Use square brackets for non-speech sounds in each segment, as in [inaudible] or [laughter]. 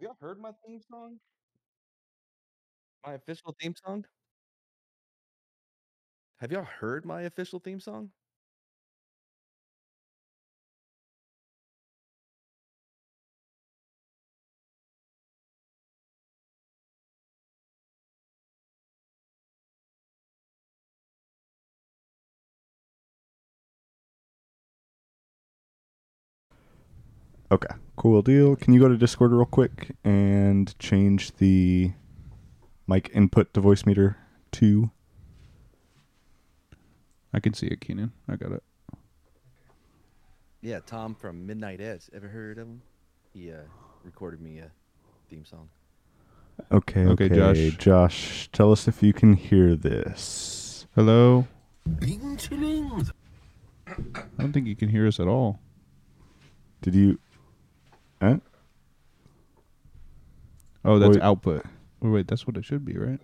y'all heard my theme song? My official theme song? Have y'all heard my official theme song? Okay, cool deal. Can you go to Discord real quick and change the mic input to voice meter to? I can see it, Keenan. I got it. Yeah, Tom from Midnight Edge. Ever heard of him? He uh, recorded me a theme song. Okay, okay, Okay, Josh. Josh. Josh, tell us if you can hear this. Hello. Ding chillings. I don't think you can hear us at all. Did you? eh? Huh? Oh, that's Wait. output. Oh, wait, that's what it should be, right?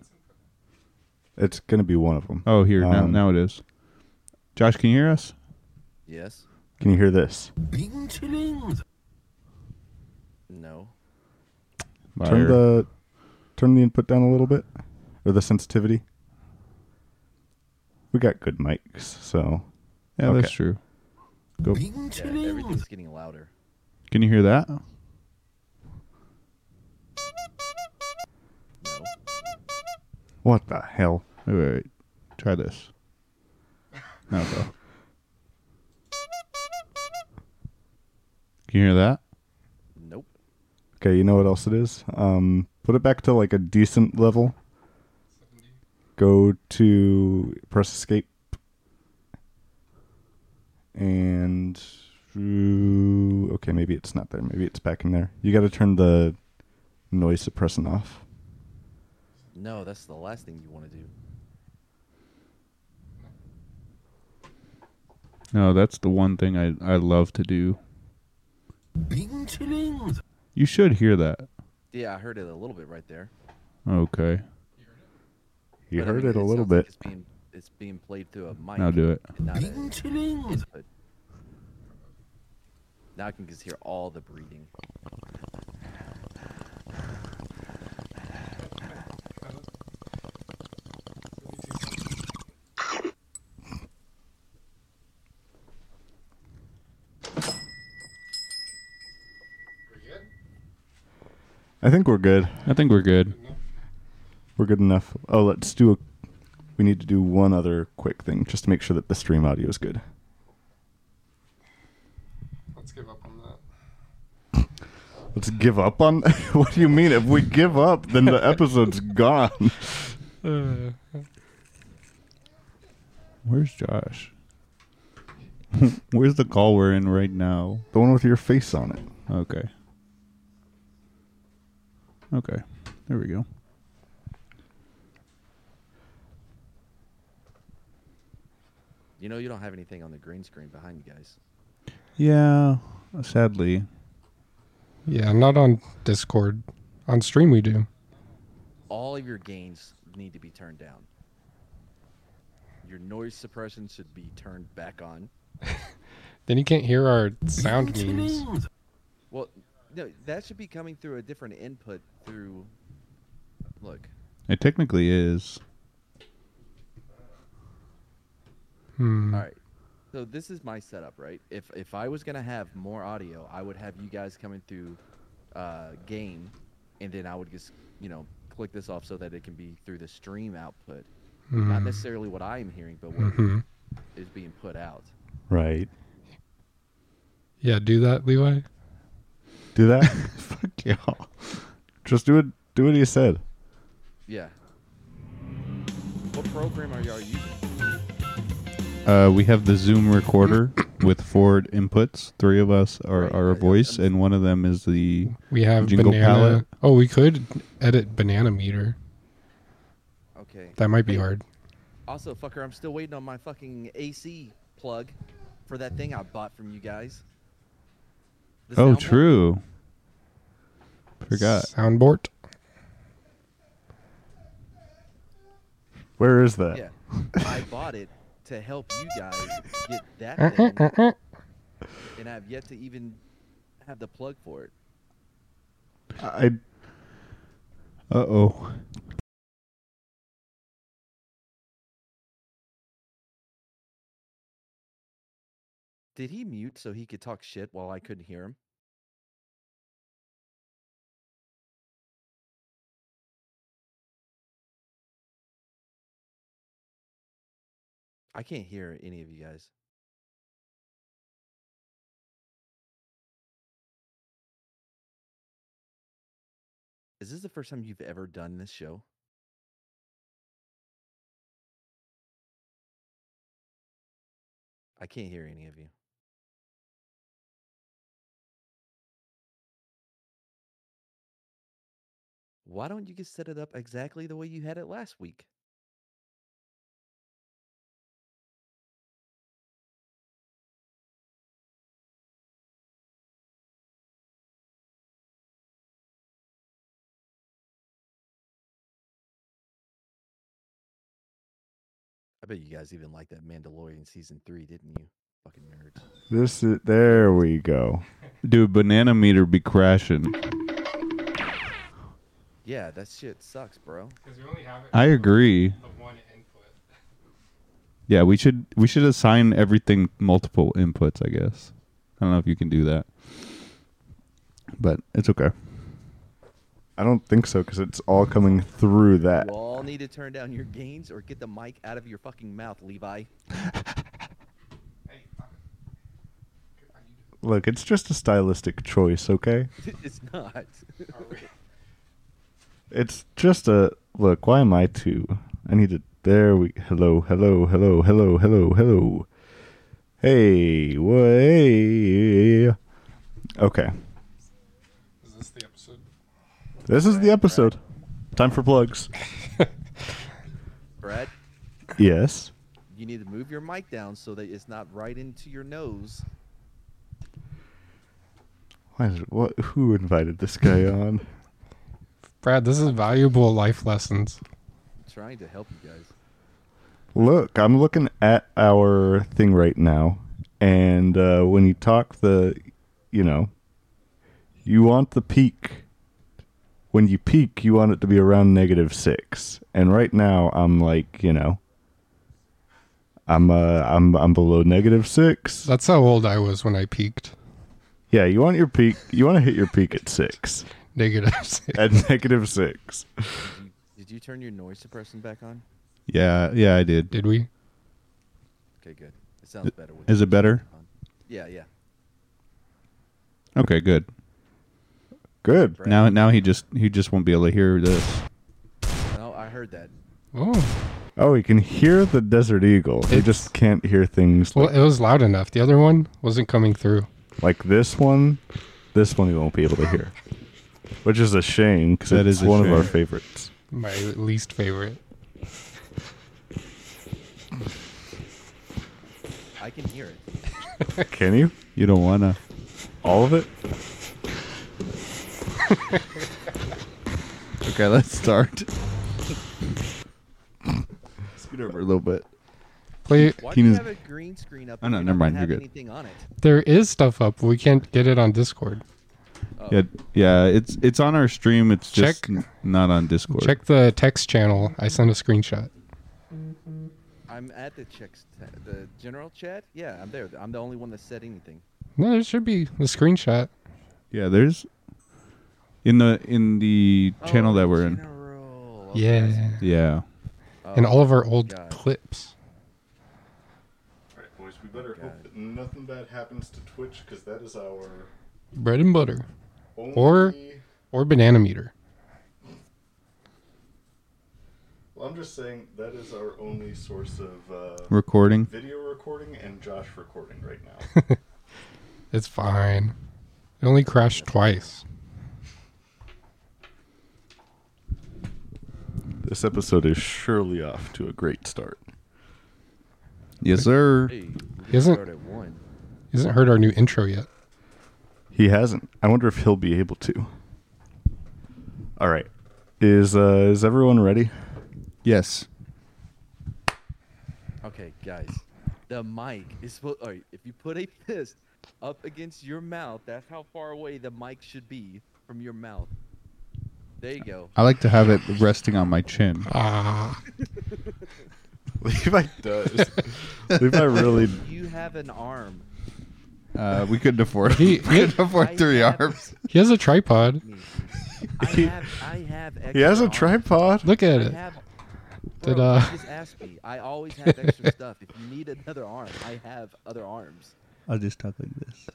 It's gonna be one of them. Oh, here now. Um, Now it is. Josh, can you hear us? Yes? Can you hear this? Ding chillings. No? Turn Liar. the turn the input down a little bit, or the sensitivity. We got good mics, so yeah, that's okay. true. Ding Yeah, chillings. everything's getting louder. Can you hear that? No? what the hell? Wait, wait, wait. Try this. Now go. Can you hear that? Nope. Okay, you know what else it is? Um, put it back to like a decent level. Go to press escape and ooh, okay, maybe it's not there. Maybe it's back in there. You got to turn the noise suppressant off. No, that's the last thing you want to do. No, that's the one thing I, I love to do. Ding chillings. You should hear that. Yeah, I heard it a little bit right there. Okay. You But, I heard mean, it a little sounds like bit. it's, being, it's being played through a mic. Now do it. and Not a Ding chillings. input. Now I can just hear all the breathing. I think we're good. I think we're good. We're good enough. Oh, let's do a. We need to do one other quick thing just to make sure that the stream audio is good. Let's give up on that. Let's give up on. [laughs] what do you mean? If we give up, then the episode's gone. Uh, Where's Josh? [laughs] Where's the call we're in right now? The one with your face on it. Okay. Okay. There we go. You know, you don't have anything on the green screen behind you guys. Yeah, sadly. Yeah, not on Discord. On stream we do. All of your gains need to be turned down. Your noise suppression should be turned back on. Then you can't hear our sound memes. Chillings. Well, no, that should be coming through a different input through. Look, It technically is. [laughs] Hmm. Mm-hmm. all right. So this is my setup, right? If if I was gonna have more audio, I would have you guys coming through uh, game, and then I would just you know click this off so that it can be through the stream output, hmm, Mm-hmm. not necessarily what I am hearing, but what Mhm. is being put out. Right. Yeah, do that, Levi. Do that. [laughs] Fuck y'all. just do it. Do what he said. Yeah. What program are y'all using? Uh, we have the Zoom recorder with forward inputs. Three of us are Right, our right, voice, yeah. and one of them is the. We have Jingle banana. palette. Oh, we could edit banana meter. Okay. That might be hard. Also, fucker, I'm still waiting on my fucking AC plug for that thing I bought from you guys. The oh, soundboard. true. Forgot. Soundboard. Where is that? Yeah. I bought it to help you guys get that thing, and I've yet to even have the plug for it. I Uh oh. Did he mute so he could talk shit while I couldn't hear him? I can't hear any of you guys. Is this the first time you've ever done this show? I can't hear any of you. Why don't you just set it up exactly the way you had it last week? I bet you guys even liked that Mandalorian season three, didn't you? Fucking nerds. This is there we go. Dude, banana meter be crashing. Yeah, that shit sucks, bro. I agree. The one input. Yeah, we should we should assign everything multiple inputs, I guess. I don't know if you can do that. But it's okay. I don't think so because it's all coming through that. You all need to turn down your gains or get the mic out of your fucking mouth, Levi. Look, it's just a stylistic choice, okay? [laughs] it's not. It's just a look. Why am I two? I need to. There we. Hello, hello, hello, hello, hello, hello. Hey, way. Okay, Is this the episode? this is the episode. Time for plugs. [laughs] [laughs] Brad, Yes. you need to move your mic down so that it's not right into your nose. Why is it, what? Who invited this guy on? Brad, this is valuable life lessons. I'm trying to help you guys. Look, I'm looking at our thing right now, and uh, when you talk, the you know, you want the peak. When you peak, you want it to be around negative six, and right now I'm like, you know, I'm uh, I'm I'm below negative six. That's how old I was when I peaked. Yeah, you want your peak. You want to hit your peak at six, [laughs] Negative [laughs] six. at negative six. Did you, did you turn your noise suppressant back on? Yeah, yeah, I did. Did we? Okay, good. It sounds better. With Is it better? on. Yeah, yeah. Okay, good. Good. Brad. Now now he just he just won't be able to hear this. No, I heard that. Oh, Oh, you can hear the desert eagle. You just can't hear things well, it was loud enough. The other one wasn't coming through. Like this one, this one you won't be able to hear, which is a shame because That it's is a one of our shame. favorites. My least favorite. I can hear it. Can you? You don't wanna. All of it? Okay, [laughs] let's start. Scoot over a little bit. Play. Why He do you knows- have a green screen up? Oh, and no, you never don't mind, Have you're good. anything on it? There is stuff up. We can't get it on Discord. Oh, Yeah, yeah, it's it's on our stream. It's just Check- n- not on Discord. Check the text channel. I sent a screenshot. I'm at the checks, ta- the general chat. Yeah, I'm there. I'm the only one that said anything. No, there should be the screenshot. Yeah, there's in the in the channel Oh, that we're in. general. Okay, I see. Yeah. Yeah. Oh, And all of our old God. clips. Alright, boys, we better hope that nothing bad happens to Twitch because that is our Bread and butter. only. Or- Or banana meter. Well, I'm just saying that is our only source of uh, Recording. video recording and Josh recording right [laughs] now. It's fine. It only crashed twice. this episode is surely off to a great start. Yes, sir. Hey, we didn't Isn't- start at one. He hasn't heard our new intro yet. He hasn't. I wonder if he'll be able to. All right. Is uh, is everyone ready? Yes. Okay, guys, the mic is supposed. All right, if you put a fist up against your mouth, that's how far away the mic should be from your mouth. There you go. I like to have it resting on my chin. Ah, [laughs] Levi does. Levi really. You have an arm. Uh, we couldn't afford. He- [laughs] we couldn't afford I three have- [laughs] arms. he has a tripod. Me. I have. I have. Extra He has a arms. tripod. Look at I it. have. Did, Bro, uh, you just ask me. I always have extra stuff. If you need another arm, I have other arms. I'll just talk like [laughs] this.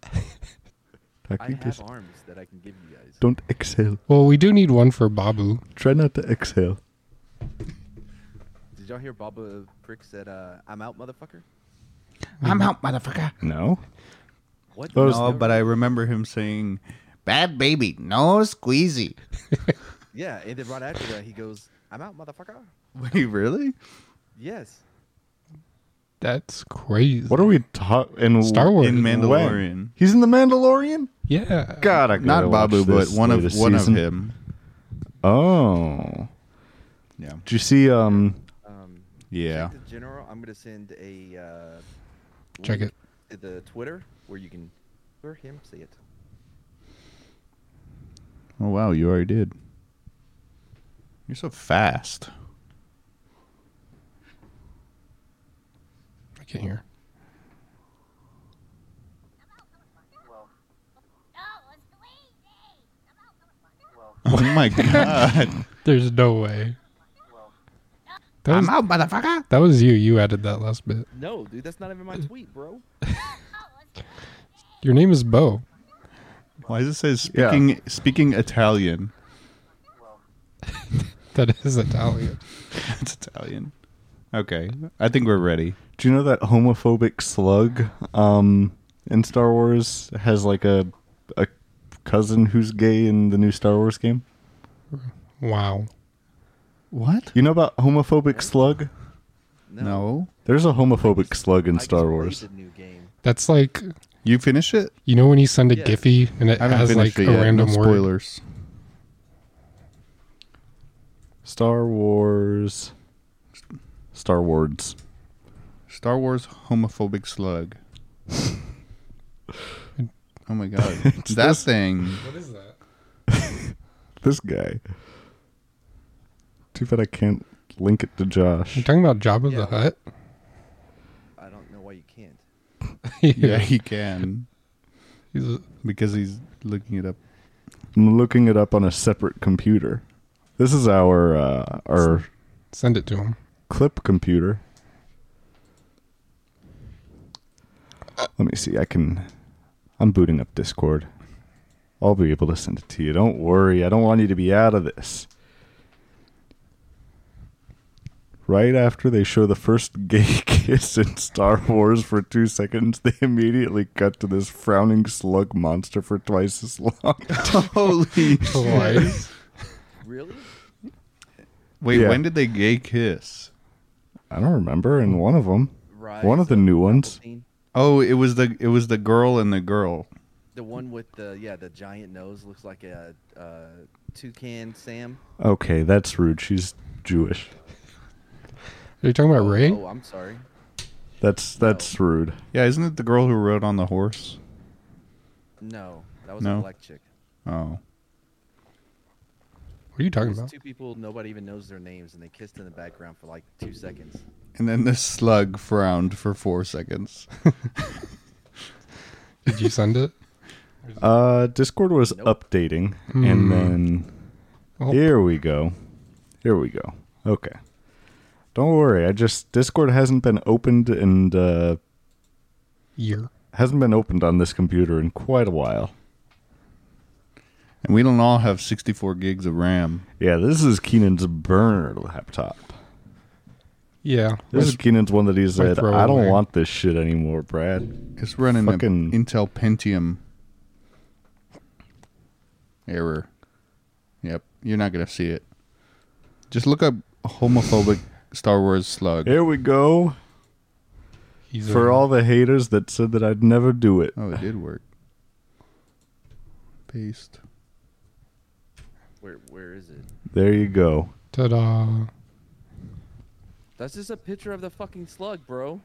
I Taki, have just arms that I can give you guys. don't exhale. Well, we do need one for Babu. Try not to exhale. Did y'all hear Baba Frick said, uh, "I'm out, motherfucker"? I'm out, motherfucker. No. What? Those- No, but I remember him saying, "Bad baby, no squeezy." [laughs] Yeah, and then right after that, he goes, "I'm out, motherfucker." Wait, really? Yes. That's crazy. What are we talking? In Star Wars. In when? Mandalorian. He's in the Mandalorian. Yeah. God, I gotta Not Babu, watch but this one of latest one season. of him. Oh. Yeah. Did you see? Um. Um, Yeah. Check the general. I'm gonna send a. Uh, Check link it. To the Twitter where you can, or him see it. Oh wow, you already did. You're so fast. [laughs] I can't hear. Oh [laughs] my god. There's no way. That was, out, motherfucker. that was you. You added that last bit. No, dude, that's not even [clears throat] my tweet, bro. Your name is Bo. Why does it say Yeah. speaking speaking Italian? [laughs] That is Italian. It's Italian. Okay. I think we're ready. Do you know that homophobic slug um, in Star Wars has like a a cousin who's gay in the new Star Wars game? Wow. What? You know about homophobic slug? No. No. There's a homophobic slug I in just Star played Wars. The new game. That's like You finish it? you know when you send a Yeah. Giphy and it I haven't has like finished a it yet. random no word. spoilers. Star Wars. Star Wars. Star Wars homophobic slug. oh my god. It's that this- thing. What is that? This guy. Too bad I can't link it to Josh. You're talking about Jabba Yeah. the Hutt? [laughs] I don't know why you can't. Yeah, he can. He's a- Because he's looking it up. I'm looking it up on a separate computer. This is our uh, our send it to him. clip computer. Let me see. I can. I'm booting up Discord. I'll be able to send it to you. Don't worry. I don't want you to be out of this. Right after they show the first [laughs] gay kiss in Star Wars for two seconds, they immediately cut to this frowning slug monster for twice as long. [laughs] Holy Twice. Really? Wait, Yeah. when did they gay kiss? I don't remember. In one of them, Right. one of the new ones. Oh, it was the it was the girl and the girl. The one with the yeah the giant nose looks like a uh, toucan Sam. Okay, that's rude. She's Jewish. Are you talking about Ray? Oh, I'm sorry. That's that's rude. Yeah, isn't it the girl who rode on the horse? No, that was No. a black chick. Oh, What are you talking There's about? two people nobody even knows their names, and they kissed in the background for like two seconds. and then the slug frowned for four seconds. Did you [laughs] send it? Uh, Discord was Nope. updating, and then Hmm. Oh. here we go. Here we go. Okay. Don't worry. I just Discord hasn't been opened and uh, Year. hasn't been opened on this computer in quite a while. and we don't all have sixty-four gigs of RAM. Yeah, this is Keenan's burner laptop. Yeah. This is Keenan's one that he said, throw "I don't away. want this shit anymore, Brad." It's running an Fucking- Intel Pentium. Error. Yep, you're not gonna see it. Just look up homophobic Star Wars slug. Here we go. He's For a- all the haters that said that I'd never do it. Oh, it did work. Paste. Where where is it? There you go. Ta-da. That's just a picture of the fucking slug, bro.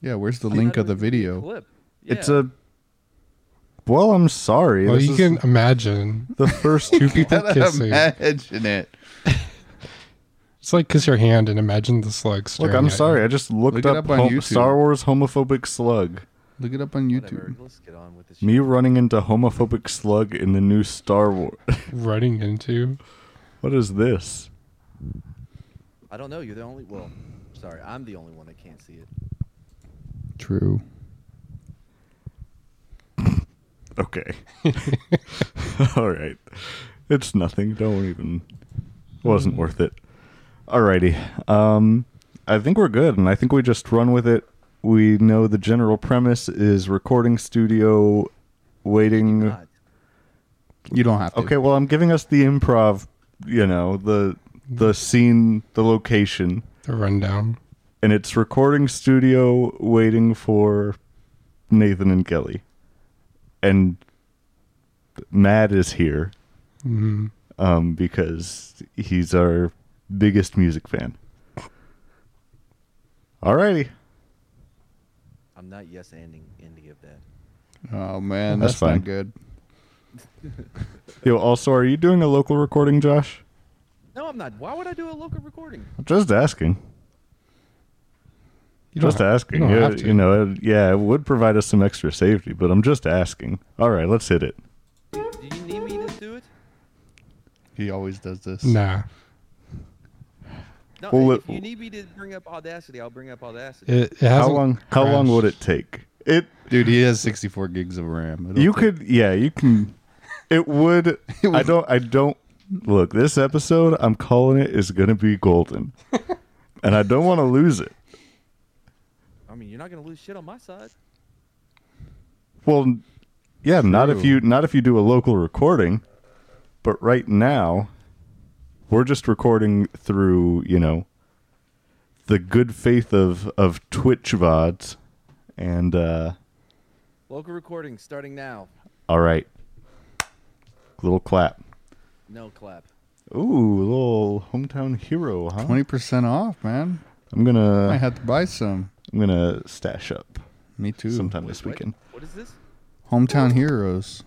Yeah, where's the Like, link not [laughs] of the even a video? Clip. It's Yeah. a Well, I'm sorry. Well, this you is can [laughs] imagine the [laughs] first two people kissing. Imagine it. It's like kiss your hand and imagine the slug staring. Look, I'm at you. sorry. I just looked Look it up, up on hom- YouTube. Star Wars homophobic slug. Look it up on Whatever. YouTube. Let's get on with this. Me shit. running into homophobic slug in the new Star Wars. Running into [laughs] what is this? I don't know. You're the only. Well, sorry, I'm the only one that can't see it. True. Okay. [laughs] All right. It's nothing. Don't even. Wasn't worth it. Alrighty. Um, I think we're good, and I think we just run with it. We know the general premise is recording studio, waiting. God. You don't have to. Okay, well, I'm giving us the improv. You know the the scene, the location. the rundown. and it's recording studio waiting for Nathan and Kelly. And Matt is here hmm um, because he's our biggest music fan. Alrighty. I'm not yes ending ending of that. Oh man, That's that's, fine. not good. Yo, also, are you doing a local recording, Josh? No, I'm not. Why would I do a local recording? Just asking. You just asking. You Yeah, don't You, have to. know, it, yeah, it would provide us some extra safety, but I'm just asking. All right, let's hit it. Do you need me to do it? He always does this. Nah. No. Well, if it- you need me to bring up Audacity, I'll bring up Audacity. It, it How hasn't long? How long would crashed. it take? It Dude, he has 64 gigs of RAM. It'll you take- could yeah you [laughs] can it would, i don't i don't look this episode i'm calling it is gonna be [laughs] golden and i don't want to lose it I mean, you're not gonna lose shit on my side. well yeah not if True. you not if you do a local recording but right now we're just recording through you know the good faith of of twitch vods and uh Local recording starting now. all right little clap No clap. ooh little hometown hero huh 20% off, man. i'm gonna I have to buy some. I'm gonna stash up Me too. sometime Wait, this what? weekend. What is this? Hometown heroes.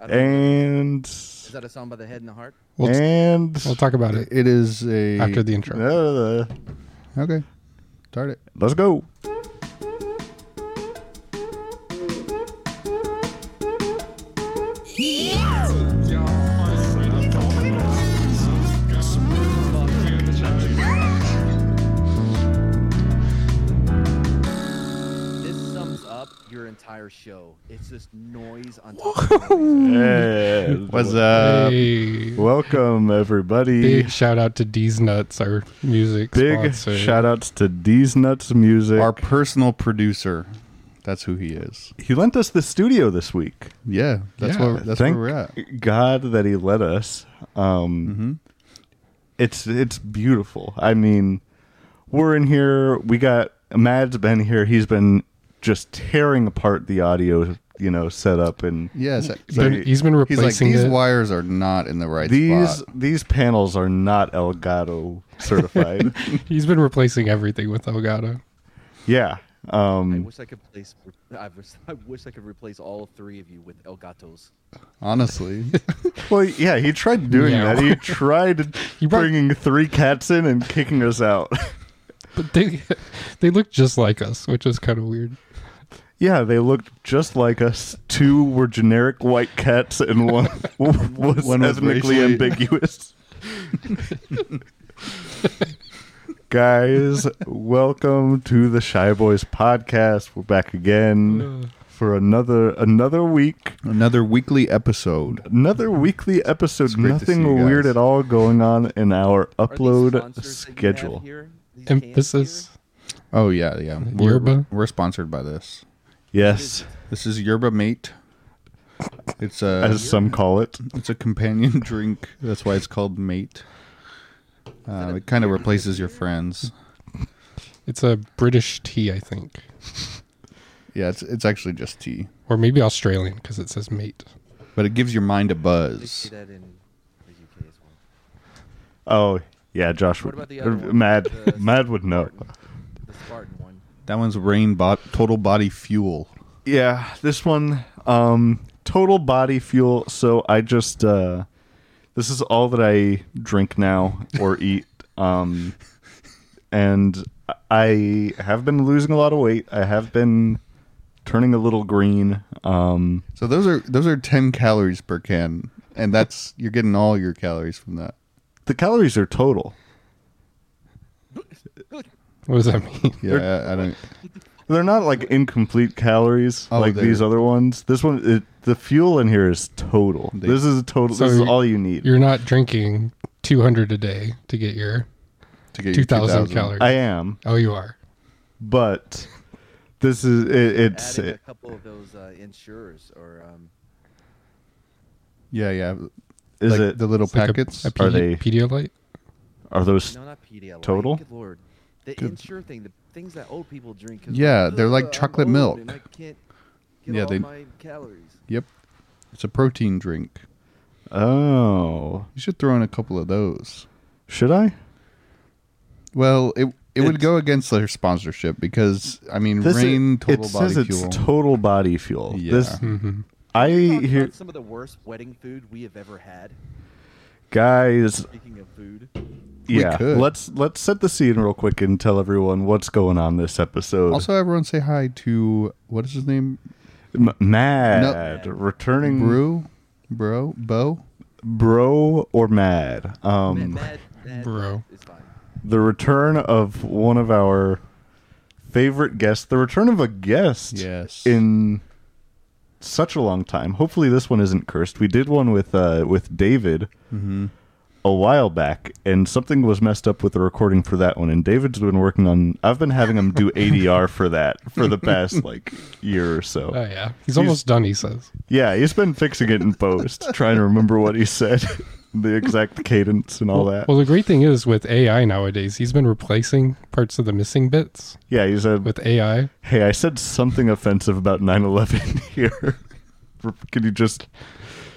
I don't know. And Is that a song by the head and the heart? We'll, and we'll talk about it It is a after the uh, intro. okay. Start it. let's go. This sums up your entire show. It's just noise on top of noise. Yeah. What's up? Hey. Welcome everybody. Big shout out to D's Nuts, our music Big sponsor. shout outs to D's Nuts Music. Our personal producer. That's who he is. he lent us the studio this week. Yeah, that's Yeah. where that's Thank where we're at. Mm-hmm. God that he let us. Um, It's it's beautiful. I mean, we're in here. We got Mad's been here. He's been just tearing apart the audio, you know, setup and Yeah, it's like- He's been, he's been he's like replacing these it. wires are not in the right these spot. these panels are not Elgato [laughs] certified. he's been replacing everything with Elgato. yeah. I Um, wish I could place. I wish, I wish I could replace all three of you with Elgatos. [laughs] Honestly, well, yeah, he tried doing Meow. that. He [laughs] tried He brought- bringing three cats in and kicking us out. [laughs] But they [laughs] they look just like us, which is kind of weird. yeah, they looked just like us. Two were generic white cats, and [laughs] one was, One was ethnically racially- [laughs] ambiguous. Guys, welcome to the Shy Boys podcast. We're back again for another another week. another weekly episode. another weekly episode. It's great to see Nothing you weird guys. at all going on in our Are these upload sponsors that you have schedule. here? These cans Emphasis. here? Oh yeah, yeah. We're, Yerba? we're sponsored by this. Yes, This is Yerba Mate. It's a as some call it. it's a companion [laughs] drink. That's why it's called Mate. Uh, it kind of replaces your friends. It's a British tea, I think, Yeah, it's it's actually just tea, or maybe Australian because it says mate. but it gives your mind a They see buzz. that in the UK as well. Oh yeah, Josh. What would- er, about the other one? Mad, The [laughs] Mad would know. The Spartan one. That one's Rain Bot Total Body Fuel. Yeah, this one. Um, total body fuel. So I just uh, this is all that I drink now [laughs] or eat. Um, and I have been losing a lot of weight. I have been turning a little green. Um, So those are those are ten calories per can, and that's you're getting all your calories from that. the calories are total. What does that [laughs] mean? Yeah, I, I don't. They're not like incomplete calories Oh, like they're- these other ones. This one, it, the fuel in here is total. They- this is a total. So this is you- all you need. You're not drinking 200 a day to get your. To get 2,000 calories. I am, Oh, you are. but this is it, it's Adding a it, couple of those uh, insurers or um, Yeah, yeah. is like it the little It's like a- packets? a, Are Pedi- they- Pedialyte? are those no, not Pedialyte. Total? Good lord, the Good. insure thing, the things that old people drink. Yeah, they're like chocolate i milk. And I can't get Yeah, all they- my calories. yep. It's a protein drink. oh You should throw in a couple of those. should I? Well, it it would It's- go against their sponsorship because I mean, Rain is, Total it Body says Fuel. it's total body fuel. This hmm I Talk about hear some of the worst wedding food we have ever had. guys. Speaking of food, Yeah, could. let's let's set the scene real quick and tell everyone what's going on this episode. also, everyone say hi to what is his name? M- mad returning Brew, bro, Bo. bro or mad. Ma- Um, mad, mad bro. is fine. the return of one of our favorite guests, the return of a guest Yes. in such a long time. Hopefully this one isn't cursed. We did one with uh with David Mm-hmm. a while back and something was messed up with the recording for that one and David's been working on I've been having him do ADR for that for the [laughs] past like year or so. Oh, yeah. He's almost done, he says. Yeah, he's been fixing it in post, trying to remember what he said, [laughs] the exact cadence and all that. Well, the great thing is with AI nowadays, he's been replacing parts of the missing bits Yeah, he said, with AI. "Hey, I said something offensive about 9/11 [laughs] here. Can you just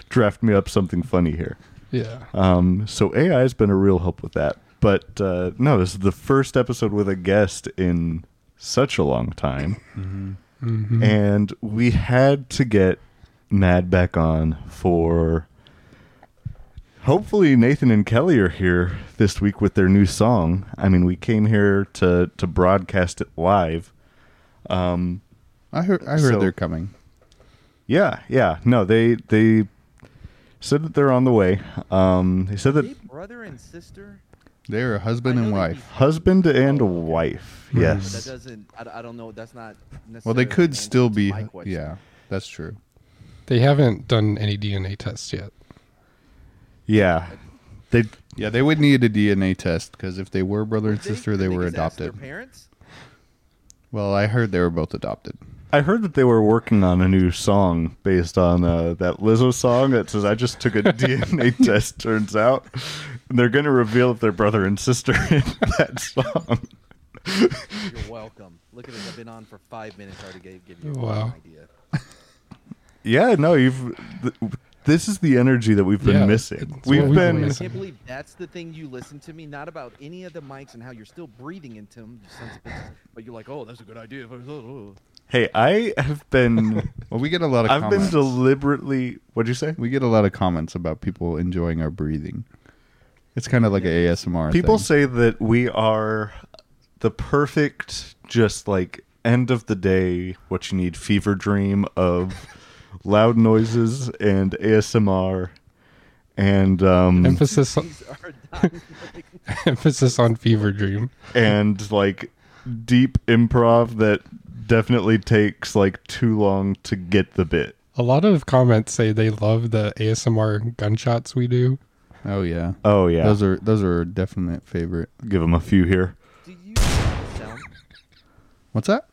draft me up something funny here?" Yeah. Um, so AI has been a real help with that. But uh, no, this is the first episode with a guest in such a long time, and we had to get Mad back on for. Hopefully, Nathan and Kelly are here this week with their new song. I mean, we came here to to broadcast it live. I heard. I heard So- they're coming. Yeah, yeah. No, they they said that they're on the way. Um, they said Are that they brother and sister? They're a husband I and know that wife. he's- husband and wife. Hmm. But Yes. that doesn't. I, I don't know. That's not. Well, necessarily they could the still answer to be. my question. Yeah, that's true. They haven't done any DNA tests yet. Yeah. They Yeah, they would need a DNA test because if they were brother and sister, could they were just ask adopted. Their parents. Well, I heard they were both adopted. I heard that they were working on a new song based on uh, that Lizzo song that says I just took a [laughs] DNA test turns out and they're going to reveal if they're brother and sister [laughs] in that song. You're welcome. Look at this. I've been on for five minutes. I already gave, gave you an Wow. idea. Yeah, no, you've th- this is the energy that we've been Yeah, it's missing. what We've we've been been missing. I can't believe that's the thing you listen to me, not about any of the mics and how you're still breathing into them, you sons of bitches. But you're like, oh, that's a good idea. [laughs] Hey, I have been [laughs] Well, we get a lot of. I've been comments. deliberately What'd you say? We get a lot of comments about people enjoying our breathing. It's kind of like a ASMR. People thing. say that we are the perfect, just like end of the day, what you need fever dream of [laughs] loud noises and ASMR. And um Emphasis [laughs] on, These are dying. like, emphasis on fever dream. and like deep improv that definitely takes like too long to get the bit. A lot of comments say they love the ASMR gunshots we do. Oh yeah. Oh yeah, Those are those are a definite favorite. give them a few here. do you have a sound? What's that?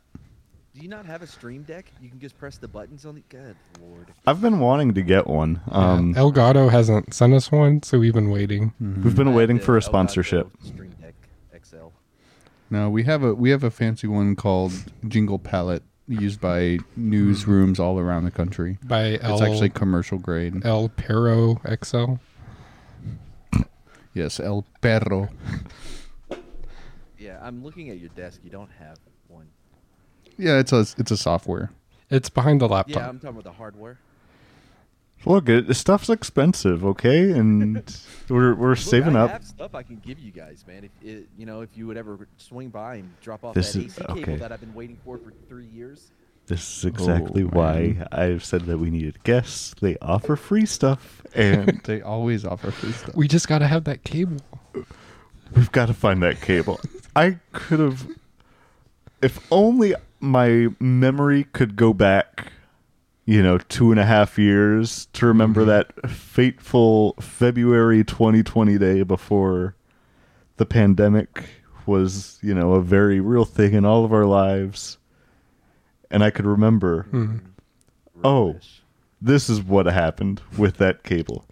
Do you not have a stream deck? You can just press the buttons on the. Good lord. I've been wanting to get one. Um, Elgato hasn't sent us one, so we've been waiting. we've Mm-hmm. been I waiting have the for a Elgato sponsorship. Stream Deck XL. No, we have a we have a fancy one called Jingle Palette used by newsrooms all around the country. By L, It's actually commercial grade. El Perro XL. Yes, El Perro. Yeah, I'm looking at your desk. You don't have one. Yeah, it's a it's a software. It's behind the Yeah, laptop. I'm talking about the hardware. Look, it, the stuff's expensive, okay? And we're we're Look, saving I up. have stuff I can give you guys, man. If it, you know, if you would ever swing by and drop off This that is- AC okay. cable that I've been waiting for for three years. This is exactly Oh, why man. I've said that we needed guests. They offer free stuff, [laughs] and They always offer free stuff. We just got to have that cable. we've got to find that cable. I could have, if only my memory could go back, you know, two and a half years to remember Mm-hmm. that fateful February 2020 day before the pandemic was, you know, a very real thing in all of our lives. And I could remember. Hmm. mm, Oh. Rubbish. this is what happened with that cable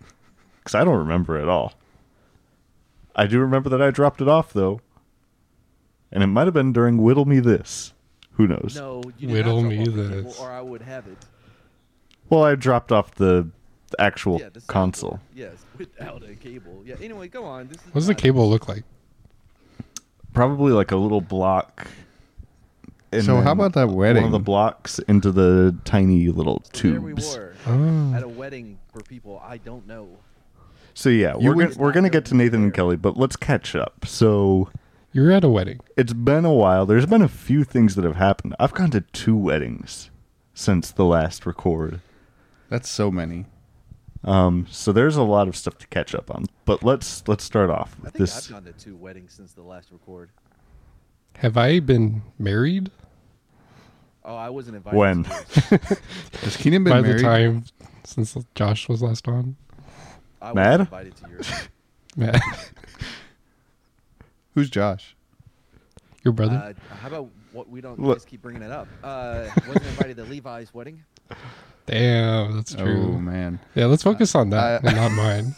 because i don't remember at all i do remember that i dropped it off though and it might have been during whittle me this who knows No, you did Whittle not drop me off the this. cable, or I would have it. well i dropped off the, the actual Yeah, the soundboard. console Yes, [laughs] without a cable. Yeah. Anyway, go on. This is What does the not- cable look like? probably like a little block and So how then about that one wedding? of the blocks into the tiny little So tubes There we were Oh. at a wedding for people I don't know. so yeah You we're would gonna, we're not gonna know get to you were nathan and there. kelly but let's catch up so You were at a wedding. it's been a while. There's been a few things that have happened. I've gone to two weddings since the last record. That's so many. Um, so there's a lot of stuff to catch up on. But let's let's start off I with think this. I've gone to two weddings since the last record. Have I been married Oh, I wasn't invited. When? to yours. Has Keenan been by married? the time since Josh was last on? I Mad? wasn't invited to yours. Matt, Who's Josh? [laughs] your brother? Uh, how about what we don't Look. just keep bringing it up? Uh, wasn't invited to Levi's wedding. Damn, that's Oh true. man. yeah, let's focus on that I- and not mine.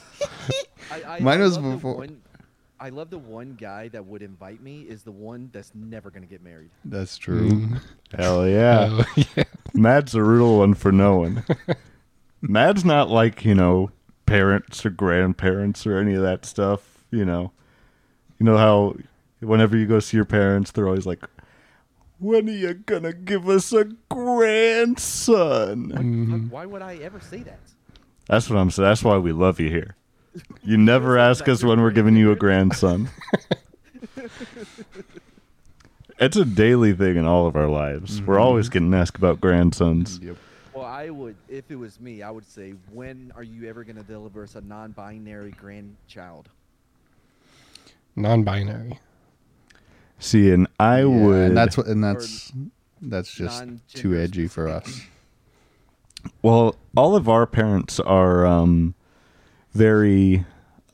I, I, Mine I was love the before- one- I love the one guy that would invite me is the one that's never gonna get married. That's Mm. Hell yeah. [laughs] Oh, yeah. Mad's a real one for knowing. Mad's not like, you know, parents or grandparents or any of that stuff, you know. You know how whenever you go see your parents, they're always like, When are you gonna give us a grandson? Mm-hmm. Like, why would I ever say that? That's what I'm saying. That's why we love you here. You never ask us when we're giving you a grandson. it's a daily thing in all of our lives. We're always getting asked about grandsons. Yep. Well, I would, if it was me, I would say, when are you ever gonna deliver us a non-binary grandchild? Non-binary. See, and I would. And that's what. And that's that's just too non-gender edgy for us. well, all of our parents are um, very.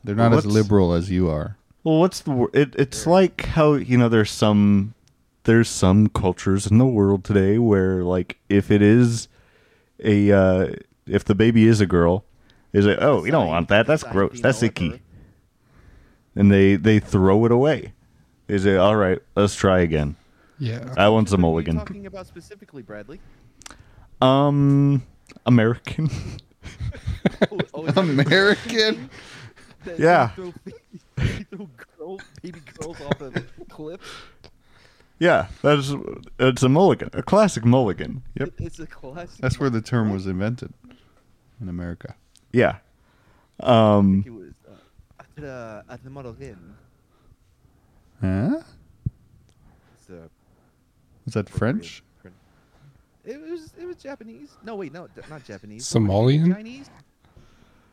They're not Well, as let's- liberal as you are. Well, what's the wor- it? It's like how you know there's some there's some cultures in the world today where like if it is a uh, if the baby is a girl, they say, oh, we don't Assigned- want that. That's assigned gross. That's female at icky. And they they throw it away. They say, all right, let's try again. Yeah. I want some What are you mulligan. talking about specifically, Bradley? [laughs] Um, American. [laughs] Oh, [laughs] oh, is that the American. that they Yeah. Throw, [laughs] they throw girl, baby girls off of cliffs. yeah, that's it's a mulligan, a classic mulligan. Yep. It- It's a classic. That's [laughs] where the term was invented in America. Yeah. Um. He was uh, at, uh, at the model inn. Huh? It's, uh, Is that French? Korean. It was it was Japanese. No wait, no, d- not Japanese. Somalian? Chinese.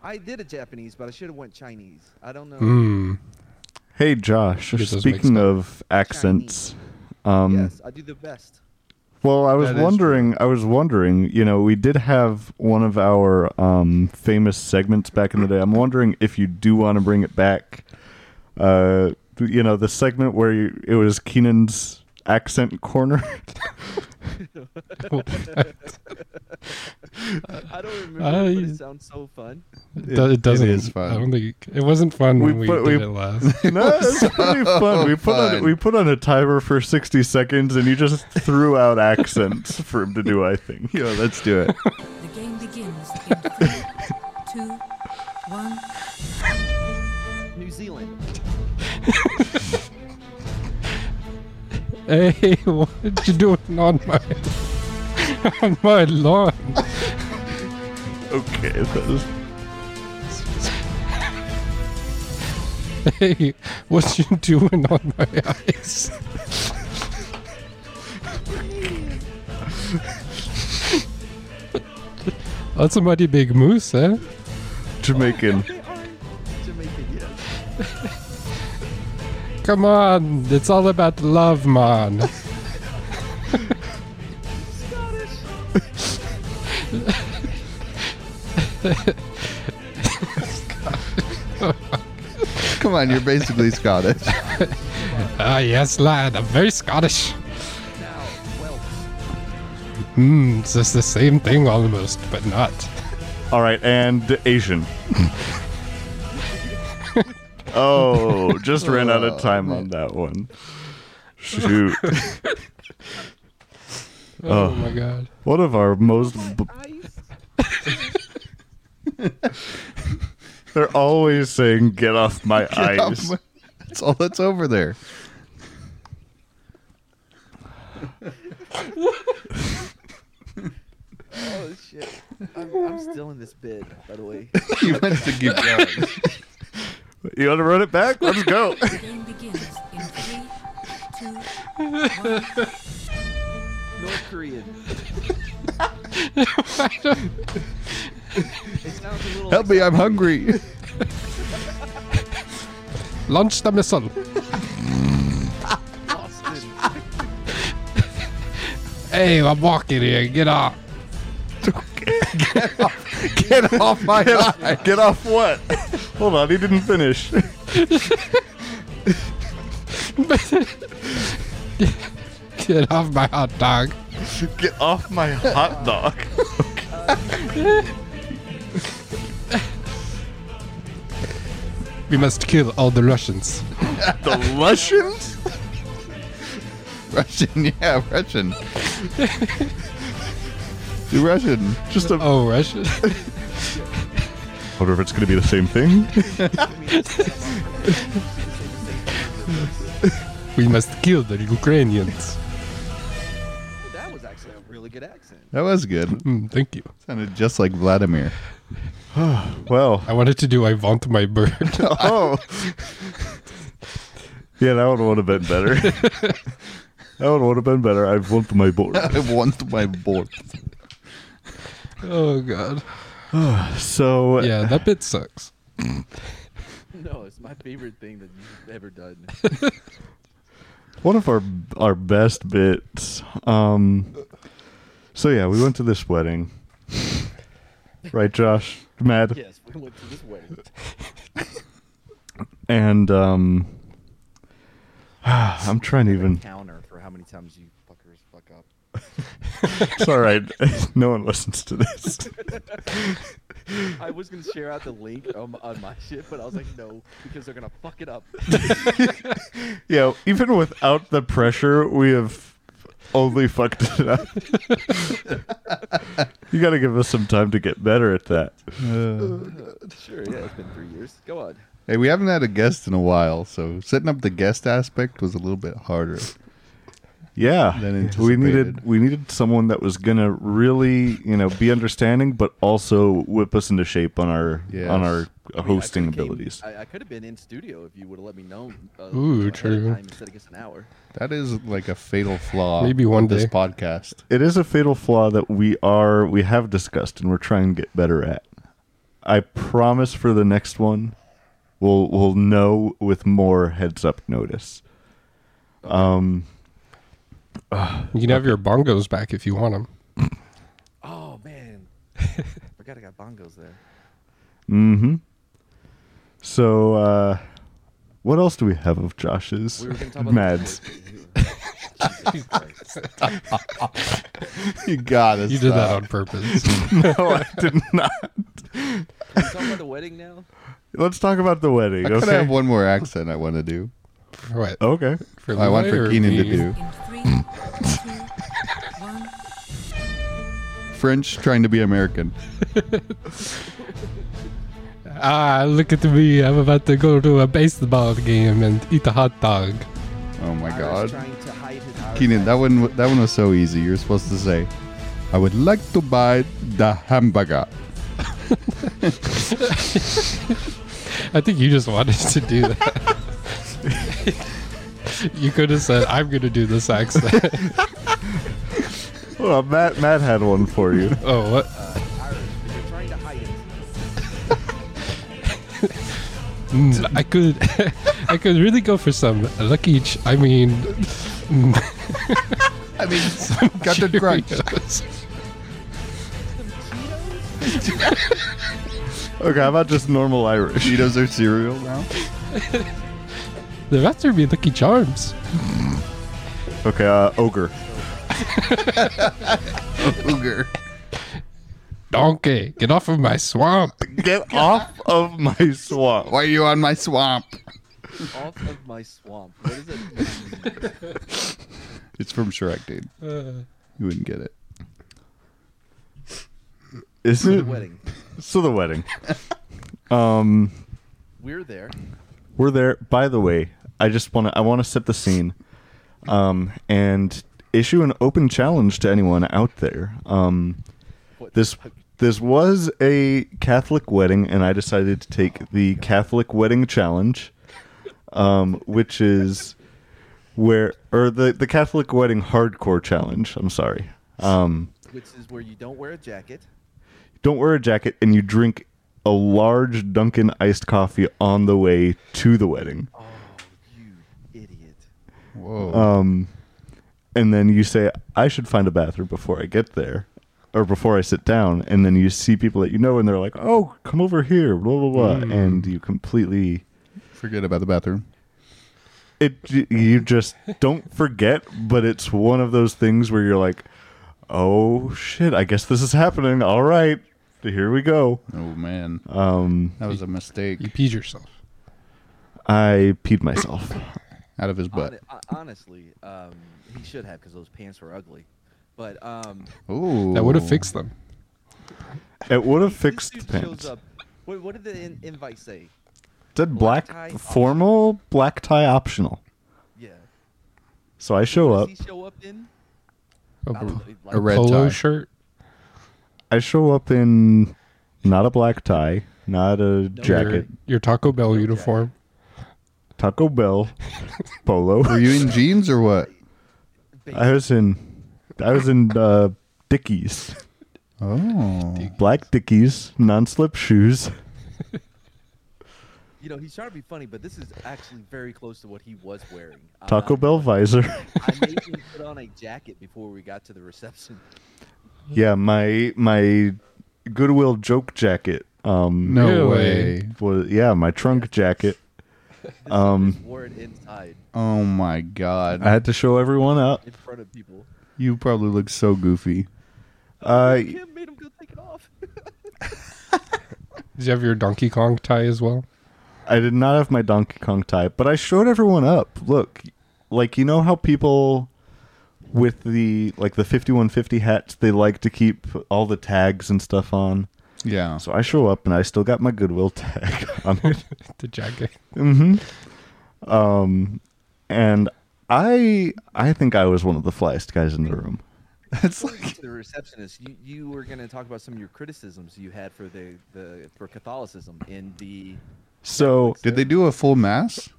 I did a Japanese, but I should have went Chinese. I don't know. Mm. Hey Josh, Get those speaking mixed up. of accents, um, yes, I do the best. well, I was That is wondering. I was wondering. You know, we did have one of our um, famous segments back in the day. I'm wondering if you do want to bring it back. Uh, you know, the segment where you, it was Keenan's accent corner. [laughs] I don't remember, but I- it sounds so fun. It, do- it doesn't. is fun. I don't think it wasn't fun We when we put- did we- it last. [laughs] no, it's [laughs] pretty fun. We put fun. on we put on a timer for 60 seconds, and you just threw out accents for him to do. [laughs] I think. Yo, let's do it. The game begins in three, two, one. New Zealand. hey, [laughs] what you doing on my on my lawn? [laughs] Okay, that is Hey, what you doing on my eyes? That's a mighty big moose, eh? Jamaican, Jamaican. yes. Come on, it's all about love, man. Come on, you're basically Scottish. Ah, yes, lad, I'm very Scottish. Now, well, Hmm, it's just the same thing almost, but not. [laughs] All right, and Asian. oh, just ran out of time on that one. Shoot. Oh, Oh. my god. One of our most. B- They're always saying, [laughs] get off my eyes. that's all that's [laughs] over there. oh shit. I'm, I'm still in this bid, by the [laughs] way. You meant to keep going. You want to run it back? Let's [laughs] go. The game begins in three, two, one. North [laughs] Korean. it sounds a little like Help me, I'm [laughs] hungry. Launch the missile. Austin. Hey, I'm walking here, get off. [laughs] Get off my eye. Get off what? Hold on, he didn't finish. Get off my hot dog. [laughs] Get off my hot dog. We must kill all the Russians. The Russians? Russian, yeah, Russian. Do Russian. Just a. Oh, Russia? wonder if it's going to be the same thing. we must kill the Ukrainians. That was actually a really good accent. That was good. Hmm, thank you. Sounded just like Vladimir. [laughs] Well, I wanted to do I Want [laughs] My Bird. oh. [laughs] yeah, that one would have been better. that one would have been better. I've won my board. I want my board. oh, God. So Yeah, that bit sucks. No, it's my favorite thing that you've ever [laughs] done. one of our our best bits. Um, so yeah, we went to this wedding, right, Josh? Mad. yes, we went to this wedding. and um [sighs] I'm trying [laughs] to even Counter for how many times you fuckers fuck up. it's all right. [laughs] no one listens to this. I was gonna share out the link on, on my shit, but I was like, no, because they're gonna fuck [laughs] it up. Yeah, even without the pressure, we have only fucked it [laughs] up. you got to give us some time to get better at that. Uh. sure, yeah, it's been three years. Go on. Hey, we haven't had a guest in a while, so setting up the guest aspect was a little bit harder. Yeah. Than We needed anticipated. we needed someone that was going to really, you know, be understanding but also whip us into shape on our Yes. on our I mean, I hosting could've came- abilities. I, I could have been in studio if you would have let me know. Uh, Ooh, ahead of true. Time instead of just an hour. That is like a fatal flaw. Maybe one of this day. podcast. [laughs] it is a fatal flaw that we are we have discussed and we're trying to get better at. I promise for the next one, we'll we'll know with more heads up notice. You can have your bongos back if you want them. Oh [laughs] man, forgot I got bongos there. Mm-hmm. So, uh, what else do we have of Josh's We were gonna talk about [laughs] mads? You got us. You did that [laughs] on purpose. [laughs] no, I did not. We're talking about the wedding now. Let's talk about the wedding. I could okay. have one more accent I want to do. For what? Okay. For Oh, I want Levi for or Keenan to me? do In three, two, one. French, trying to be American. Ah, look at me. I'm about to go to a baseball game and eat a hot dog. Oh my Irish God, trying to hide his Irish Keenan, that accent. one w- that one was so easy. You're supposed to say, "I would like to buy the hamburger." I think you just wanted to do that. [laughs] you could have said, "I'm gonna do this accent." Well, Matt, Matt had one for you. [laughs] oh, what? They're trying to hide it. Mm, I could, [laughs] I could really go for some lucky. Ch- I mean, mm, I [laughs] mean, got [laughs] the crunch. Cheerios. [laughs] Okay, how about just normal Irish? Cheetos are cereal now. They're after me, Lucky Charms. Okay, uh, ogre. Ogre. Donkey, get off of my swamp. Get off of my swamp. Why are you on my swamp? Off of my swamp. What is [laughs] it? It's from Shrek, dude. Uh, You wouldn't get it. Is the it? wedding. So the wedding. Um, We're there. we're there. By the way, I just want to I want to set the scene, um, and issue an open challenge to anyone out there. Um, What the this fuck? this was a Catholic wedding, and I decided to take the Catholic wedding challenge, um, which is where or the the Catholic wedding hardcore challenge. I'm sorry. Um, which is where you don't wear a jacket. don't wear a jacket and you drink a large Dunkin' iced coffee on the way to the wedding. Oh, you idiot! Whoa. Um, and then you say, I should find a bathroom before I get there or before I sit down. And then you see people that you know and they're like, oh, come over here, blah, blah, blah. And you completely. Forget about the bathroom. It you just don't forget, but it's one of those things where you're like, "Oh shit, I guess this is happening." All right, here we go. Oh man, Um, that was a mistake. you peed yourself. I peed myself. Out of his butt. Hon- uh, honestly, um, he should have because those pants were ugly. But um, Ooh. That would have fixed them. It would have this fixed the dude pants. Wait, what did the in- invite say? Said Black black, tie formal, black tie optional. Yeah. So I show Does up. he show up in? A, I don't know, like- a red polo tie. shirt. I show up in not a black tie, not a jacket, Your, your Taco Bell uniform. Taco Bell polo. [laughs] Were you in jeans or what? I was in, I was in uh, Dickies, Oh. black Dickies, non-slip shoes. You know, he's trying to be funny, but this is actually very close to what he was wearing. I'm Taco not- Bell visor. [laughs] I made him put on a jacket before we got to the reception. [laughs] yeah, my my Goodwill joke jacket. Um, No Really? way. was, yeah, my trunk jacket. This Um, just wore it inside Oh my god. I had to show everyone up. in front of people. you probably look so goofy. Uh, Kim made him go take it off. [laughs] Did you have your Donkey Kong tie as well? [laughs] I did not have my Donkey Kong tie, but I showed everyone up. Look, like you know how people with the like the 5150 hats, they like to keep all the tags and stuff on. [laughs] Yeah. So I show up and I still got my Goodwill tag [laughs] on it. The jacket. hmm Um, and I I think I was one of the flyest guys in the room. That's Before we like get to the receptionist. You you were going to talk about some of your criticisms you had for the, the for Catholicism in the So Did they do a full mass?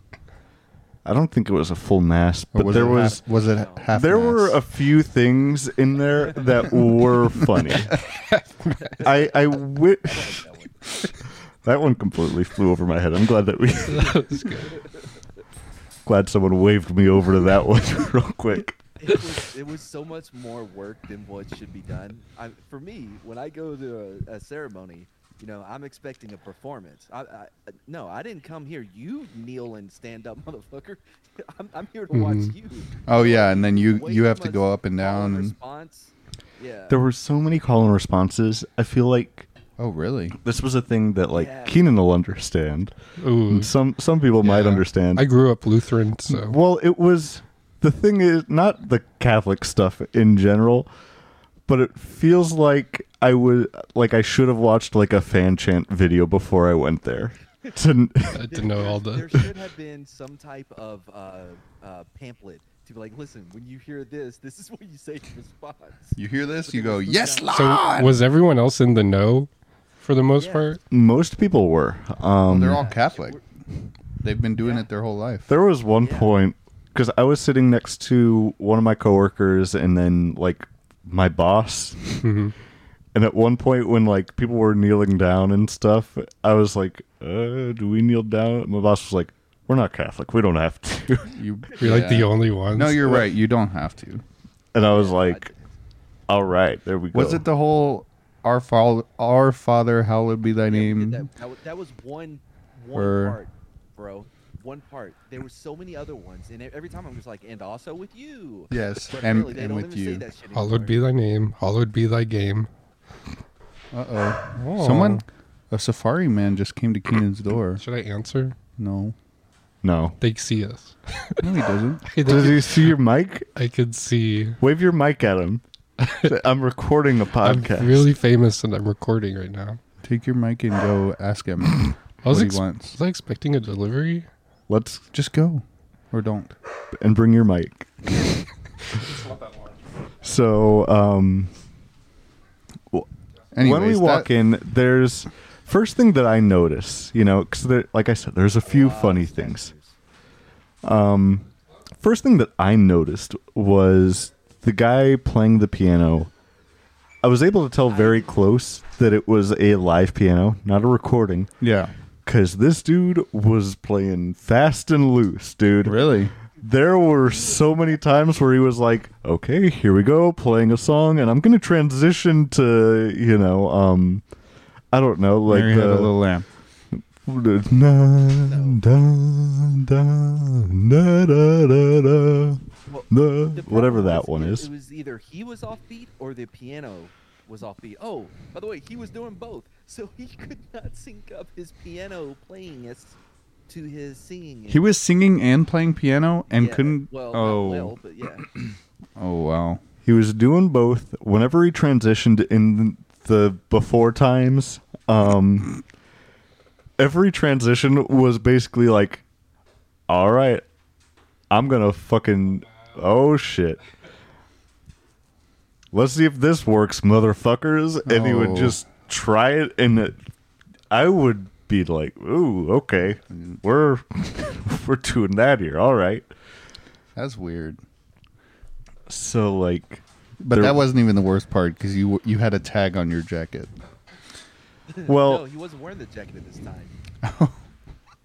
I don't think it was a full mass, Or but there it was half, was it half there were a mass? few things in there that were [laughs] funny. I I wi- [laughs] that one completely flew over my head. I'm glad that we [laughs] [laughs] That was good. glad someone waved me over to that one [laughs] real quick. it was, it was so much more work than what should be done. I, for me, when I go to a, a ceremony, you know, I'm expecting a performance. I, I no, I didn't come here. You kneel and stand up, [laughs] motherfucker. I'm, I'm here to watch Mhm. you. Oh yeah, and then you Way you too have to much go up and call down. and- response. Yeah. There were so many call and responses. I feel like Oh really? this was a thing that like Yeah. Keenan will understand. Ooh, And some some people might Yeah. understand. Mm-hmm. I grew up Lutheran, so Well, it was the thing is not the Catholic stuff in general, but it feels like I would like I should have watched like a fan chant video before I went there. To, I didn't know all There [laughs] the. should have been some type of uh, uh, pamphlet to be like, listen, when you hear this, this is what you say in response. You hear this? But You they go were so yes, dumb. Lord. So was everyone else in the know for the most Yeah. part. [laughs] Most people were. Um, They're all Catholic. They've been doing Yeah. it their whole life. There was one Yeah. point because I was sitting next to one of my coworkers and then like my boss, and at one point when like people were kneeling down and stuff, I was like, uh, "Do we kneel down?" My boss was like, "We're not Catholic. We don't have to." [laughs] You, You're like the yeah. only ones. No, you're right. You don't have to. and I was like, "All right, there we go." Was it the whole "Our Father, Our Father, hallowed be Thy Yeah, we name"? did that. That, wa- that was one, one Or- part, bro. One part. There were so many other ones, and e- every time I'm just like, and also with you. Yes, But and really, they and don't with even say you. that shit anymore. Hallowed be thy name. Hallowed be thy game. Uh oh. Oh. Someone, a safari man, just came to Keenan's door. Should I answer? No, No. They see us. no, he doesn't. I Does he see your mic? I could see. Wave your mic at him. Say, I'm recording a podcast. I'm really famous and I'm recording right now. Take your mic and go ask him I was, what ex- he wants. was I expecting a delivery? Let's Just go, or don't. and bring your mic. so, um, Anyways, when we walk in, there's first thing that I notice, you know, because like I said, there's a few funny things. Um, First thing that I noticed was the guy playing the piano. I was able to tell very close that it was a live piano, not a recording, yeah, because this dude was playing fast and loose, dude. really. There were so many times where he was like, "Okay, here we go, playing a song, and I'm gonna transition to, you know, um, I don't know, like Like Mary had the- a little lamb. Na, da, da, na, da, da, da, Well, The da, problem whatever was that one it- is. It was either he was offbeat or the piano was offbeat. Oh, by the way, he was doing both, so he [laughs] could not sync up his piano playing as to his singing. He was singing and playing piano and Yeah, couldn't. Well, not oh, well, but yeah. oh wow. He was doing both. Whenever he transitioned in the before times, um, every transition was basically like, "All right, I'm gonna fucking oh shit." Let's see if this works, motherfuckers. And he would Oh. just try it, and it, I would be like, "Ooh, okay, we're [laughs] we're doing that here. All right." That's weird. So like, But There- that wasn't even the worst part because you you had a tag on your jacket. well, no, he wasn't wearing the jacket at this time.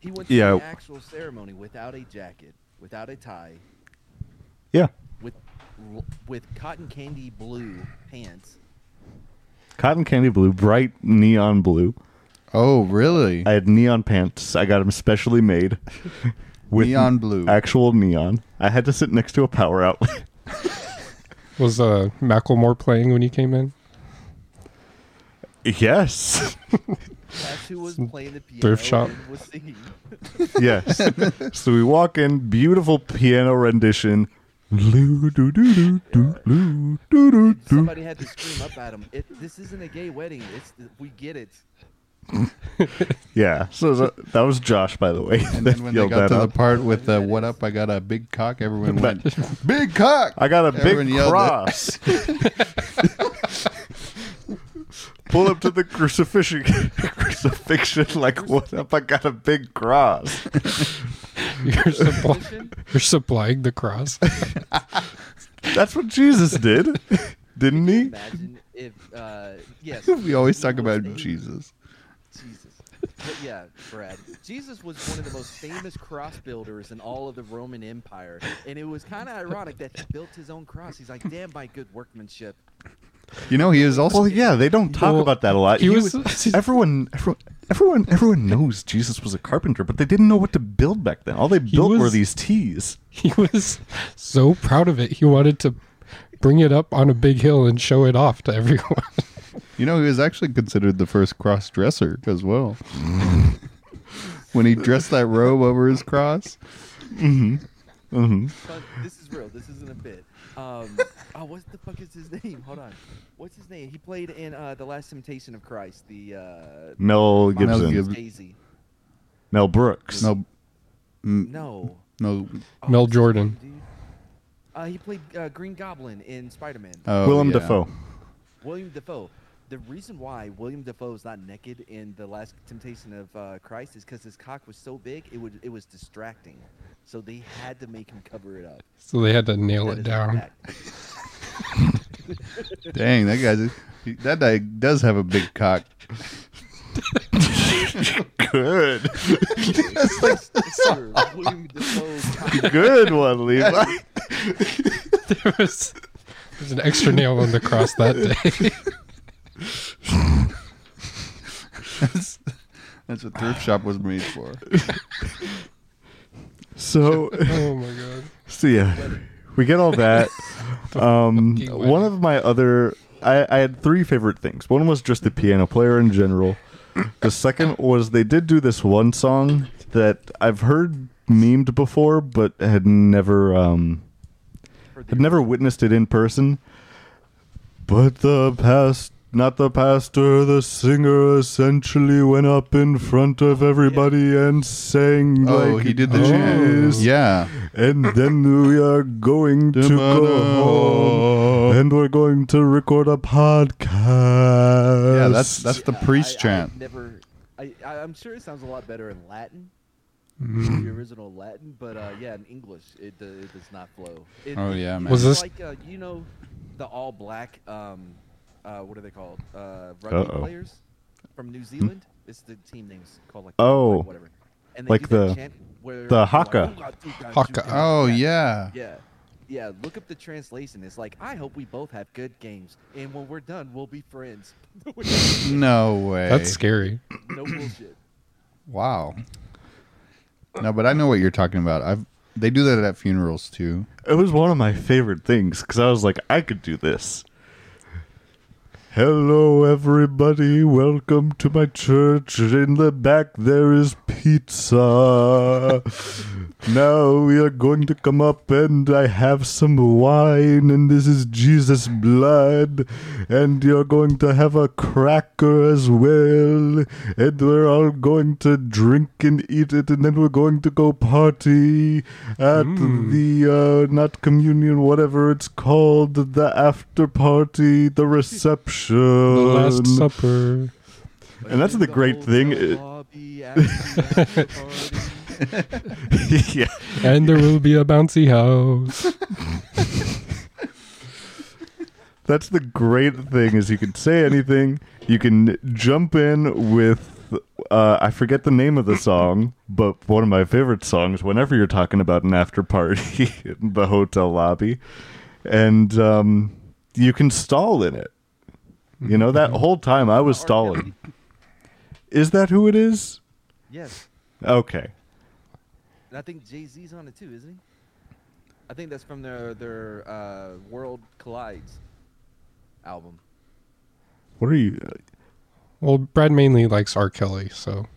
he went to Yeah. the actual ceremony without a jacket, without a tie, yeah. with l- with cotton candy blue pants. cotton candy blue, bright neon blue. Oh, really? I had neon pants. I got them specially [laughs] made with Neon blue. actual neon. I had to sit next to a power outlet. [laughs] Was uh, Macklemore playing when you came in? [laughs] yes, [laughs] That's who was playing the piano thrift shop. and was singing. [laughs] yes. so we walk in, beautiful piano rendition. Loo, doo, doo, doo, doo, loo, doo, doo, doo. Somebody had to scream up at him. It, this isn't a gay wedding. It's we get it. Yeah. So that that was Josh, by the way. And that then when they yelled got that to the out. part with the "What up?" I got a big cock. Everyone went, "Big cock!" I got a Everyone big yelled it. [laughs] cross. Pull up to the crucifixion, [laughs] crucifixion like what up? I got a big cross. You're, supply- Listen, you're supplying the cross. That's what Jesus did, didn't he? Imagine if uh, yes. We always he talk was about a- Jesus. Jesus. But yeah, Brad. Jesus was one of the most famous cross builders in all of the Roman Empire. And it was kind of ironic that he built his own cross. He's like, damn, my good workmanship. You know, he is also Well, yeah, they don't talk Well, about that a lot. he He was- [laughs] was- everyone, everyone, everyone, everyone knows Jesus was a carpenter, but they didn't know what to build back then. All they built were was- these teas. he was so proud of it. He wanted to bring it up on a big hill and show it off to everyone. [laughs] You know, he was actually considered the first cross dresser [laughs] as well. when he dressed that robe over his cross, Fun- This is real. This isn't a bit. Um, oh, what the fuck is his [laughs] name? Hold on. What's his name? He played in uh, The Last Temptation of Christ, the. Uh, Mel Martin Gibson, Mel, Gibson. Scorsese. Brooks. no, No. Oh, no, Mel Jordan. Dude. Uh, he played uh, Green Goblin in Spider Man. oh, Willem yeah. Dafoe. William Defoe. the reason why William Defoe is not naked in the Last Temptation of uh, Christ is because his cock was so big it would it was distracting, so they had to make him cover it up. So they had to nail That it is a down. fact. Dang, that guy's he- that guy does have a big cock. [laughs] Good. [laughs] Sir, William Defoe's cock- Good one, Levi. [laughs] [laughs] there was there's an extra nail on the cross that day. [laughs] That's, that's what thrift shop was [laughs] made for. So, [laughs] oh my god. so yeah, we get all [laughs] that. Um, Fucking one of my other, I, I had three favorite things. One was just the piano player in general. The second was they did do this one song that I've heard memed before, but had never, um, for the- had never witnessed it in person. But the past, not the pastor, the singer essentially went up in front of everybody and sang Oh, like he did the Oh. chant. Yeah. and then we are going to go home, and we're going to record a podcast. Yeah, that's that's the Yeah, priest I- I chant. Never, I, I, I'm sure it sounds a lot better in Latin, Mm-hmm. the original Latin, but uh, yeah, in English it, do- it does not flow. It- Oh, it- yeah, man. Was it's this- like uh, you know the all black? Um, uh, what are they called? Uh, rugby Uh-oh. players from Hmm? New Zealand. It's the team names called like Oh. like whatever. And they Like do that the- chant where the they're like, haka. "Ooga, ooga, Haka. ooga." Oh yeah. Yeah. Yeah, look up the translation. It's like, I hope we both have good games, and when we're done, we'll be friends. no No way. That's scary. [clears throat] bullshit. wow. No, but I know what you're talking about. I've they do that at funerals too. it was one of my favorite things because I was like, I could do this. Hello, everybody. Welcome to my church. In the back, there is pizza. now we are going to come up, and I have some wine, and this is Jesus' blood. And you're going to have a cracker as well. And we're all going to drink and eat it, and then we're going to go party at the, uh, not communion, whatever it's called, the after party, the reception. The Last Supper. And that's the great thing i- thing. [laughs] yeah. And there will be a bouncy house. That's the great thing is you can say anything. You can jump in with uh, I forget the name of the song, but one of my favorite songs. Whenever you're talking about an after party [laughs] in the hotel lobby, and um, you can stall in it. You know that whole time I was stalling. Is that who it is? [laughs] yes, Okay. and I think Jay Z's on it too, isn't he? I think that's from their their uh, World Collides album. What are you? Well, Brad mainly likes R. Kelly, so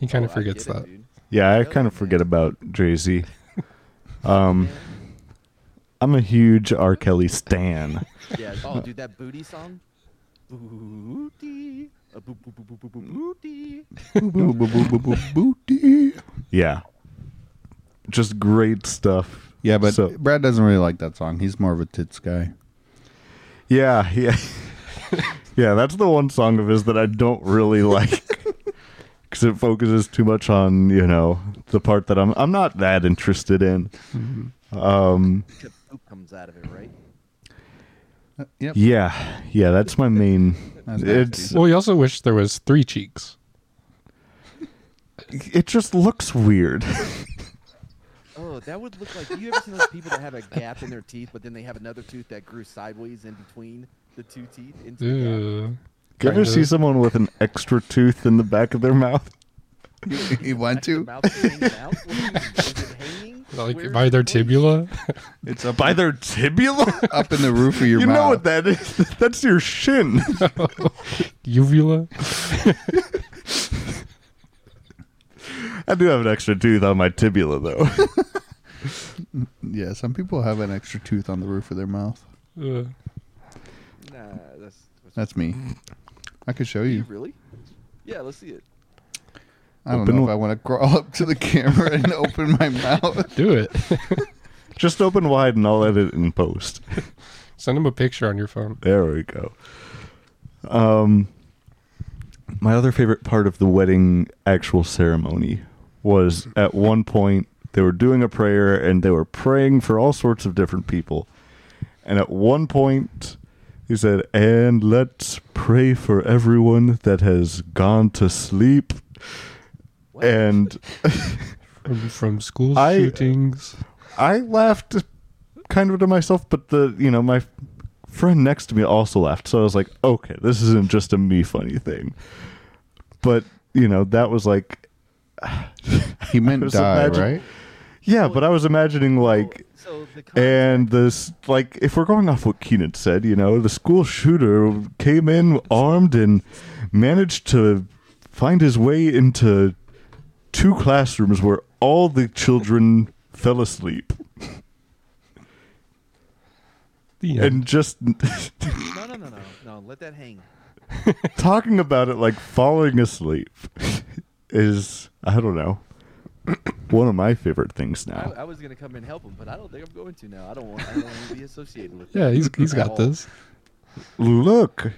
he kind Oh, of I forgets get it, that. dude. Yeah, I kind of forget about Jay Z. Um, I'm a huge R. Kelly stan. Yeah. Oh, dude, that booty song. Booty. Uh, boo- boo- boo- boo- boo- boo- booty. Booty. Yeah. Just great stuff. Yeah, but So- Brad doesn't really like that song. He's more of a tits guy. Yeah, yeah. [laughs] yeah, that's the one song of his that I don't really [laughs] like. Cuz it focuses too much on, you know, the part that I'm I'm not that interested in. Um The poop comes out of it, right? Yep. yeah. Yeah, that's my main That's it's Well, he also wished there was three cheeks. it just looks weird. [laughs] Oh, that would look like. You ever seen those people that have a gap in their teeth, but then they have another tooth that grew sideways in between the two teeth? Into the gap? Ew. You ever Kinda. see someone with an extra tooth in the back of their mouth? you want Their to? mouth hangs out? What do you mean? Is it hanging? Where [laughs] Like is by it their placed? tibula. It's up By their tibula? up in the roof of [laughs] [laughs] your you mouth. know what that is? That's your shin. [laughs] Uvula. I do have an extra tooth on my tibula though. [laughs] Yeah, some people have an extra tooth on the roof of their mouth. Uh, Nah, that's. that's That's me. I could show do you you. really? Yeah, let's see it. I don't Open know if wi- I want to crawl up to the camera and [laughs] open my mouth. do it. [laughs] Just open wide and I'll edit and post. Send him a picture on your phone. There we go. Um, my other favorite part of the wedding actual ceremony was at one point they were doing a prayer and they were praying for all sorts of different people. And at one point he said, "And let's pray for everyone that has gone to sleep." And From, from school I- uh, shootings. I laughed kind of to myself, but the you know my friend next to me also laughed, so I was like, okay, this isn't just a me funny thing. But you know that was like, He meant was die, imagine- right? yeah, but I was imagining like, So the con- and this like if we're going off what Keenan said, you know, the school shooter came in armed and managed to find his way into two classrooms where all the children fell asleep The and end. just no, no, no, no, no. Let that hang. talking about it like falling asleep [laughs] is I don't know [clears throat] one of my favorite things now. I, I was gonna come and help him, but I don't think I'm going to now. I don't want. I don't want to be associated with. yeah, that he's, he's at got all. this. Look,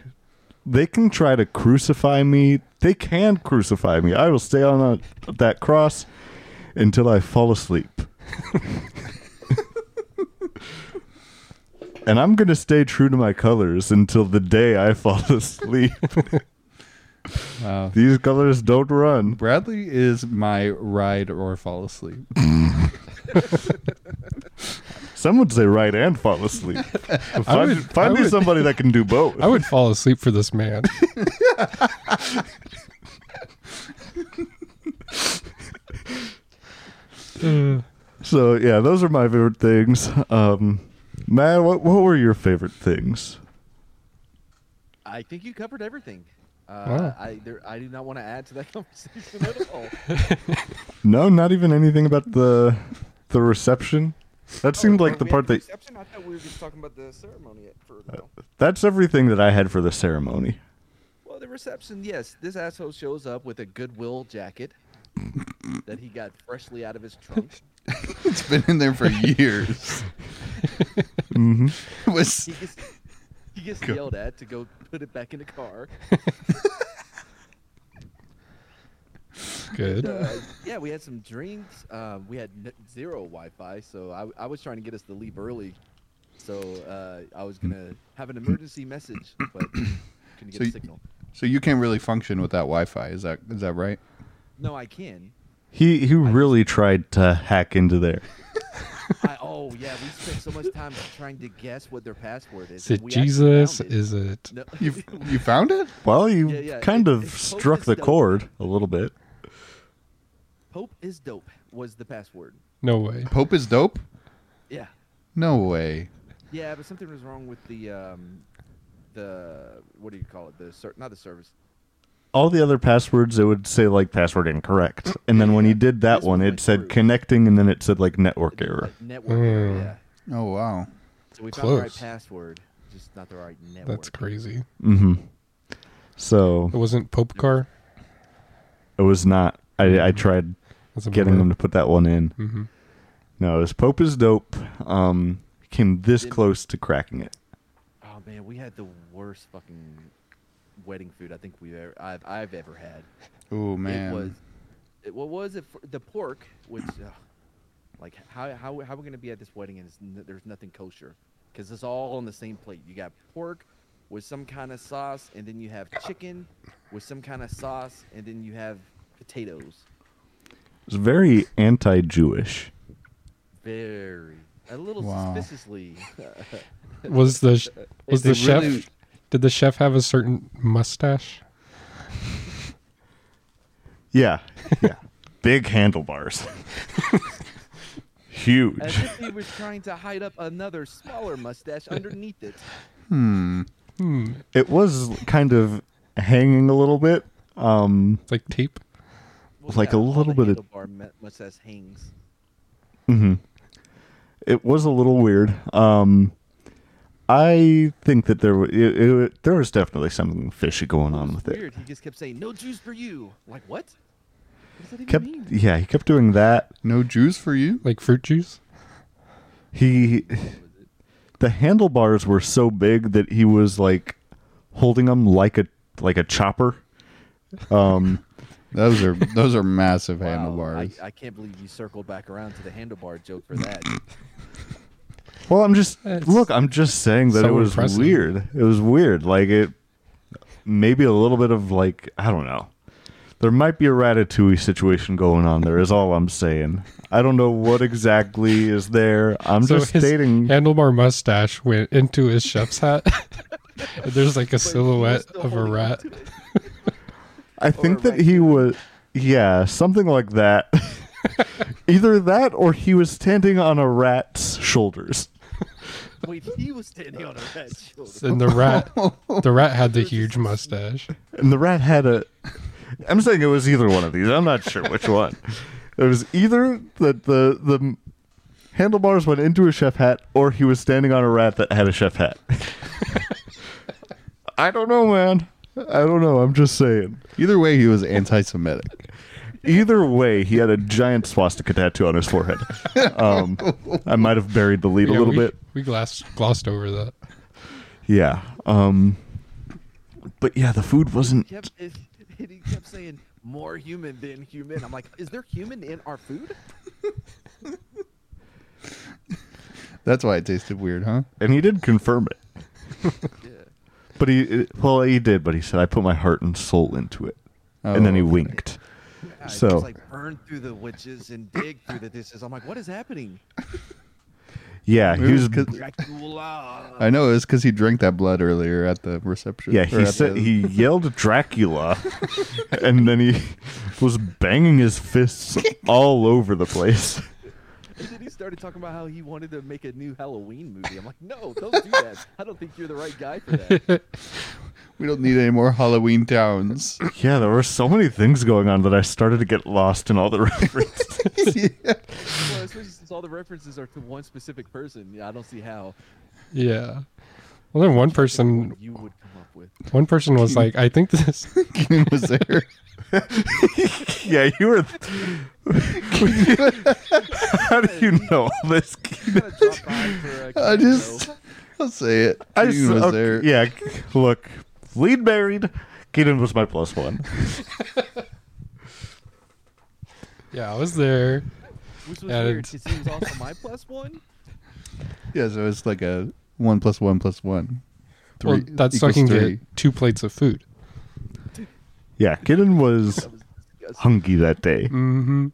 they can try to crucify me. They can crucify me. I will stay on a, that cross until I fall asleep. [laughs] and I'm going to stay true to my colors until the day I fall [laughs] asleep. Wow. These colors don't run. Bradley is my ride or fall asleep. [laughs] Some would say ride and fall asleep. find would- find [laughs] I me would- somebody that [laughs] can do both. I would fall asleep for this [laughs] man. Uh, So yeah, those are my favorite things. Um, Matt, what what were your favorite things? I think you covered everything. Uh, Wow. I there, I do not want to add to that [laughs] conversation at [laughs] all. No, not even anything about the the reception. Oh, That seemed like the part that Uh, Reception? I thought we were just talking about the ceremony at- for now. that's everything that I had for the ceremony. Well, the reception, yes. This asshole shows up with a Goodwill jacket that he got freshly out of his trunk. It's been in there for years. hmm [laughs] It was He gets he gets yelled at to go put it back in the car. good. Uh, yeah, we had some drinks. Um, we had n- zero Wi-Fi, so I, I was trying to get us to leave early. So uh, I was gonna have an emergency message, but couldn't get So a you- signal. so you can't really function without Wi-Fi. Is that is that right? No, I can. He he really tried to hack into there. I, oh yeah, we spent so much time trying to guess what their password is. Is it and we actually Jesus? found Is it? [laughs] No- You you found it? Well, you Yeah, yeah, kind it- of it's struck focused the dope. chord a little bit. Pope is dope was the password. No way. Pope is dope? Yeah, No way. yeah, but something was wrong with the um, the what do you call it? The ser- not the service. All the other passwords, it would say like password incorrect, and then when he did Mm-hmm. that This one, one it went said through. connecting, and then it said like network error. Like network. error, Mm. Yeah. Oh wow. So we found the right Close. password, just not the right network. That's crazy. Mm-hmm. So It wasn't Pope Car. It was not. I, I Mm-hmm. tried That's a getting them to put that one in. hmm No, it was Pope is dope. Um, came this Didn't- close to cracking it. Oh man, we had the worst fucking wedding food I think we've ever I've, I've ever had. Oh man. It was it, what was it? For, the pork, which uh, like how how how are we gonna be at this wedding and it's, n- there's nothing kosher because it's all on the same plate. You got pork with some kind of sauce, and then you have chicken with some kind of sauce, and then you have potatoes. It was very anti-Jewish. Very a little Wow. suspiciously. Was the sh- was They the chef? really- Did the chef have a certain mustache? Yeah, [laughs] yeah. Big handlebars. Huge. As if he was trying to hide up another smaller mustache underneath it. hmm. It was kind of hanging a little bit. Um, It's like tape. Well, Like a all little the bit of- handlebar mu- mustache hangs. mhm. It was a little weird. Um, I think that there wa- it, it, there was definitely something fishy going on with it. Weird. He just kept saying, "No juice for you." Like what? What does that even Kept mean? yeah, he kept doing that. No Jews for you? like fruit juice. he the handlebars were so big that he was like holding them like a like a chopper. Um, Those are those are [laughs] massive Wow, handlebars. I, I can't believe you circled back around to the handlebar joke for [laughs] that. well, I'm just That's look. I'm just saying that so it was impressive. weird. It was weird. Like it, maybe a little bit of like I don't know. There might be a ratatouille situation going on. There is all I'm saying. I don't know what exactly is there. I'm so just his stating. handlebar mustache went into his chef's hat. And There's like a But he was silhouette still of a holding on rat. to it. I think that he was, yeah, something like [laughs] that. Either that or he was standing on a rat's shoulders. Wait, he was standing on a [laughs] rat's shoulder. And the rat, the rat had the huge mustache. And the rat had a. I'm saying it was either one of these. I'm not sure which [laughs] one. It was either that the the handlebars went into a chef hat, or he was standing on a rat that had a chef [laughs] hat. I don't know, man. I don't know. I'm just saying. Either way, he was anti-Semitic. Either way, he had a giant swastika tattoo on his [laughs] forehead. Um, I might have buried the lead a Yeah, little we, bit. We glossed, glossed over that. Yeah. Um but yeah, the food wasn't Kept, [laughs] and he kept saying, more human than human. I'm like, is there human in our food? That's why it tasted weird, huh? and he did confirm it. [laughs] Yeah. But he well, he did, but he said I put my heart and soul into it. and then he Oh, okay. winked. Yeah, So- just like burn through the witches and dig through the dishes. I'm like, what is happening? Yeah, he Maybe was 'cause- Dracula. I know it was because he drank that blood earlier at the [laughs] reception. Yeah, or he at said the- he yelled [laughs] Dracula and then he was banging his fists all over the place. And then he started talking about how he wanted to make a new Halloween movie. I'm like, no, don't do that. I don't think you're the right guy for that. We don't need any more [laughs] Halloween towns. [laughs] Yeah, there were so many things going on that I started to get lost in all the [laughs] references. well, especially since all the references are to one specific person. Yeah, I don't see how Yeah. Well, then one person, you would come up [laughs] with. one person was like, "I think this." [laughs] Keenan was there. yeah, you were. [laughs] [laughs] How do you know all this? Kinda dropped by for uh, a cameo. I just, I'll say it. I Keenan s- was okay, there. Yeah, [laughs] look, lead buried. Keenan was my plus one. Yeah, I was there. which was and- weird. 'cause He was also my plus one. Yeah, so it's like a one plus one plus one. Three. well, that's so I equals can three. get two plates of food. Yeah, Keenan was hungry that day. Mm. Mm-hmm.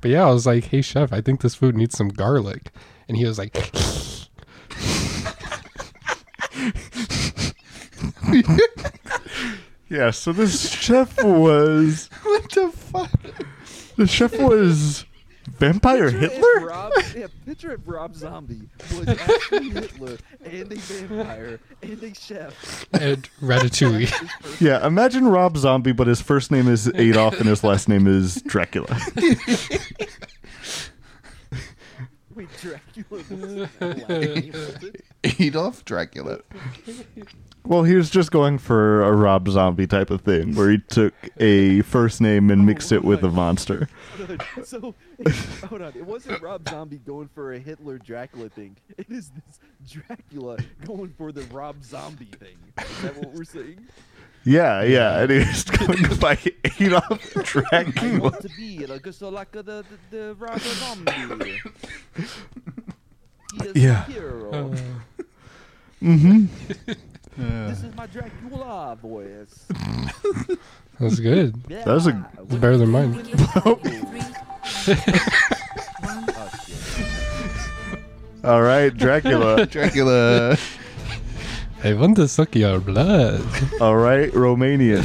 But yeah, I was like, "Hey, chef, I think this food needs some garlic," and he was like, [laughs] Yeah, so this chef was [laughs] What the fuck? the chef was vampire Picture if Hitler. Rob, yeah, picture if Rob Zombie was actually Hitler and a vampire and a chef. "And ratatouille." [laughs] This person- [laughs] Yeah, imagine Rob Zombie, but his first name is Adolf and his last name is [laughs] Dracula. Wait, Dracula was not like [laughs] Hamilton? [laughs] Adolf Dracula. Well, he was just going for a Rob Zombie type of thing, where he took a first name and mixed it with a monster. Hold on, So, hold on. It wasn't Rob Zombie going for a Hitler Dracula thing. It is this Dracula going for the Rob Zombie thing. Is that what we're saying? Yeah, yeah, and he was going by Adolf I Dracula. want to be like, so like the, the, the Rob Zombie. He is Yeah. a hero. Mm-hmm. This is my Dracula voice. That's good. Yeah. was a- It's better than mine. [laughs] All right, [laughs] [laughs] Dracula. Dracula. I want to suck your blood, [laughs] All right, Romanian.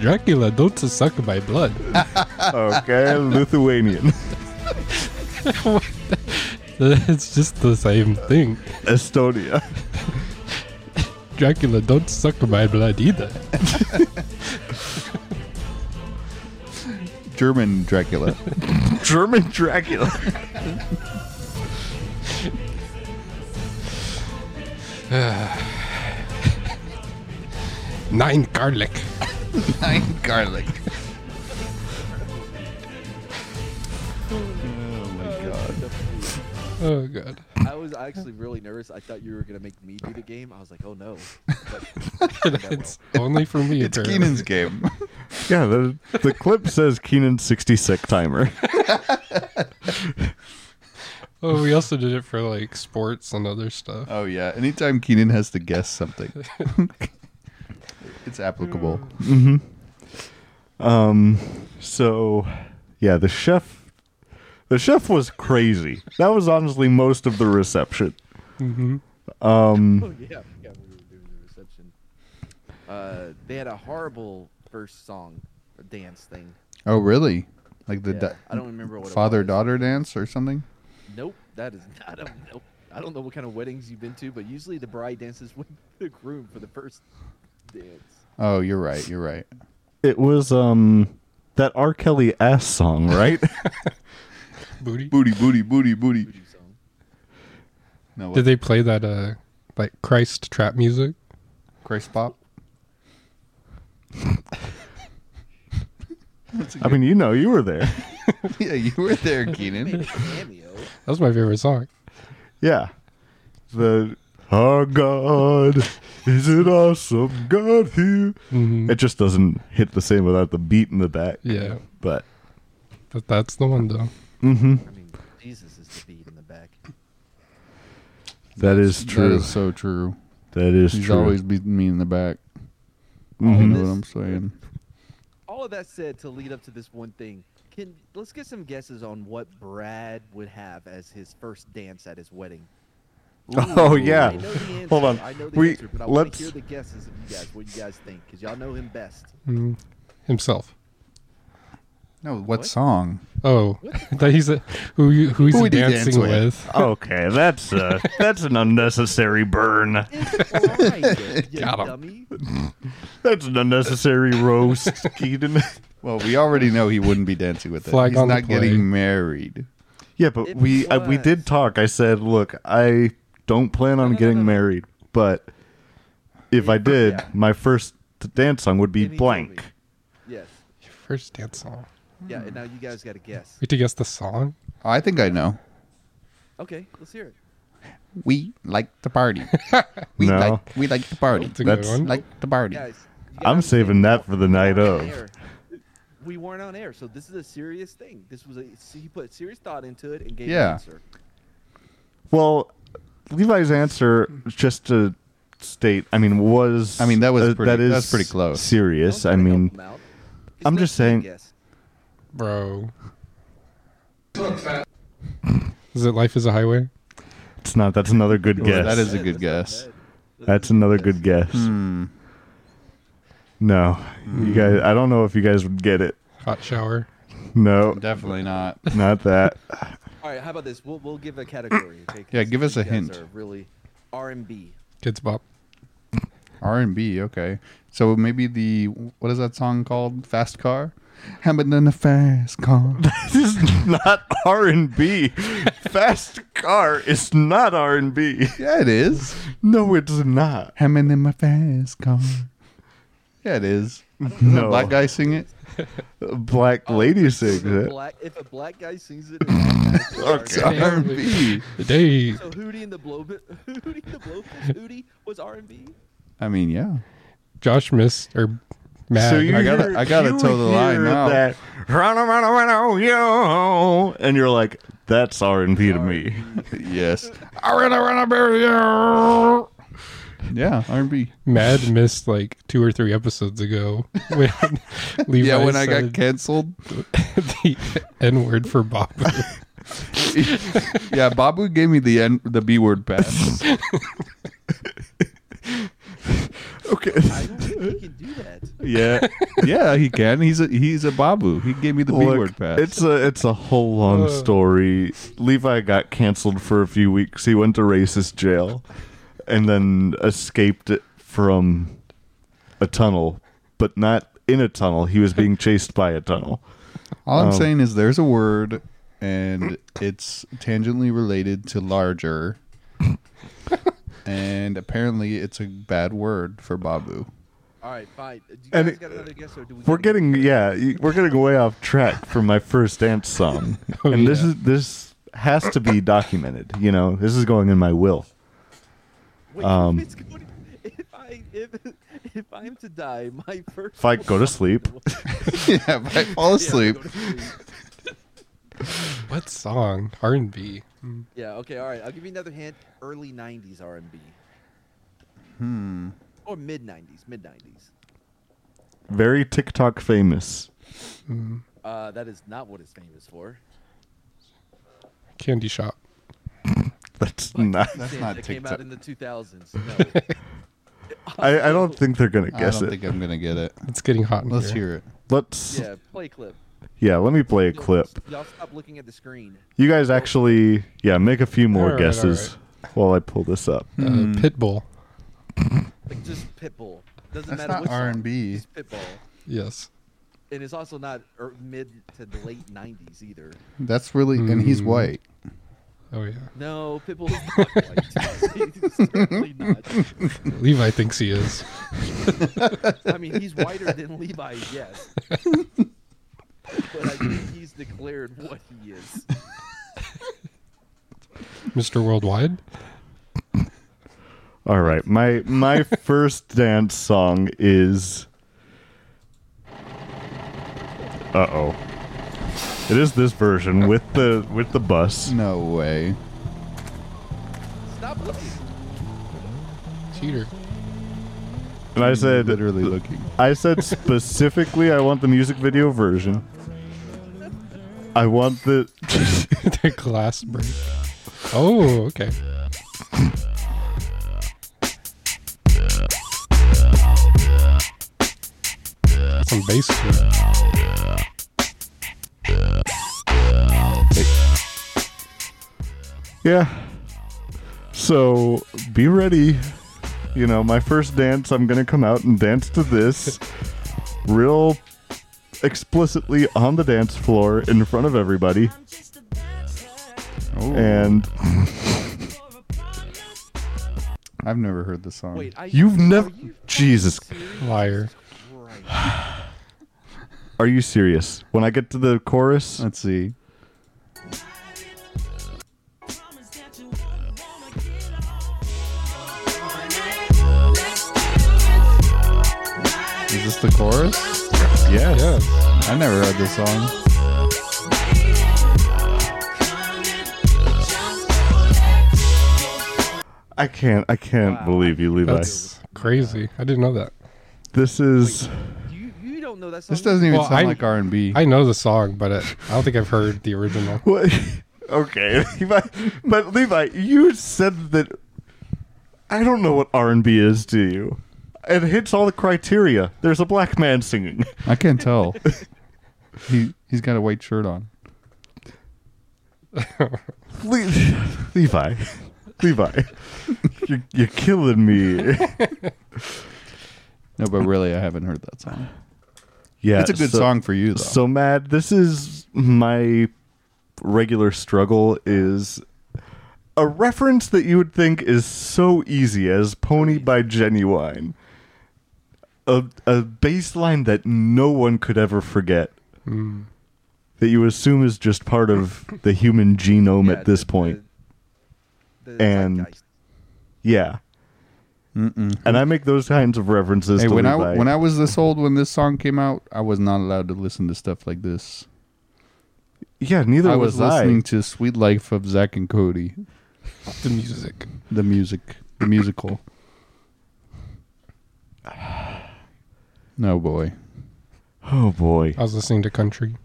Dracula. Don't suck my blood. [laughs] Okay, Lithuanian. it's just the same thing. Estonia. Dracula, don't suck my blood either. [laughs] German Dracula. German Dracula. Nine garlic. [laughs] [laughs] Nine [laughs] garlic. oh my god. Oh god. I was actually really nervous. I thought you were gonna make me do the game. I was like, oh no. But it turned out well. It's only for [laughs] me. It's apparently. Keenan's [laughs] game. Yeah, the, the clip says Keenan 66 timer. [laughs] Oh, we also did it for like sports and other stuff. Oh yeah. Anytime Keenan has to guess [laughs] something, it's applicable. Um, so yeah, the chef, the chef was crazy. That was honestly most of the reception. Mm-hmm. [laughs] Um, Oh yeah, yeah, we were doing the reception. Uh, they had a horrible first song, or dance thing. Oh really? Like the Yeah, da- I don't remember what it father was. daughter dance or something? Nope, that is [laughs] not a nope. I don't know what kind of weddings you've been to, but usually the bride dances [laughs] with the groom for the first dance. Oh, you're right. You're right. it was um that R. Kelly ass song, right? Booty. Booty, booty, booty, booty. voodoo song. No, Did what? they play that uh like Christ trap music? Christ pop. I mean, you know, you were there. [laughs] yeah, you were there, Made a Keenan. cameo. That was my favorite song. Yeah, the oh God, is it awesome God here? Mhm. It just doesn't hit the same without the beat in the back. Yeah, but but that's the one though. mm-hmm, I mean, Jesus is the beat in the back. that is That true. is so true. That is He's true. always beating me in the back. You Mhm. know what I'm saying? All of that said, to lead up to this one thing, can let's get some guesses on what Brad would have as his first dance at his wedding. [laughs] Oh yeah. I know the answer. Hold on. I know the We- answer, but I want let's- to hear the guesses of you guys. What you guys think? Because y'all know him best. [laughs] Mm. Himself. No, what, What? song? Oh, [laughs] that he's a, who you, who he's Who do you dancing dance with? with. Okay, that's [laughs] uh that's an unnecessary burn. Right, you Got 'em. dummy. That's an unnecessary roast, Keaton. Well, we already know he wouldn't be dancing [laughs] with it. Flag He's on the not play. getting married. [laughs] Yeah, but It we I, we was. did talk. I said, look, I don't plan on no, getting no, no. married, but if I did, yeah. my first dance song would be Any blank. movie. Yes. Your first dance song. Yeah, and now you guys got to guess. We have to guess the song. I think I know. Okay, let's hear it. We like to party. we No. like we like to party. That's a good That's- one. Like to party. Guys, you gotta I'm saving understand, that for the night we weren't on of. air. We weren't on air, so this is a serious thing. This was a see, he put serious thought into it and gave Yeah. an answer. Well, Levi's answer, just to state, I mean, was I mean, that was pretty- that is that's pretty close. Serious. Don't I try to help mean, him out. It's I'm not just a good saying- Guess. Bro. Is it Life is a Highway? it's not. That's another good Well, guess. that is a Yeah, that's not good guess. bad. That's That's a good another good guess. Hmm. No, you guys. I don't know if you guys would get it. Hot Shower. No, Definitely not. not that. [laughs] All right, how about this? We'll we'll give a category. Okay, 'cause Yeah, give us you a guys hint. Are really R and B. Kids Bop. [laughs] R and B, okay. So maybe the what is that song called? Fast car? Hammered in a fast car. [laughs] this is not R and B. Fast car is not R and B. [laughs] yeah, it is. No, it's not. Hammered in my fast car. Yeah, it is. Doesn't No, a black guy sing it? Black lady sings If Oh, a it. black- if a black guy sings it, [laughs] it's not bad. R and B. They So Hootie and the Blow [laughs] Hootie and the Blowfish Hootie was R and B. I mean, yeah. Josh missed or Matt. So you [laughs] I gotta- hear- I gotta you toe the line hear now. That, "Run, run, run, run, yo," and you're like, that's R and B to me. [laughs] Yes. I ran around a barrier. Yeah, R and B. Mad missed like two or three episodes ago [laughs] [laughs] when Levi Yeah, when I got [laughs] said canceled. the N word for Bob. yeah, Babu gave me the N, the B word pass. Okay. I don't think he can do that. Yeah. [laughs] [laughs] yeah, he can. He's a he's a Babu. He gave me the B [laughs] Look, word pass. It's a it's a whole long Uh. story. Levi got canceled for a few weeks. He went to racist jail, and then escaped it from a tunnel, but not in a tunnel. He was being chased by a tunnel. All I'm Um, saying is there's a word [coughs] and it's tangentially related to larger. and apparently it's a bad word for [laughs] Babu. All right, fine. Do you And guys it- got another guess, or do we? We're get- [laughs] getting yeah, y- we're getting way off track from my first dance song, Oh, and this yeah. is this has to be documented. You know, this is going in my will. Wait, Um, if, it's going, [laughs] if I if if I'm to die, my first If I go to sleep, yeah, if I fall Yeah, if I asleep. go to sleep. [laughs] What song? R and B. Hmm. Yeah. Okay. All right. I'll give you another hint. Early '90s R&B Hmm. or mid '90s. Mid '90s. very TikTok famous. Uh, that is not what it's famous for. Candy Shop. That's not. That's It- not it came TikTok. out in the 2000s. [laughs] No. [laughs] I, I don't think they're gonna I guess don't it. think I'm gonna get it. It's getting hot in Let's here. hear it. Let's. Yeah. yeah. Play clip. let me play a Y'all- clip. Y'all stop looking at the screen. You guys actually, yeah, make a few more Alright, guesses while I pull this up. Hmm. Uh, Mm. Pitbull. Like just Pitbull. Doesn't That's matter not what song, R and B. It's Pitbull. Yes. And it's also not er, mid to the late '90s either. That's really and he's white. Oh yeah. No, Pitbull is not white. [laughs] He's certainly not. Levi thinks he [laughs] is. I mean, he's whiter than Levi, yes. but I think he's declared what he is. Mr. Worldwide. All right, my my first dance song is. Uh oh. It is this version with the with the bus. No way. Stop looking. Cheater. [laughs] And I said literally looking. I said specifically I want the music video version. I want the [laughs] the glass break. Oh, okay. Some bass. to it. Yeah. So be ready. You know, my first dance, I'm going to come out and dance to this real explicitly on the dance floor in front of everybody. Oh, And I've never heard the song. Wait, I. you've never. Are you Jesus. serious? Liar. Right. Are you serious? When I get to the chorus, Let's see. Is this the chorus? yes. Yes. I've never heard this song. I can't. I can't believe you, Levi. That's crazy. I didn't know that. This is. You, you don't know that song. This doesn't even Well, sound I- like R and B. I know the song, but it, I don't think I've heard the original. [laughs] What? [laughs] Okay, [laughs] Levi, but Levi, you said that I don't know what R and B is, do you? It hits all the criteria. There's a black man singing. I can't tell. he he's got a white shirt on. Le- [laughs] Levi, [laughs] Levi, [laughs] you're, you're killing me. [laughs] No, but really, I haven't heard that song. Yeah, it's a good so- song for you, though. So mad. This is my regular struggle. Is a reference that you would think is so easy as "Pony" by Genuine, a a baseline that no one could ever forget. Hmm. That you assume is just part of the human genome Yeah, at this the- point. the- the And- zeitgeist. yeah. And I make those kinds of references hey, to when I Levi. when I was this old when this song came out, I was not allowed to listen to stuff like this. yeah, neither I was, was listening to "Sweet Life of Zach and Cody," The music. the music, the musical. [sighs] No boy, I. Oh boy. I was listening to [laughs] country.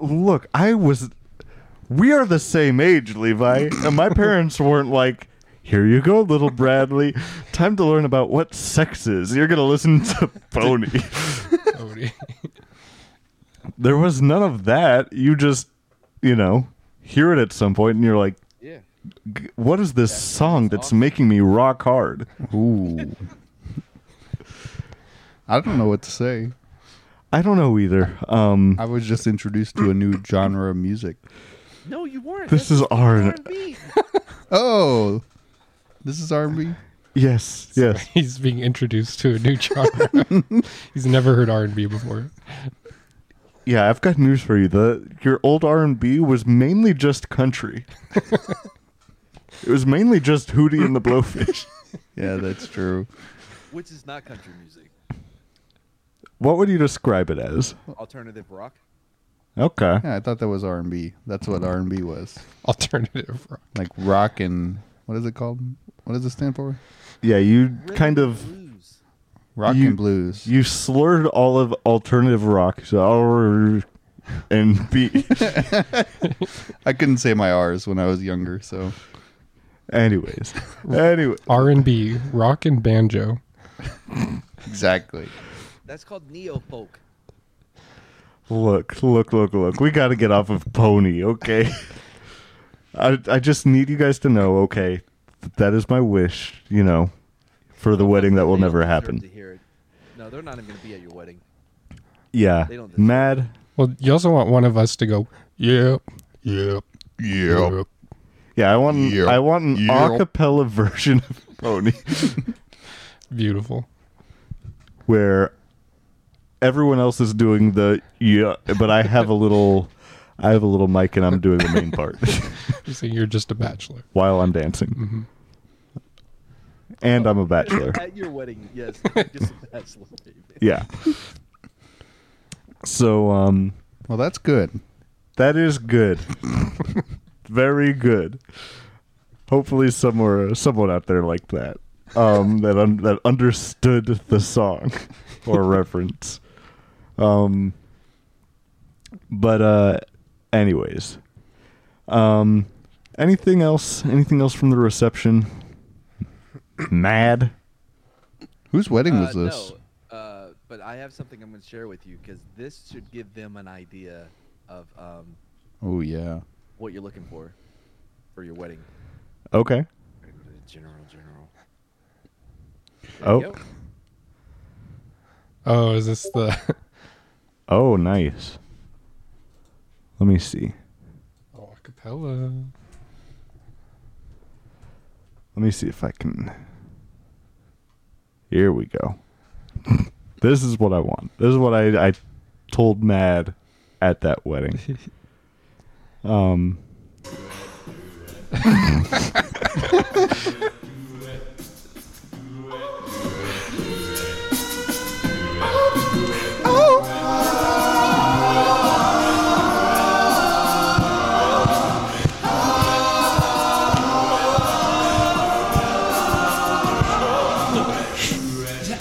look, I was. We are the same age, Levi, and my parents weren't like, "Here you go, little Bradley. Time to learn about what sex is. You're gonna listen to Pony." Odie. there was none of that. You just, you know, hear it at some point, and you're like, Yeah. "G- "What is this song that's making me rock hard?" ooh. [laughs] I don't know what to say. I don't know either. Um, I was just introduced to a new genre of music. No, you weren't. This That's is just R and- R&B. Oh, this is R&B. yes, yes. [laughs] He's [laughs] being introduced to a new genre. He's never heard R and B before. yeah, I've got news for you. The your old R and B was mainly just [laughs] country. it was mainly just Hootie and the Blowfish. Yeah, that's true. which is not country music. [laughs] What would you describe it as? Alternative rock. Okay. Yeah, I thought that was R and B. That's what R and B was. Alternative rock. Like rock and what is it called? What does it stand for? Yeah, you Rhythm kind and of blues. Rock You- and blues. you slurred all of alternative rock. So R and [laughs] B. I couldn't say my R's when I was younger, so Anyways, anyway, R and B, rock and banjo. exactly. That's called neo folk. look, look, look, look. We got to get off of pony, okay? [laughs] I I just need you guys to know, okay? That is my wish, you know, for the wedding that will They don't never deserve happen. to hear it. No, they're not even gonna be at your wedding. Yeah, They don't deserve mad. Well, you also want one of us to go, yep, yep, yep. Yeah, I want an, Yeah. I want an Yeah. a cappella [laughs] version of pony Beautiful. where everyone else is doing the yeah, but I have a little. I have a little mic and I'm doing the [laughs] main part [laughs] So you're just a bachelor. while I'm dancing. Mm-hmm. And I'm a bachelor. at your wedding, yes. [laughs] you're Just a bachelor, baby. yeah. So um Well, [laughs] that's good. that is good. Very good. Hopefully somewhere someone out there like that. Um that un- that understood the song [laughs] or reference. Um but uh anyways. Um anything else anything else from the reception? Mad. Whose wedding was Uh, this? No, uh, but I have something I'm going to share with you because this should give them an idea of um, Oh yeah. what you're looking for for your wedding. Okay. General, general. Oh. Yep. Oh, is this the? [laughs] Oh, nice. Let me see. Oh, acapella. Let me see if I can. Here we go. this is what I want. This is what I, I told Mad at that wedding. Um.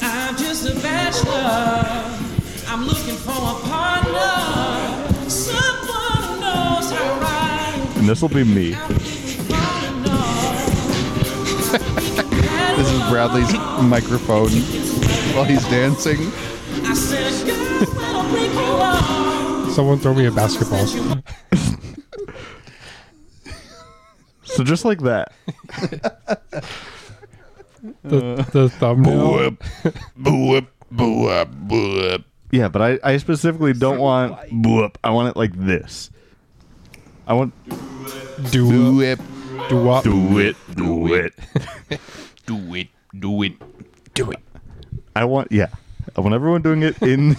I'm just a bachelor. I'm looking for a partner. Someone who knows how to ride. And this will be me. Out in the falling off. This is Bradley's microphone while he's dancing. I said, girl, that'll break you off. Someone throw me a basketball. [laughs] So just like that. The, the thumbnail. Boop, boop, boop. Yeah, but I, I specifically don't want. Boop. I want it like this. I want. Do Do it, do up. Do it. Do it. do it, do it, do it. I want. Yeah. I want everyone doing it in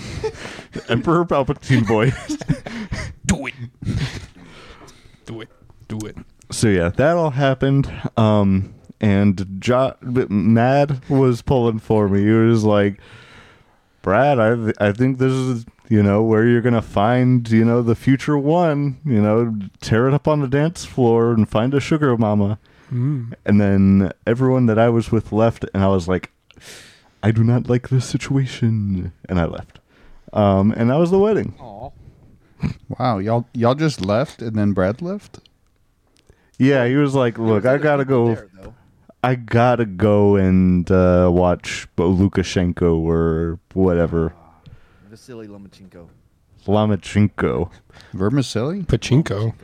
Emperor Palpatine voice. Do it. Do it. Do it. so yeah, that all happened. Um, and jo- Mad was pulling for me. He was like, "Brad, I th- I think this is you know where you're gonna find you know the future one. You know, tear it up on the dance floor and find a sugar mama." And then everyone that I was with left, and I was like, "I do not like this situation," and I left. Um, and that was the wedding. Aw. Wow, y'all y'all just left and then Brad left? Yeah, he was like, "Look, I gotta go." There, though. I gotta go and uh, watch Bo- Lukashenko or whatever Vasily Lomachenko. Lomachenko. Vermicelli? Pachinko.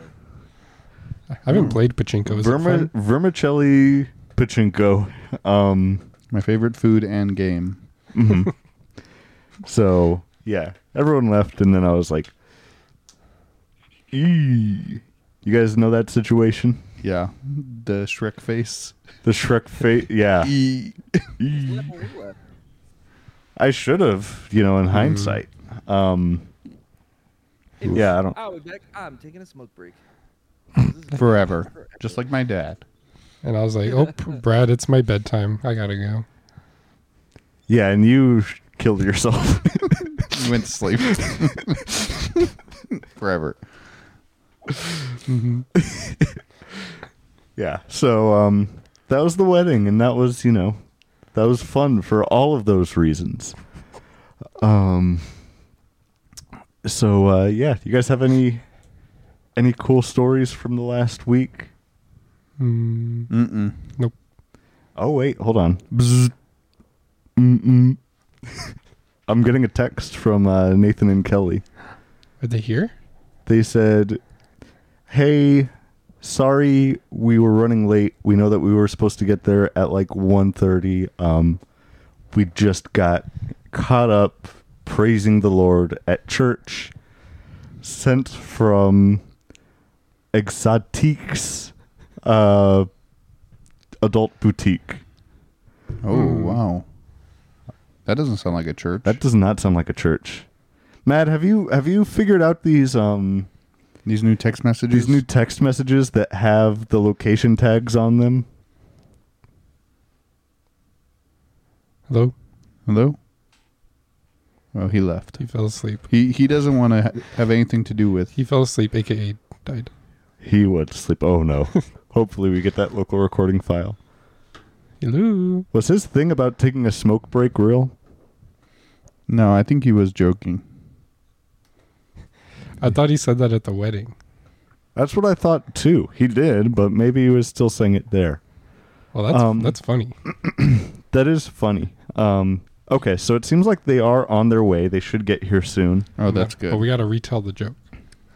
I haven't played pachinko. Is it Verma- fun? Vermicelli Pachinko. Um, My favorite food and game. so yeah, everyone left, and then I was like, "Eee." "You guys know that situation? Yeah. The Shrek face. The Shrek fate? [laughs] Yeah, E. I should have, you know, in hindsight. Um, It Yeah, was, I don't- "I'll be Oh, back. I'm taking a smoke break. [laughs] Forever. Just like my dad. And I was like, oh, Brad, it's my bedtime. I gotta go. Yeah, and you sh- killed yourself. [laughs] You went to sleep. [laughs] Forever. yeah. So um, that was the wedding, and that was you know, that was fun for all of those reasons. Um. So uh, yeah, you guys have any any cool stories from the last week? Mm, Mm-mm. nope. Oh wait, hold on. Bzz. Mm-mm. [laughs] I'm getting a text from uh, Nathan and Kelly. Are they here? they said, "Hey, sorry we were running late. We know that we were supposed to get there at like 1:30. Um we just got caught up praising the Lord at church. Sent from Exotiques uh adult boutique. Oh, wow. That doesn't sound like a church. Hmm. That does not sound like a church. Matt, have you have you figured out these um These new text messages. these new text messages that have the location tags on them? Hello? Hello? Oh, he left. He fell asleep. He he doesn't want to ha- have anything to do with. He fell asleep, aka died. He went to sleep. Oh no. [laughs] Hopefully we get that local recording file. Hello? Was his thing about taking a smoke break real? No, I think he was joking. I thought he said that at the wedding. That's what I thought too. He did, but maybe he was still saying it there. Well, that's Um, that's funny. That is funny. Um okay, so it seems like they are on their way. They should get here soon. Oh, that's Yeah, good. But we gotta retell the joke.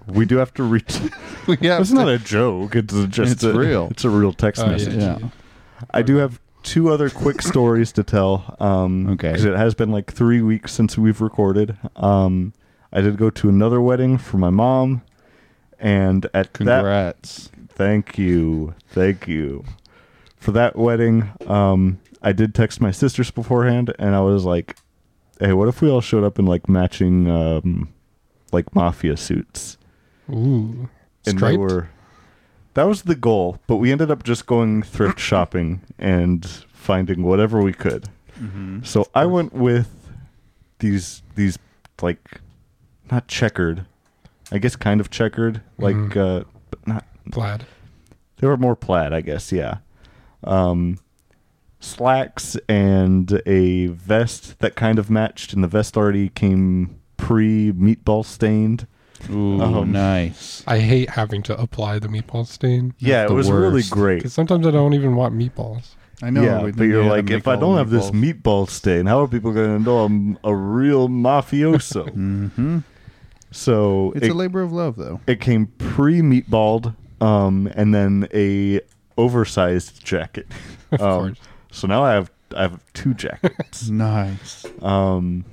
We do have to [laughs] reach We [laughs] have It's to- not a joke. It's just It's a- real. [laughs] It's a real text Oh, yeah. message. yeah. I do have two other [laughs] quick stories to tell. Um, Okay. 'cause it has been like three weeks since we've recorded. Um, I did go to another wedding for my mom, and at that, Congrats. thank you, thank you for that wedding. Um, I did text my sisters beforehand, and I was like, "Hey, what if we all showed up in like matching, um, like mafia suits?" Ooh. and Striped? they were that was the goal but we ended up just going thrift shopping and finding whatever we could so i went with these these like not checkered i guess kind of checkered like uh but not Plaid. they were more plaid i guess yeah um slacks and a vest that kind of matched and the vest already came pre meatball stained Ooh, Um, nice. I hate having to apply the meatball stain. yeah it the was really worst. great Because sometimes I don't even want meatballs. I know. yeah, we- but you're we had to like, if make I all don't the have this meatballs. meatball stain, how are people going to know I'm a real [laughs] mafioso? So Mm-hmm. it's it, a labor of love, though. it came pre-meatballed, um, and then a oversized [laughs] jacket. Of Um, course. So now I have I have two jackets. Nice. Um,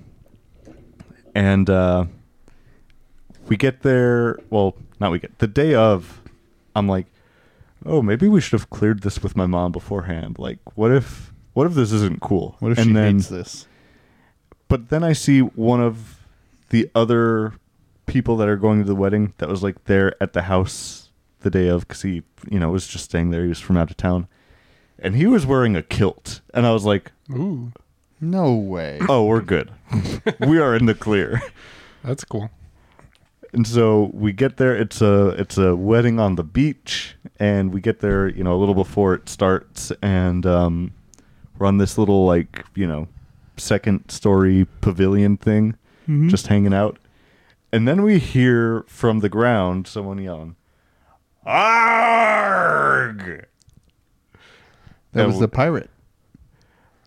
and uh, we get there. Well, not we get the day of. I'm like, oh, maybe we should have cleared this with my mom beforehand. Like, what if what if this isn't cool? What if and she then, hates this? But then I see one of the other people that are going to the wedding that was like there at the house the day of because he you know was just staying there. He was from out of town, and he was wearing a kilt, and I was like, Ooh. No way. oh, we're [laughs] good. we are in the clear. That's cool. [laughs] And so we get there. It's a it's a wedding on the beach, and we get there, you know, a little before it starts, and um, we're on this little like you know, second story pavilion thing, just hanging out. And then we hear from the ground someone yelling, "Arg!" That was Oh. the pirate.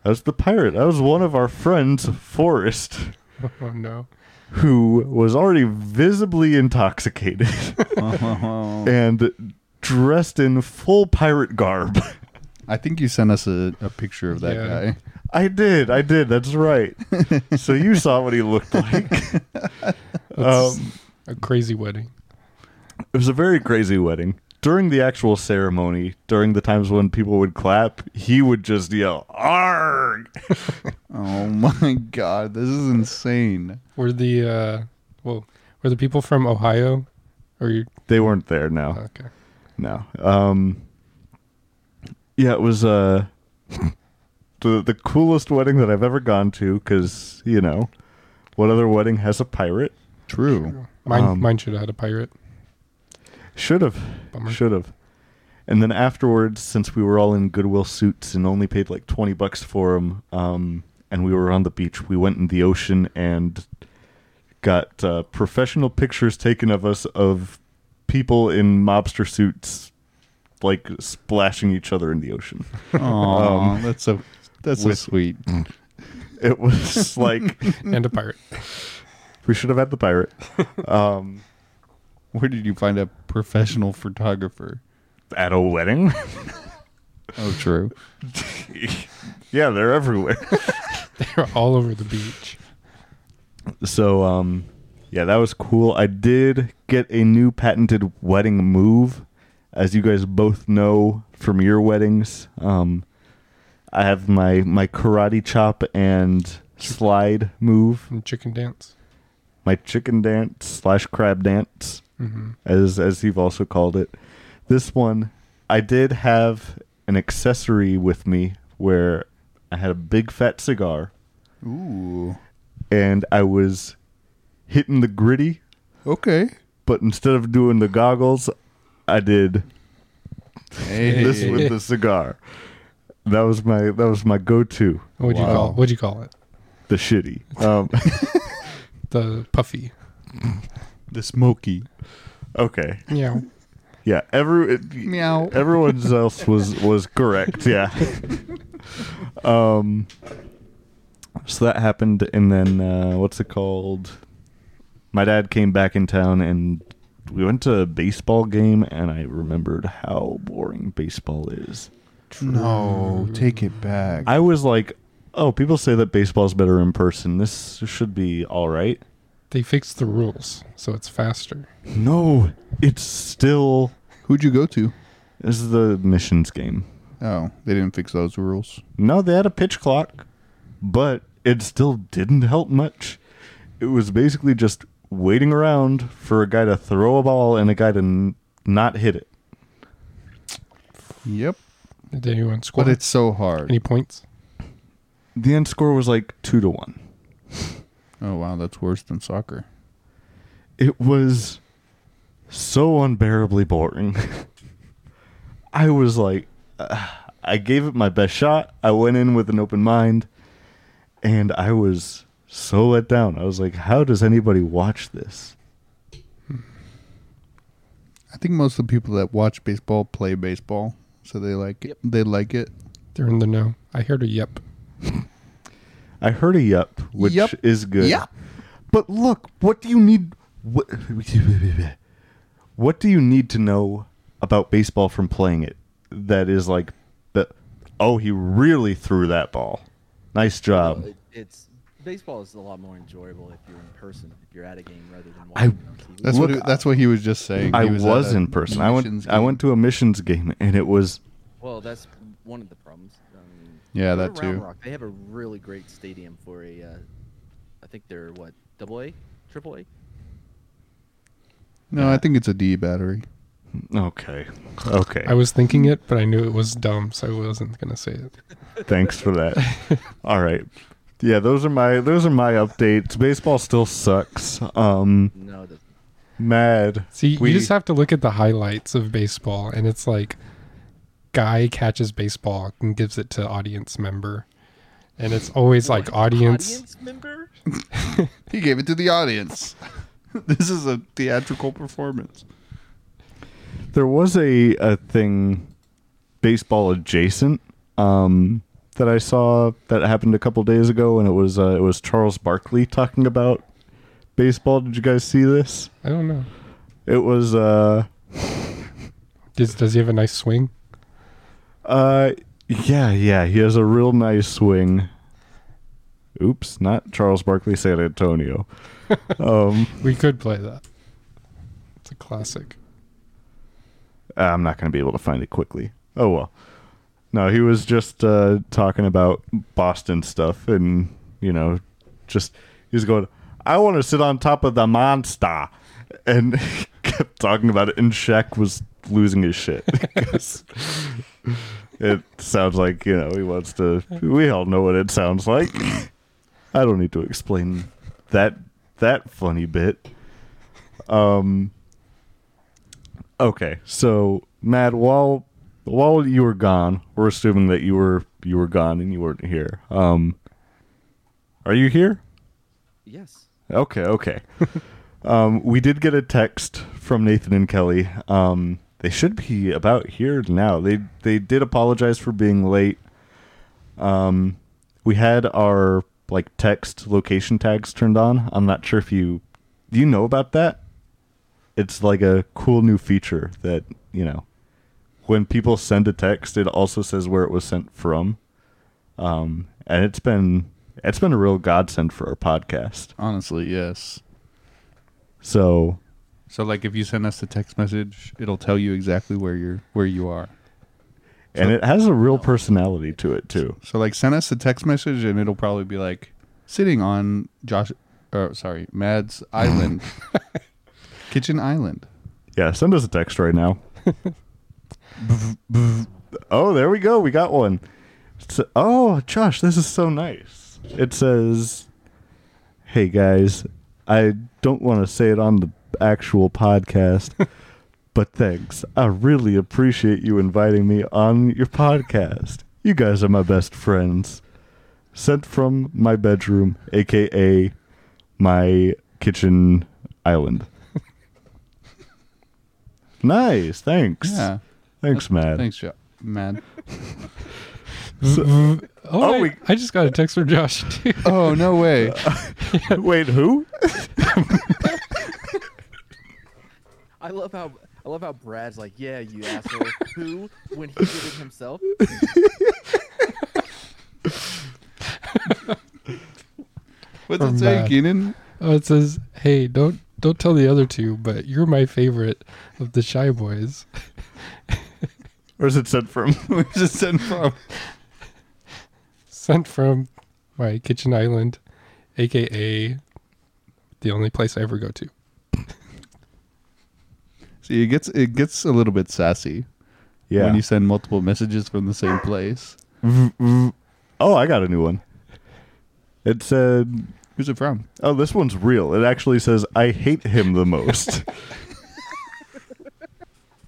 That's the pirate. That was one of our friends, Forrest, Oh no. who was already visibly [laughs] intoxicated. and dressed in full pirate garb. [laughs] I think you sent us a, a picture of that Yeah. guy. I did, I did. That's right. so you saw what he looked [laughs] like. That's Um, a crazy wedding. It was a very crazy wedding. During the actual ceremony, during the times when people would clap, he would just yell "Arg!" [laughs] [laughs] Oh my god, this is insane. Were the uh well Were the people from Ohio? Or you? They weren't there. No. Okay. No. Um Yeah, it was uh [laughs] the the coolest wedding that I've ever gone to cuz, you know, what other wedding has a pirate? True. Mine, Um, mine should have had a pirate. Should have. Bummer. Should have. And then afterwards, since we were all in Goodwill suits and only paid like 20 bucks for them, um, and we were on the beach, we went in the ocean and got uh, professional pictures taken of us of people in mobster suits, like splashing each other in the ocean. [laughs] Um, Aw, that's so that's so with- sweet. It was like, and a pirate. we should have had the pirate. Where did you find a professional photographer? At a wedding? [laughs] Oh, true. yeah, they're everywhere. [laughs] They [laughs] were all over the beach. so um yeah that was cool i did get a new patented wedding move as you guys both know from your weddings um i have my my karate chop and slide move And chicken dance. my chicken dance slash crab dance Mm-hmm. as as you've also called it this one i did have an accessory with me where i had a big fat cigar Ooh. and i was hitting the gritty Okay. but instead of doing the goggles, I did [laughs] Hey. this with the cigar. That was my that was my go-to. What'd you call? What'd you call it? The shitty. [laughs] Um, The puffy. [laughs] the smoky. okay. Yeah. Yeah. Every it, Meow. Everyone else was was correct. Yeah. um. So that happened, and then uh, what's it called? My dad came back in town, and we went to a baseball game, and I remembered how boring baseball is. No, take it back. I was like, oh, people say that baseball's better in person. This should be all right. They fixed the rules, so it's faster. No, it's still Who'd you go to? this is the missions game. Oh, they didn't fix those rules. No, they had a pitch clock, but it still didn't help much. It was basically just waiting around for a guy to throw a ball and a guy to n- not hit it. Yep. Did anyone score? But it's so hard. any points? The end score was like two to one. Oh wow, that's worse than soccer. it was so unbearably boring. [laughs] I was like, [sighs] ah, I gave it my best shot. I went in with an open mind, and I was so let down. I was like, how does anybody watch this? I think most of the people that watch baseball play baseball, so they like it. They like it. They're in the no. I heard a yep. I heard a yup, which Yup. is good. Yup. But look, what do you need? What, what do you need to know about baseball from playing it? That is like, the, oh, he really threw that ball. Nice job. It, it's baseball is a lot more enjoyable if you're in person, if you're at a game rather than I- watching it on TV. That's Look, what he, that's what he was just saying. I Uh, He was, at a in person. I went. missions I went game. to a missions game, and it was Well, that's one of the problems. I mean, Yeah, go to that Round too. Rock. They have a really great stadium for a. Uh, I think they're what double A, triple A. No, I think it's a D battery. okay. Okay. I was thinking it, but I knew it was dumb, so I wasn't gonna say it. [laughs] Thanks for that. [laughs] All right. Yeah, those are my those are my updates. Baseball still sucks. Um, No, the, mad. See, We- you just have to look at the highlights of baseball, and it's like guy catches baseball and gives it to audience member, and it's always like audience. audience member. He gave it to the audience. [laughs] this is a theatrical performance. There was a a thing, baseball adjacent, um, that I saw that happened a couple days ago, and it was uh, it was Charles Barkley talking about baseball. Did you guys see this? I don't know. It was uh. Does does he have a nice swing? Uh, yeah, yeah. He has a real nice swing. Oops, not Charles Barkley, San Antonio. um, We could play that. It's a classic. I'm not going to be able to find it quickly. Oh well. No, he was just uh, talking about Boston stuff, and you know, just he's going. I want to sit on top of the monster. And he [laughs] kept talking about it, and Shaq was losing his shit. [laughs] 'Cause it sounds like, you know, he wants to. We all know what it sounds like. I don't need to explain that that funny bit. Um. Okay, so Matt, while while you were gone, we're assuming that you were you were gone and you weren't here. Um, are you here? Yes. Okay, okay. um, we did get a text from Nathan and Kelly. Um, they should be about here now. They they did apologize for being late. Um, we had our like text location tags turned on. I'm not sure if you do you know about that. It's like a cool new feature that you know when people send a text, it also says where it was sent from. Um, and it's been it's been a real godsend for our podcast. Honestly, yes. So So like if you send us a text message, it'll tell you exactly where you're where you are. and it has a real personality to it too. So like send us a text message and it'll probably be like sitting on Josh or sorry, [laughs] Mad's island. Kitchen Island. Yeah, send us a text right now. oh, there we go. We got one. So- oh, Josh, this is so nice. It says, "Hey guys, I don't want to say it on the actual podcast, but thanks. I really appreciate you inviting me on your podcast. You guys are my best friends." Sent from my bedroom, aka my kitchen island. Nice. Thanks. Yeah. Thanks, Matt. [laughs] Thanks, jo- Mad. oh, oh, I, we- I just got a text from Josh [laughs] too. Oh [laughs] no way. Wait, who? I love how I love how Brad's like, yeah, you asshole. Who? When he did it himself? What's it Or say, Mad. Keenan? Oh, it says, "Hey, don't don't tell the other two, but you're my favorite of the Shy Boys." Or is it sent from? [laughs] Where's it sent from? Sent from my kitchen island, aka the only place I ever go to. See, it gets it gets a little bit sassy Yeah. when you send multiple messages from the same place. oh, I got a new one. It said, Who's it from? "Oh, this one's real." It actually says, "I hate him the [laughs] most."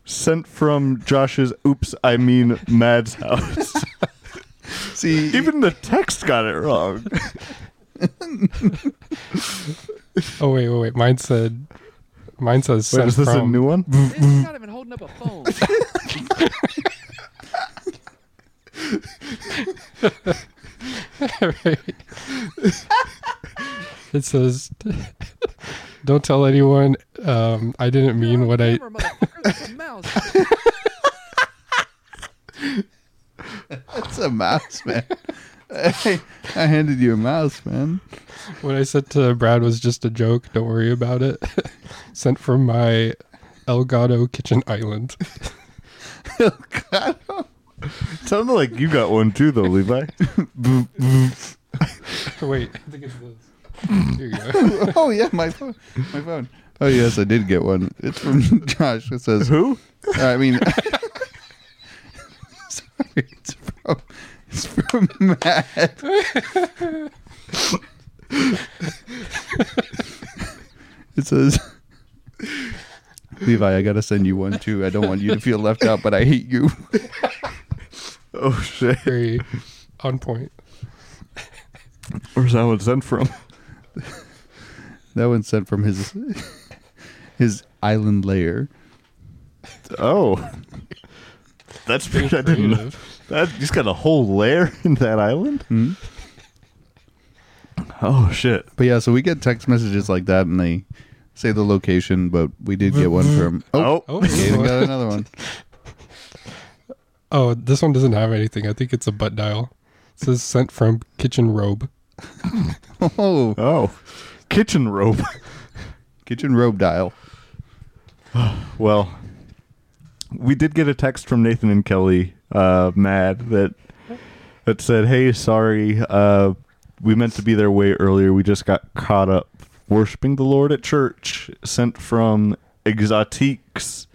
sent from Josh's. Oops, I mean Mad's [laughs] house. [laughs] See, Even the text got it wrong. Oh wait, wait, wait. Mine said, mine says. Wait, sent is this a from- [laughs] new [laughs] one? It's not even holding up a phone. it says, [laughs] "Don't tell anyone. Um, I didn't mean what I." Camera, motherfucker, that's a mouse. That's a mouse, man. I, I handed you a mouse, man. What I said to Brad was just a joke. Don't worry about it. [laughs] Sent from my Elgato kitchen island. Sounded like you got one too, though, Levi. [laughs] Wait, I think it's this. Here you go. [laughs] [laughs] oh yeah, my phone. My phone. Oh yes, I did get one. It's from [laughs] Josh. It says Who? Uh, I mean, [laughs] sorry, it's from it's from Matt. it says, Levi, I gotta send you one too. I don't want you to feel left out, but I hate you. [laughs] Oh shit. Very on point. Where's that one sent from? That one's sent from his his island lair. Oh, [laughs] that's pretty. [laughs] I didn't know. Creative. That he's got a whole lair [laughs] in that island. Oh shit! But yeah, so we get text messages like that, and they say the location. But we did get one from. Oh, Oh, Oh, we this even got one. another one. [laughs] oh, this one doesn't have anything. I think it's a butt dial. It says sent from kitchen robe. Oh, oh, kitchen rope. [laughs] kitchen robe dial. well, we did get a text from Nathan and Kelly, uh, mad that that said, "Hey, sorry, uh, we meant to be there way earlier. We just got caught up Worshipping the Lord at Church, sent from Exotiques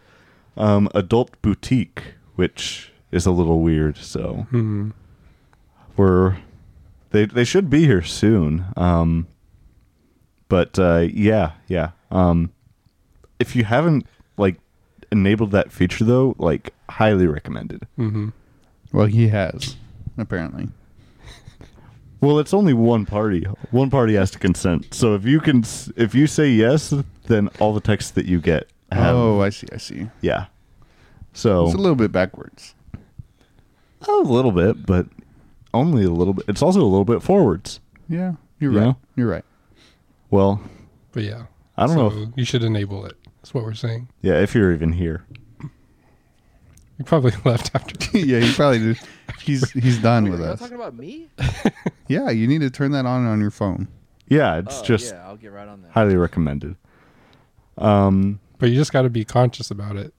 um, Adult Boutique, which is a little weird. So Hmm. we're they they should be here soon. Um, but uh, yeah, yeah. Um, if you haven't like enabled that feature though, like highly recommended. hmm Well, he has, apparently. Well, it's only one party. One party has to consent. So if you can, s- if you say yes, then all the texts that you get have, oh, I see. I see. yeah. So It's a little bit backwards. a little bit, but only a little bit. It's also a little bit forwards. Yeah, you're Yeah. right. You're right. [laughs] Well, But yeah, I don't know. so If, you should enable it. That's what we're saying. yeah, if you're even here. You probably [laughs] left [laughs] after. yeah, he probably did. He's he's done Wait, with are y'all us. talking about me? Yeah, you need to turn that on on your phone. Yeah, it's Oh, just yeah, I'll get right on that. highly recommended. Um, but you just got to be conscious about it,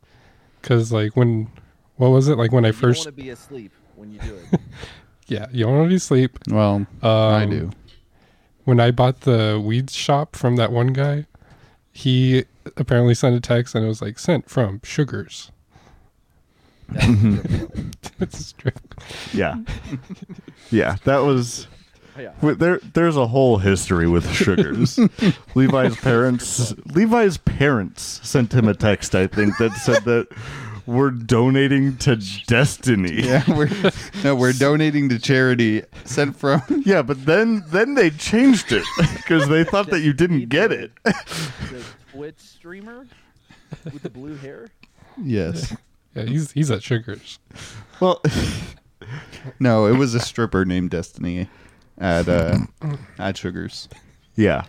because like when, what was it like when I You don't first? want to be asleep when you do it. yeah, you don't want to sleep. Well, I Um, do. when I bought the weed shop from that one guy, he apparently sent a text and it was like sent from Sugars. Mm-hmm. [laughs] it's a strip. [laughs] yeah, yeah. That was Oh, yeah. Wait, there there's a whole history [laughs] with sugars. Levi's parents Levi's parents sent him a text I think that said that we're donating to destiny. [laughs] Yeah, we're no, we're donating to charity sent from. [laughs] Yeah, but then then they changed it because they thought that you didn't get it. The Twitch streamer with the blue hair. Yes. Yeah, he's he's at Sugars. [laughs] Well, [laughs] No, it was a stripper named Destiny at uh at Sugars. yeah,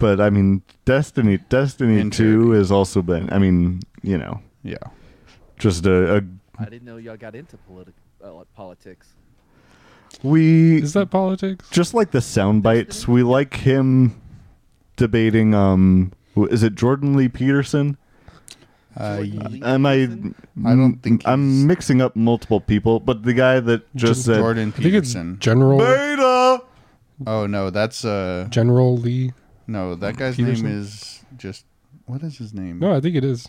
but I mean, Destiny Destiny And Two has also been. I mean, you know, Yeah. just a, a I didn't know y'all got into politi- uh, like, politics. we Is that politics? just like the sound bites, we like him debating. Um, who- is it Jordan Lee Peterson? Uh, Jordan Lee Am I? Peterson? I don't think he's- I'm mixing up multiple people, but the guy that just said Jordan I think it's Peterson. General beta. Oh no, that's uh General Lee. no, that guy's Peterson? name is just what is his name? No, I think it is.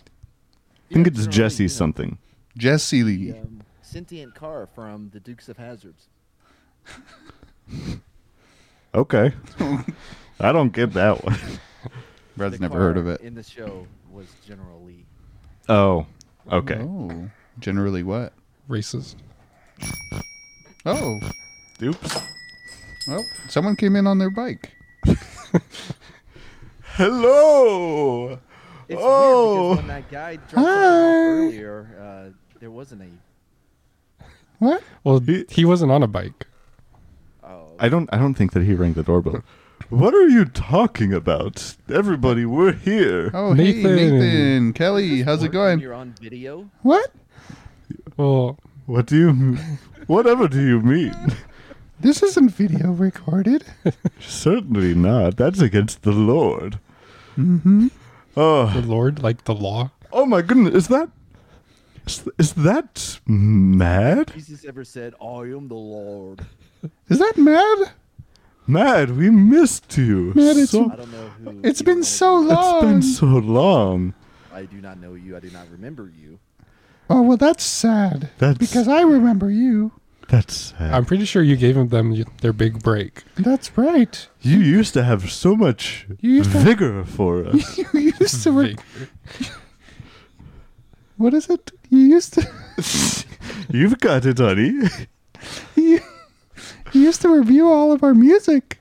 I think it's Jordan Lee, Jesse you know, something. Jesse the, Lee. um, sentient car from the Dukes of Hazards. [laughs] Okay, I don't get that one. [laughs] Brad's never heard of it. In the show was General Lee. Oh, okay. Oh, generally what? Racist. Oh, Oops. well, someone came in on their bike. Hello. It's weird Oh. because when that guy dropped something off earlier, uh, there wasn't a. What? Well, He- he wasn't on a bike. Oh, I don't. I don't think that he rang the [laughs] doorbell. what are you talking about? Everybody, we're here. Oh, Nathan. hey, Nathan, Kelly, how's it Or when going? You're on video. What? Well, What do you? [laughs] Whatever do you mean? This isn't video [laughs] recorded. Certainly not. That's against the Lord. Mm-hmm. Oh. the Lord, like the law. Oh my goodness, is that is, is that mad? Jesus ever said, "I am the Lord." Is that mad? Mad, we missed you. Mad, it's- so, I don't know who. It's you don't been know so who- it's long. been so long. I do not know you. I do not remember you. oh well, that's sad. That's- because I remember you. That's sad. I'm pretty sure you gave him them y- their big break. That's right. you used to have so much You used to- vigor for [laughs] us. You used to work. Big- What is it? You used to. You've got it, honey. You, you used to review all of our music.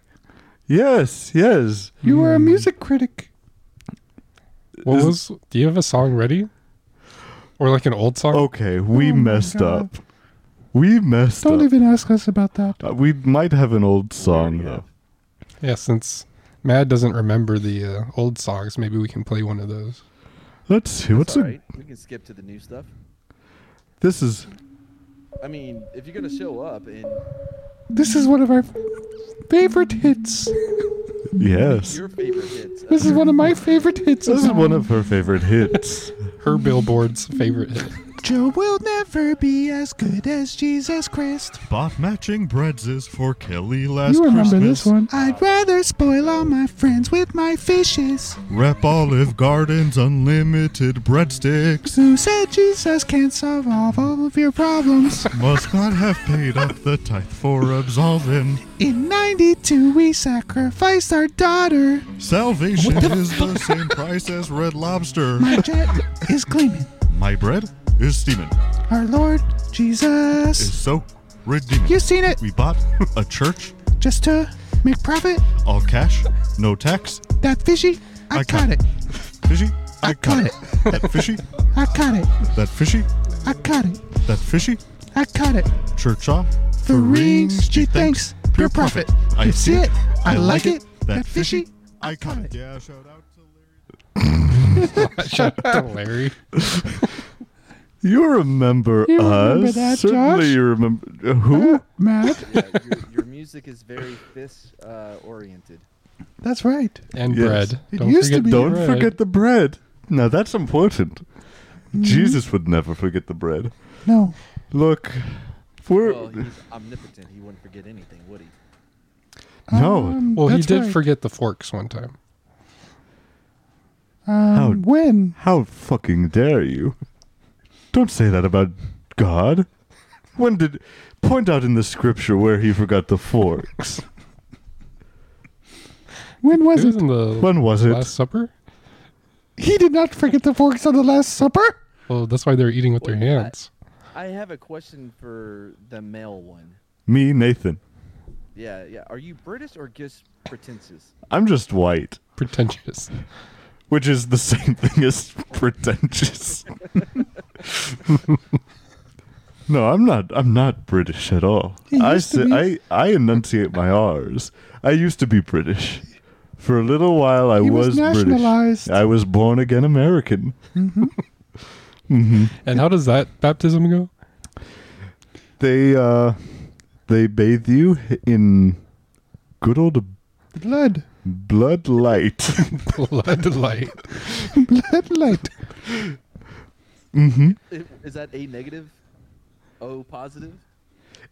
yes, yes. You were a music critic. What Is- was? Do you have a song ready? Or like an old song? Okay, we Oh my messed God. up. We messed Don't up. even ask us about that. Uh, we might have an old song though. Yeah, since Mad doesn't remember the uh, old songs, maybe we can play one of those. Let's see. What's It's all a, right. We can skip to the new stuff. this is I mean, if you're gonna show up and This is one of our favorite hits. yes. your favorite hits, This is one of my favorite hits. This is one of her favorite hits. Her billboard's favorite hit. [laughs] Joe will never be as good as Jesus Christ. Bought matching breadzes for Kelly last you remember Christmas. this one? I'd rather spoil all my friends with my fishes. Rep Olive Garden's unlimited breadsticks. Who said Jesus can't solve all of [laughs] your problems? Must not have paid up the tithe for absolving. In 92, we sacrificed our daughter. Salvation is the same price as Red Lobster. My jet is gleaming. My bread is steaming. Our Lord Is Jesus. so redeeming. You seen it? We bought a church, Just to make profit. all cash, no tax. That fishy, I, I caught caught it. Fishy, I caught it. That fishy, I caught it. that fishy, I caught it. that fishy. I caught it. Church off. The rings, she thanks. Pure profit. I see it. I like it. That fishy. I caught it. Yeah, shout out to Larry. [laughs] Shut up, [laughs] Larry. You remember You us? remember that, Certainly, Josh? you remember who? Matt, Yeah, your, your music is very fist uh, oriented. that's right. And Yes. bread. It Don't used to forget be. the Don't bread. forget the bread. Now that's important. Mm-hmm. Jesus would never forget the bread. No. Look, we're Well, Um, he's omnipotent. He wouldn't forget anything, would he? no. Um, Well, he that's did right. forget the forks one time. Um, How- When? How fucking dare you? Don't say that about God. When did point out in the scripture where he forgot the forks? When was It was it? in the When was it? Last Supper. He did not forget the forks on the Last Supper. Well, that's why they're eating with their Wait, I- hands. I have a question for the male one. Me, Nathan. Yeah, yeah. Are you British or just pretentious? I'm just white, Pretentious. which is the [laughs] same thing as pretentious. [laughs] no, I'm not. I'm not British at all. He I used to say, be. I I enunciate my R's. I used to be British. For a little while, I He was was, nationalized. British. I was born again American. And how does that baptism [laughs] go? They uh they bathe you in good old Blood, blood light. [laughs] Blood light. blood, light. mm-hmm. I- Is that A negative? O positive?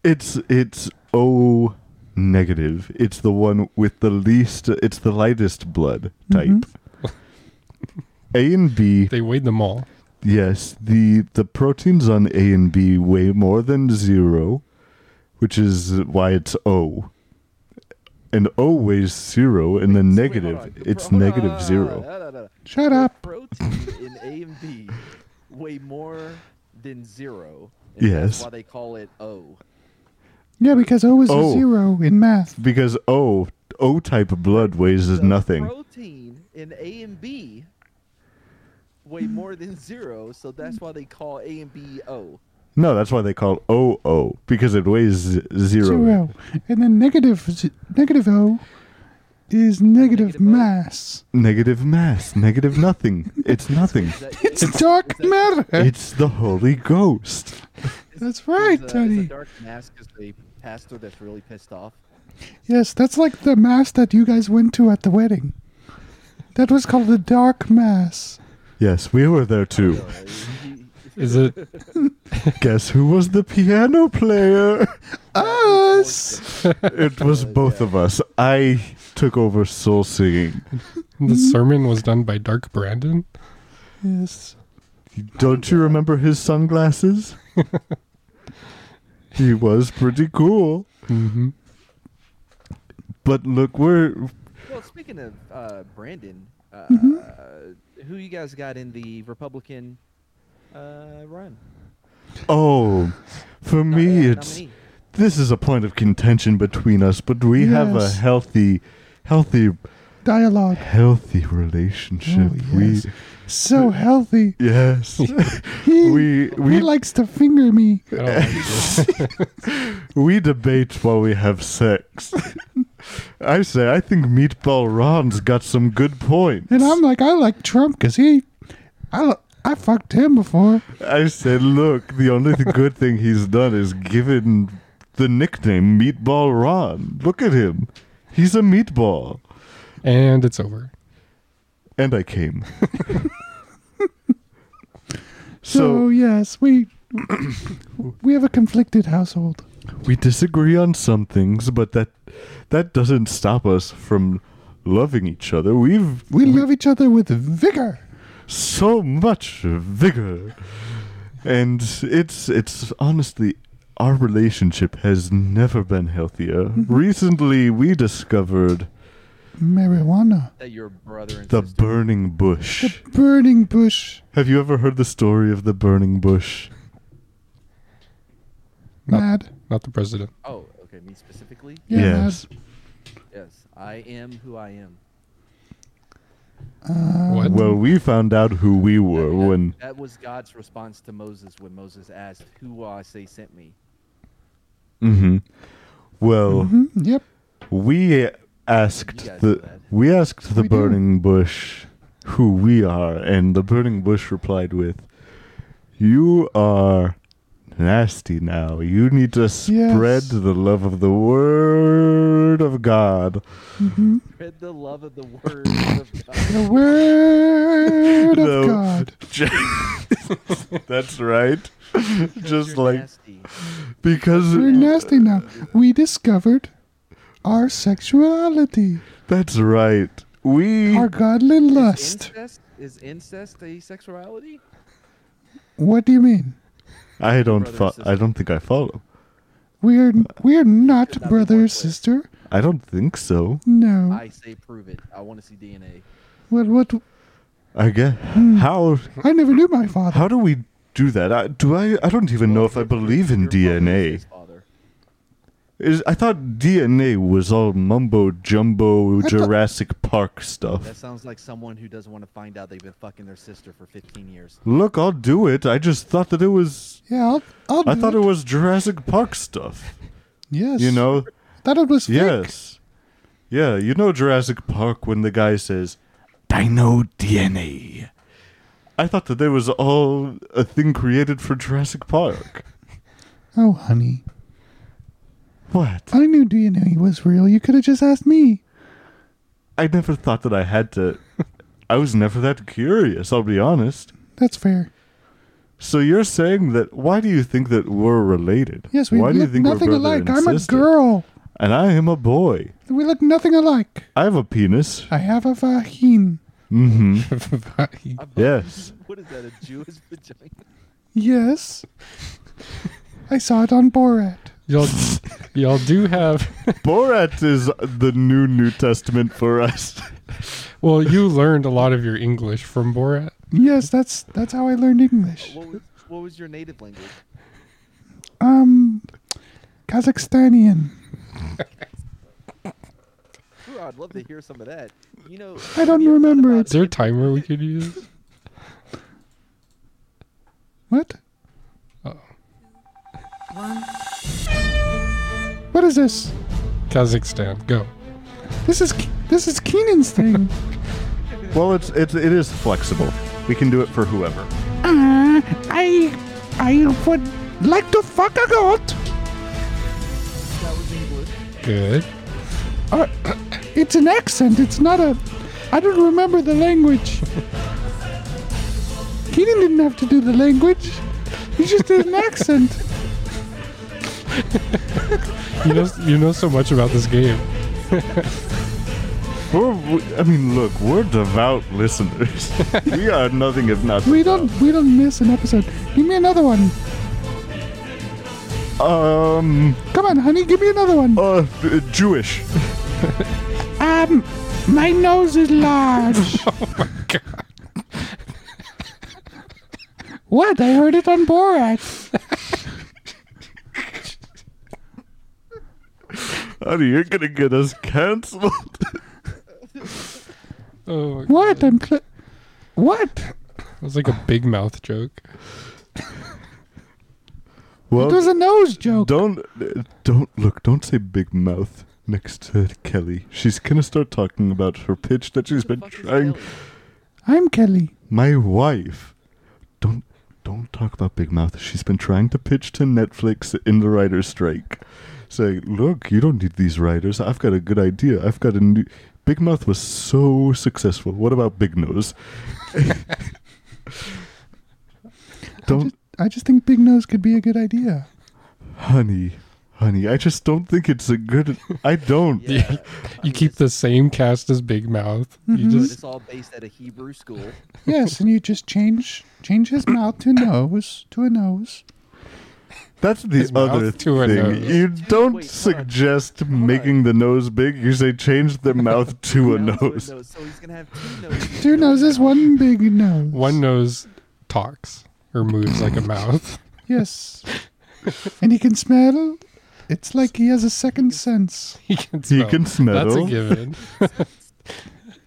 It's it's O negative. It's the one with the least it's the lightest blood type. Mm-hmm. A and B, They weighed them all. yes, the the proteins on A and B weigh more than 0, which is why it's O. And O weighs 0 and then So wait, hold negative. on. The it's pro- hold on, negative hold on, 0. hold on, hold on. Shut The up. Protein in A and B weigh more than zero. and Yes. That's why they call it O. Yeah, because O is Oh. a zero in math. because O O type blood weighs is So nothing. Protein in A and B weigh more than zero, so that's why they call A and B O. No, that's why they call O O because it weighs z- zero. Zero, and then negative, z- negative O is negative, Negative O. mass. Negative mass, negative nothing. It's nothing. Is that- is- It's is dark that- matter. It's the Holy Ghost. That's right, is, uh, is Tony. a dark mask is a pastor that's really pissed off. Yes, that's like the mass that you guys went to at the wedding. That was called the dark mass. Yes, we were there too. Uh, he- Is it? Guess who was the piano player? uh, Us. It was both of us. I took over soul singing. The sermon was done by Dark Brandon. Yes. Don't you remember his sunglasses? he was pretty cool. Mm-hmm. But look, we're Well, speaking of uh, Brandon, uh, who you guys got in the Republican uh, run? Oh, for No- me, uh, it's nominee. this is a point of contention between us, but we have a Yes. healthy, healthy, Dialogue. healthy relationship. Oh, yes. So healthy. We yes, [laughs] [laughs] He, we he we likes to finger me. I don't like we debate while we have sex. [laughs] I say I think Meatball Ron's got some good points. And I'm like, I like Trump because he, I, lo- I fucked him before. I said, look, the only [laughs] th- good thing he's done is given the nickname Meatball Ron. Look at him, he's a meatball. And it's over. And I came. So [coughs] yes, we we have a conflicted household. we disagree on some things, but that that doesn't stop us from loving each other. We've We love each other with vigor. so much vigor. And it's it's honestly our relationship has never been healthier. Recently we discovered Marijuana, that your brother and the sister. burning bush. burning bush. Have you ever heard the story of the burning bush? Not- Mad. Not the president. Oh, okay. Me specifically? Yeah, yes. Yes. I am who I am. What? Well, we found out who we That- were that- when that was God's response to Moses when Moses asked, "Who will I say sent me?" Mhm. Well, Mm, yep. we asked You guys know the that. we asked the We do. burning bush who we are and the burning bush replied with you are nasty now you need to spread Yes. the love of the word of god [laughs] Spread the love of the word of [laughs] God. Mm-hmm. The word No. of God. [laughs] that's right [laughs] just You're like nasty. because We're nasty now. We discovered our sexuality, that's right we our godly Is lust. incest, is incest asexuality? What do you mean? i don't brother fo- and i sister. don't think i follow We are we are Could not be not more brother clear. or sister. i don't think so No. I say prove it. I want to see DNA. Well, what? i guess Hmm. how I never knew my father. How do we do that? I, do I? I don't even know if I believe in Your father is DNA. his father. Is I thought DNA was all mumbo jumbo thought- Jurassic Park That stuff. sounds like someone who doesn't want to find out they've been fucking their sister for 15 years. Look, I'll do it. I just thought that it was. Yeah, I'll, I'll I do thought it was Jurassic Park stuff. Yes. You know? That it was fake. Yes. Yeah, you know Jurassic Park when the guy says, "Dino DNA." I thought that there was all a thing created for Jurassic Park. [laughs] Oh, honey. What? I knew DNA was real. You could have just asked me. I never thought that I had to. I was never that curious, I'll be honest. That's fair. So you're saying that. Why do you think that we're related? Yes, we why do you look think nothing we're brother alike. and I'm sister? a girl. And I am a boy. We look nothing alike. I have a penis. I have a vagina. Mm hmm. [laughs] I believe- Yes. [laughs] What is that, a Jewish [laughs] vagina? Yes. I saw it on Borat. [laughs] [laughs] Y'all, y'all do have. [laughs] Borat is the new New Testament for us. [laughs] Well, you learned a lot of your English from Borat. Yes, that's that's how I learned English. What was, what was your native language? Um, Kazakhstanian. Ooh, I'd love to hear some of that. You know, I don't you ever thought remember about it. Is there [laughs] a time where we could use? What? one. What is this? Kazakhstan, go. This is Ke- this is Keenan's thing. well, it's it's it is flexible. We can do it for whoever. uh, I I would like to fuck a goat. Good. Uh, It's an accent. It's not a. I don't remember the language. [laughs] Keenan didn't have to do the language. He just did an accent. You know, you know so much about this game. We're, we, I mean, look, we're devout listeners. [laughs] we are nothing if not. We don't we don't miss an episode. Give me another one. Um. Come on, honey. Give me another one. Uh. Jewish. Um, my nose is large. What? I heard it on Borat. Honey, you're gonna get us canceled. [laughs] Oh, it What? I'm cl- What? was like a big mouth joke. well, Oh. It was a nose joke. don't uh, don't look. Don't say big mouth next to Kelly. She's gonna start talking about her pitch that she's been fuck is trying. Kelly? I'm Kelly. My wife. Don't don't talk about big mouth. She's been trying to pitch to Netflix in the writers' strike. Say, look, you don't need these writers. I've got a good idea. I've got a new. Big Mouth was so successful. What about Big Nose? I don't, just, I just think Big Nose could be a good idea. honey, honey. I just don't think it's a good. I don't. Yeah. You keep the same cast as Big Mouth. Mm-hmm. You But just it's all based at a Hebrew [laughs] school. Yes, and you just change change his mouth to nose to a nose. That's the His mouth other to a thing. nose. You Dude, don't wait, hold on. suggest making the nose big. You say change [laughs] the mouth to a Now to nose. So he's gonna have two [laughs] noses. Two noses, one big nose. one nose talks or moves [laughs] like a mouth. [laughs] Yes. and he can smell. It's like he has a [laughs] second sense. He can He smell. can smell. That's a [laughs] given.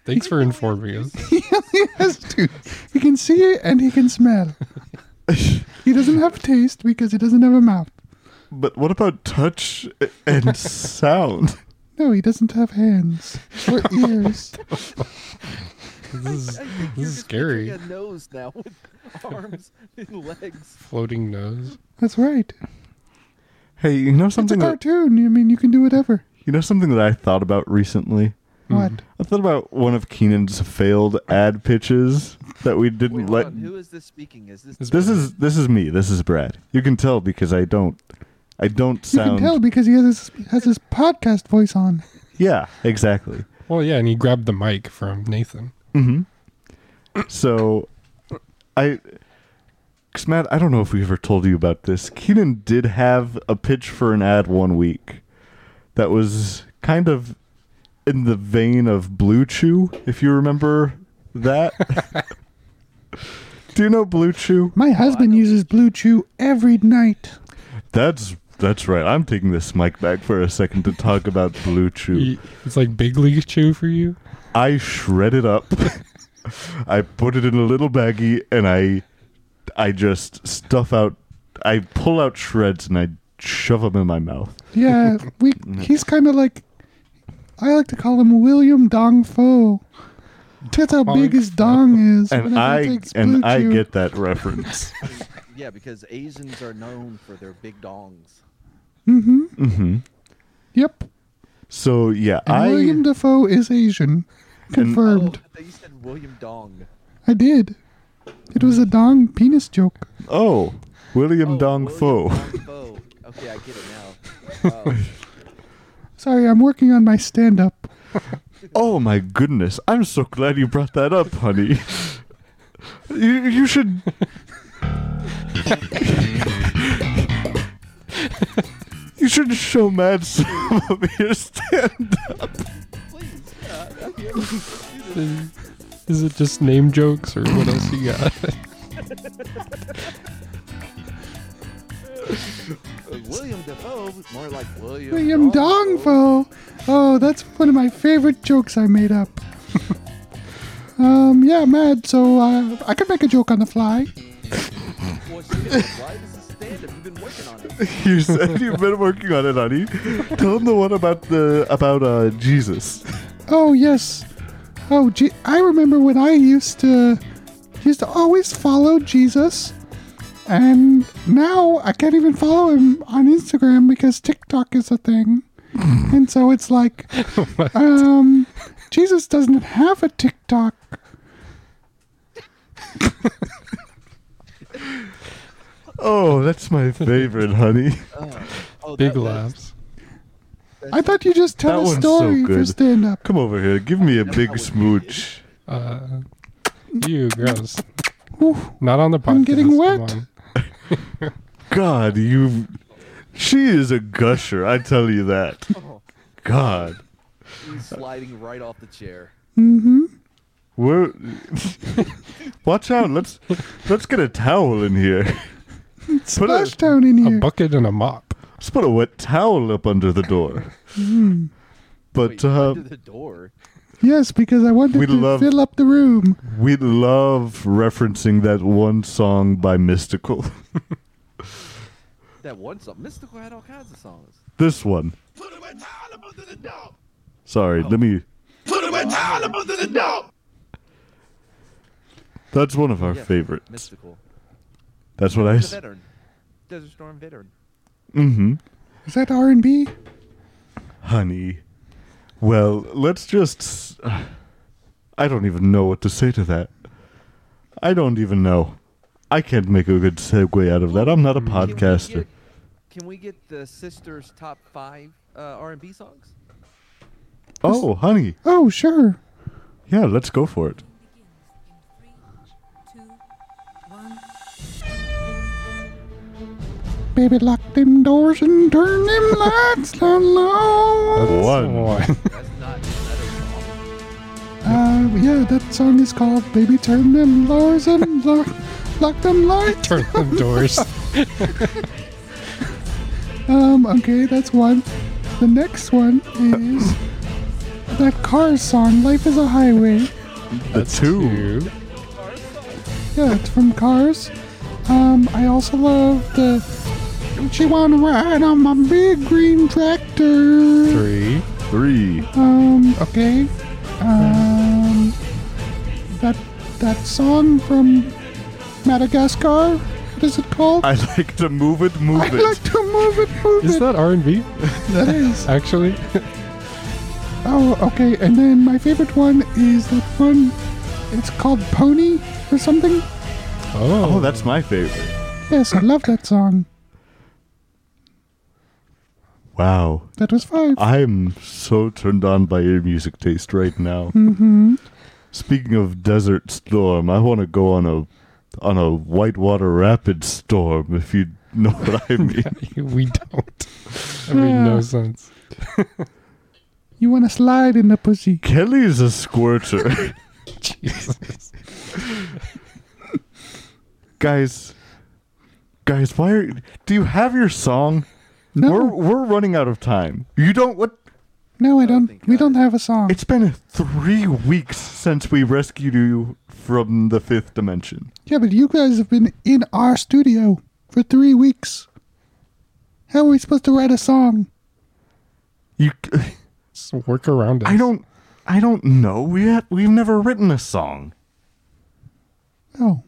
Thanks for informing us. he only has two. He can see and he can smell. He doesn't have taste because he doesn't have a mouth. [laughs] but what about touch [laughs] and sound? No, he doesn't have hands [laughs] or ears. This [laughs] is You're this is just picturing scary. A nose now [laughs] with arms and legs. Floating nose. That's right. Hey, you know It's a something? That, cartoon. I mean, you can do whatever. you know something that I thought about recently. Hmm. What? I thought about one of Keenan's failed ad pitches that we Wait, didn't hold let. on, Who is this speaking? Is this? This is this is me. This is Brad. You can tell because I don't, I don't You sound. can tell because he has his, has his podcast voice on. Yeah, exactly. Well, yeah, and he grabbed the mic from Nathan. So, I, cause Matt, I don't know if we ever told you about this. Keenan did have a pitch for an ad one week, that was kind of in the vein of Blue Chew, if you remember that. [laughs] Do you know Blue Chew? My husband uses Blue Chew every night. That's that's right. I'm taking this mic back for a second to talk about Blue Chew. He- it's like big league chew for you. I shred it up. [laughs] I put it in a little baggie and I I just stuff out I pull out shreds and I shove them in my mouth. [laughs] Yeah, we. He's kind of like, I like to call him William Dong Fo. That's how big his dong is. And Whenever he I takes and Blue I Chew- get that reference. Yeah, because Asians are known for their big dongs. Yep. So yeah, And I William Defoe is Asian, confirmed. Oh, I thought you said William Dong. I did. It was a dong penis joke. Oh, William Oh, Dong William Fo. Dong Fo. Okay, I get it now. Wow. Sorry, I'm working on my stand up. Oh my goodness. I'm so glad you brought that up, honey. You you should You should show Matt some of your stand Is it just name jokes or what else you got? Uh, William Defoe, more like William. William Dong Fo. [laughs] Oh, that's one of my favorite jokes I made up. [laughs] um, yeah, mad. So uh, I can make a joke on the fly. Well, shit, why does this stand up? You've been working on it. [laughs] You said you've been working on it, honey. Tell him the one about the about uh, Jesus. Oh yes. Oh, gee, I remember when I used to used to always follow Jesus, and now I can't even follow him on Instagram because TikTok is a thing, and so it's like, um, Jesus doesn't have a TikTok. Oh, that's my favorite, honey. Oh, Big that- that's- laughs. I thought you just tell That a one's so story for good. stand up. Come over here, give me a big smooch. Uh, ew, gross. Not on the podcast. I'm getting come wet. on. God, you. She is a gusher. I tell you that. God, He's sliding right off the chair. we're. [laughs] Watch out! Let's let's get a towel in here. Put a, Splash down in A here. bucket and a mop. let's put a wet towel up under the door. But Wait, uh, under the door. yes, because I wanted We to love- fill up the room. We love referencing that one song by Mystical. [laughs] That one song. Mystical had all kinds of songs. this one. Oh. Sorry, let me. That's one of our Yeah, favorites. Mystical. That's what I. He's a S- veteran. Desert Storm veteran. mm-hmm. Is that R and B? Honey. Well, let's just. s- [sighs] I don't even know what to say to that. I don't even know. I can't make a good segue out of that. I'm not a Mm, Can we get- podcaster. Can we get the sisters' top five uh, R&B songs? Oh, honey. Oh, sure. Yeah, let's go for it. Baby, lock them doors and turn [laughs] them lights down low. One. Uh, yeah, that song is called "Baby Turn Them Doors [laughs] and Lock, lock Them Lights." Turn [laughs] them doors. um, okay, that's one. The next one is that Cars song, "Life Is a Highway." The two. Two. Yeah, it's from Cars. Um, I also love the "She Wanna Ride on My Big Green Tractor." Three. Three. [laughs] Um, okay. Um, that that song from Madagascar. What is it called? I like to move it, move I it. like to move it, move Uh, Is it. that R and B? [laughs] that is. [laughs] Actually, [laughs] Oh, okay. And then my favorite one is that one. It's called Pony or something. oh, oh, that's my favorite. Yes, I love that song. Wow. That was five. I'm so turned on by your music taste right now. Speaking of desert storm, I want to go on a on a whitewater rapid storm. If you know what I mean. [laughs] we don't. That made no sense. You wanna slide in the pussy? Kelly's a [laughs] squirter, Jesus. guys. Guys, why are do you have your song? No. We're we're running out of time. You don't what? No, I don't don't. think we that- don't have a song. It's been three weeks since we rescued you from the fifth dimension. yeah, but you guys have been in our studio for three weeks. How are we supposed to write a song? You. Just work around it. I don't I don't know. We ha- we've never written a song. Oh,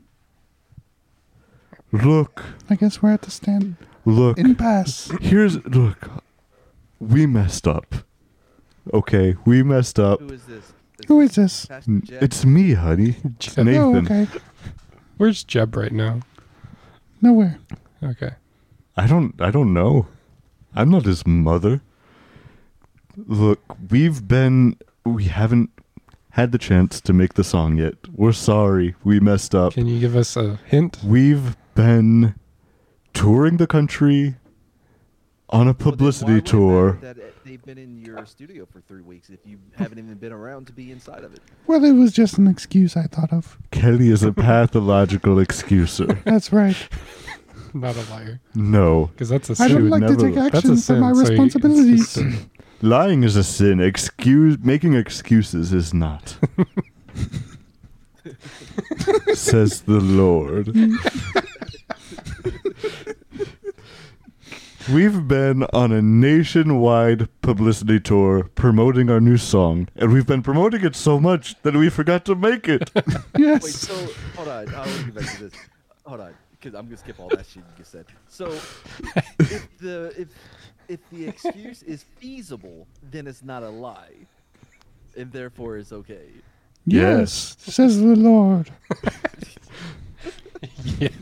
Look, I guess we're at the stand look. impasse. Here's look. We messed up. Okay, we messed up. Who is this? Who is this? Pastor Jeff? It's me, honey. Nathan. Oh, okay. Where's Jeb right now? Nowhere. Okay. I don't I don't know. I'm not his mother. Look, we've been we haven't had the chance to make the song yet. We're sorry. We messed up. Can you give us a hint? We've been touring the country on a Well, then publicity why would it tour. matter That uh, they've been in your studio for three weeks if you haven't even been around to be inside of it. Well, it was just an excuse I thought of. Kelly is a pathological excuser. That's [laughs] right. Not a liar, No. because that's a I sin. don't like to never- take that's a action for sin, my so you- it's responsibilities. just a- Lying is a sin. Excuse making excuses is not. Says the Lord. we've been on a nationwide publicity tour promoting our new song, and we've been promoting it so much that we forgot to make it. [laughs] yes. Wait, so hold on. I want to get back to this. Hold on, because I'm gonna skip all that shit you just said. So, if the if if the excuse is feasible, then it's not a lie, and therefore it's okay. yes, says the Lord. yes.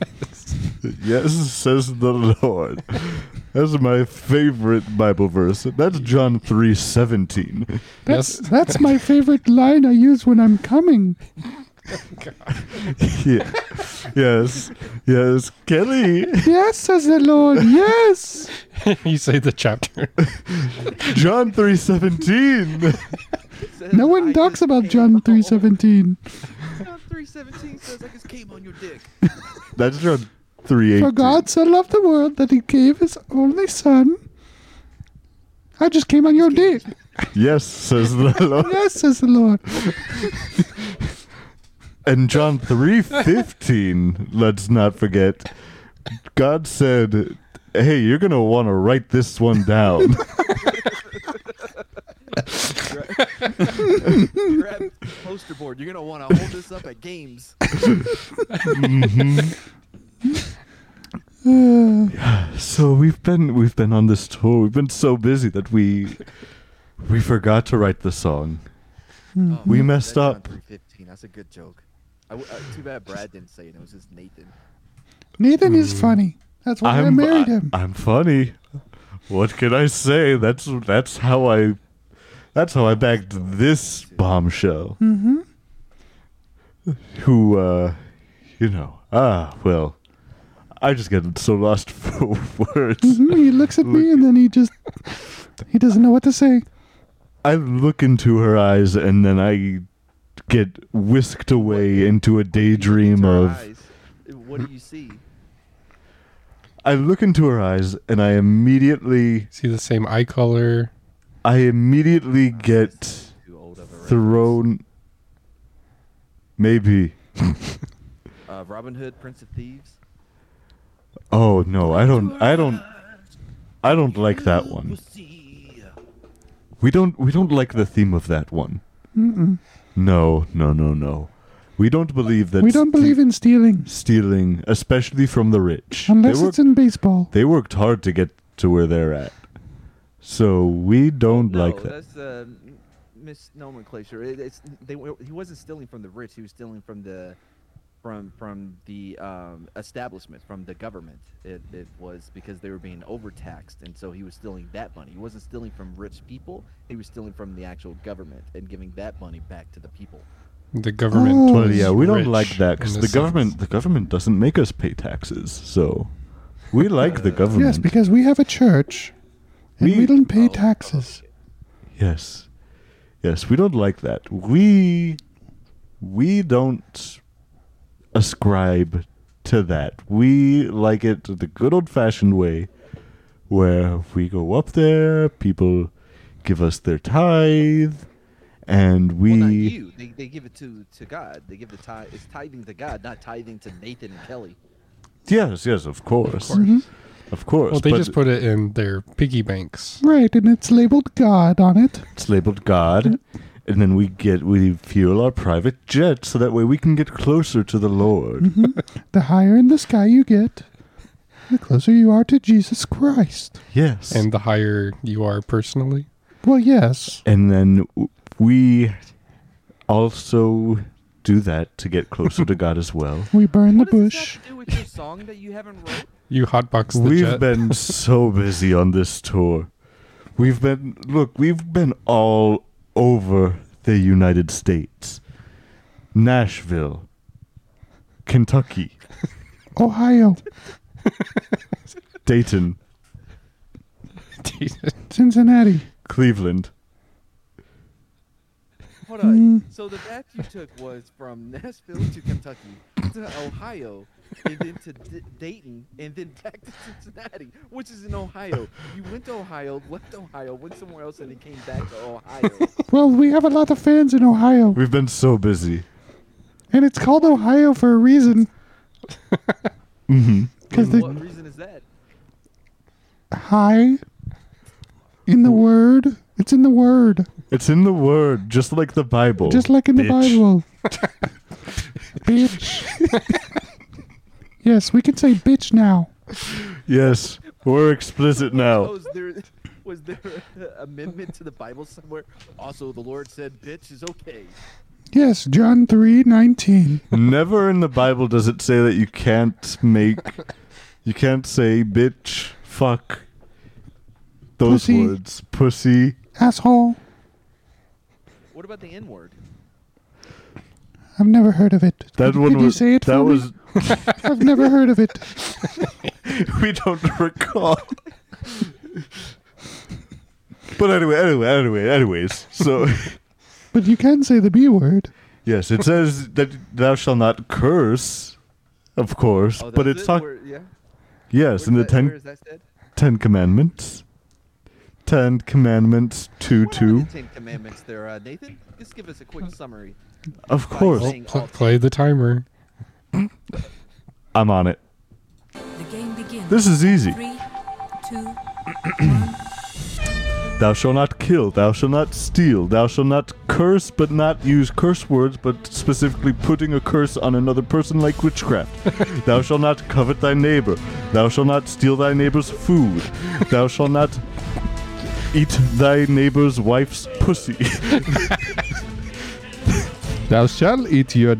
Yes, says the Lord. That's my favorite Bible verse. That's John three seventeen. That's Yes. that's my favorite line I use when I'm coming. Yeah. yes. Yes. Kelly. Yes, says the [laughs] Lord. Yes. you say the chapter. [laughs] John three seventeen. It says, No "I one talks just about came John on-" three seventeen. [laughs] John three seventeen says I just came on your [laughs] dick. That's John three eighteen. For God so loved the world that he gave his only son. I just came on your dick. Yes, says the Lord. Yes, says the Lord. And John three fifteen. Let's not forget. God said, "Hey, you're gonna want to write this one [laughs] down." Grab poster board. You're gonna want to hold this up at games. So we've been we've been on this tour. We've been so busy that we we forgot to write the song. Oh, We man, messed that John up. 3:15, That's a good joke. I w- uh, too bad Brad didn't say it. It was just Nathan. Nathan is Mm-hmm. funny. That's why i I'm- uh, married I- him. I'm funny. What can I say? That's that's how I that's how I bagged this bombshell. mm-hmm. Who uh you know, ah well I just get so lost [laughs] for words. hmm He looks at me and then he just [laughs] he doesn't know what to say. I look into her eyes and then I get whisked away into a daydream of Eyes. What do you see? I look into her eyes and I immediately See the same eye color. I immediately get Too old of a reference. thrown maybe Uh, Robin Hood, Prince of Thieves. Oh no, I don't I don't I don't like that one. We don't we don't like the theme of that one. Mm-mm. No, no, no, no. We don't believe that We don't believe in stealing stealing, especially from the rich. They unless were- it's in baseball. they worked hard to get to where they're at. So we don't no, like that. that's uh, m- misnomenclature. It, it's they. were- He wasn't stealing from the rich. He was stealing from the, from from the um, establishment, from the government. It, it was because they were being overtaxed, and so he was stealing that money. He wasn't stealing from rich people. He was stealing from the actual government and giving that money back to the people. The government. Oh. Well, yeah, we don't rich like that because in the a government sense. the government doesn't make us pay taxes. So we like the government. Yes, because we have a church and we, We- don't pay Oh, taxes. yes, yes, we don't like that. We we don't ascribe to that. We like it the good old fashioned way, where we go up there, people give us their tithe, and we. Well, not you. They, they give it to, to God. They give the tithe. It's tithing to God, not tithing to Nathan and Kelly. Yes, yes, of course. Mm-hmm. Of course. Well, they but just put it in their piggy banks. Right, and it's labeled God on it. it's labeled God, Mm-hmm. and then we get we fuel our private jet so that way we can get closer to the Lord. Mm-hmm. The higher in the sky you get, the closer you are to Jesus Christ. Yes. And the higher you are personally, Well, yes. and then w- we also do that to get closer to God as [laughs] well. We burn What the does this bush. have to do with your song that you haven't [laughs] wrote? you hotbox the We've jet. [laughs] been so busy on this tour. We've been look, we've been all over the United States. Nashville, Kentucky, Ohio, Dayton, Cincinnati. Cleveland. Hold Mm. on. So the path you took was from Nashville to Kentucky to Ohio, and then to D- Dayton, and then back to Cincinnati, which is in Ohio. You went to Ohio, left Ohio, went somewhere else, and then came back to [laughs] Ohio. Well, we have a lot of fans in Ohio, We've been so busy. and it's called Ohio for a [laughs] reason. Mm-hmm. hmm Because And the what reason is that? high in the word, it's in the word, It's in the Word, just like the Bible. just like in the bitch. [laughs] Bible. bitch. yes, we can say bitch now. Yes, we're explicit Oh, now. is there, was there [laughs] an amendment to the Bible somewhere? Also, the Lord said, "Bitch is okay." Yes, John three nineteen. Never in the Bible does it say that you can't [laughs] make, you can't say bitch, fuck, those Pussy. words, pussy. Asshole. What about the N word? I've never heard of it. That Could- one could you was. say it that for me? was. [laughs] I've never heard of it. we don't recall. but anyway, anyway, anyway, anyways. So, [laughs] But you can say the B word. yes, it says that thou shalt not curse, of course. Oh, but that's it's it? talk. Where- yeah. Yes, Where's in the that- ten Where is that said? Ten Commandments. Ten Commandments 2 What are 2. Oh, the Ten Commandments there, uh, Nathan? Just give us a quick summary. Of by course. saying Pl- all play the timer. I'm on it. The game begins. This is easy. Three, two, Thou shalt not kill, thou shalt not steal, thou shalt not curse, but not use curse words, but specifically putting a curse on another person [laughs] like witchcraft. thou shalt not covet thy neighbor, thou shalt not steal thy neighbor's food, thou shalt not eat thy neighbor's wife's pussy. Thou shalt eat your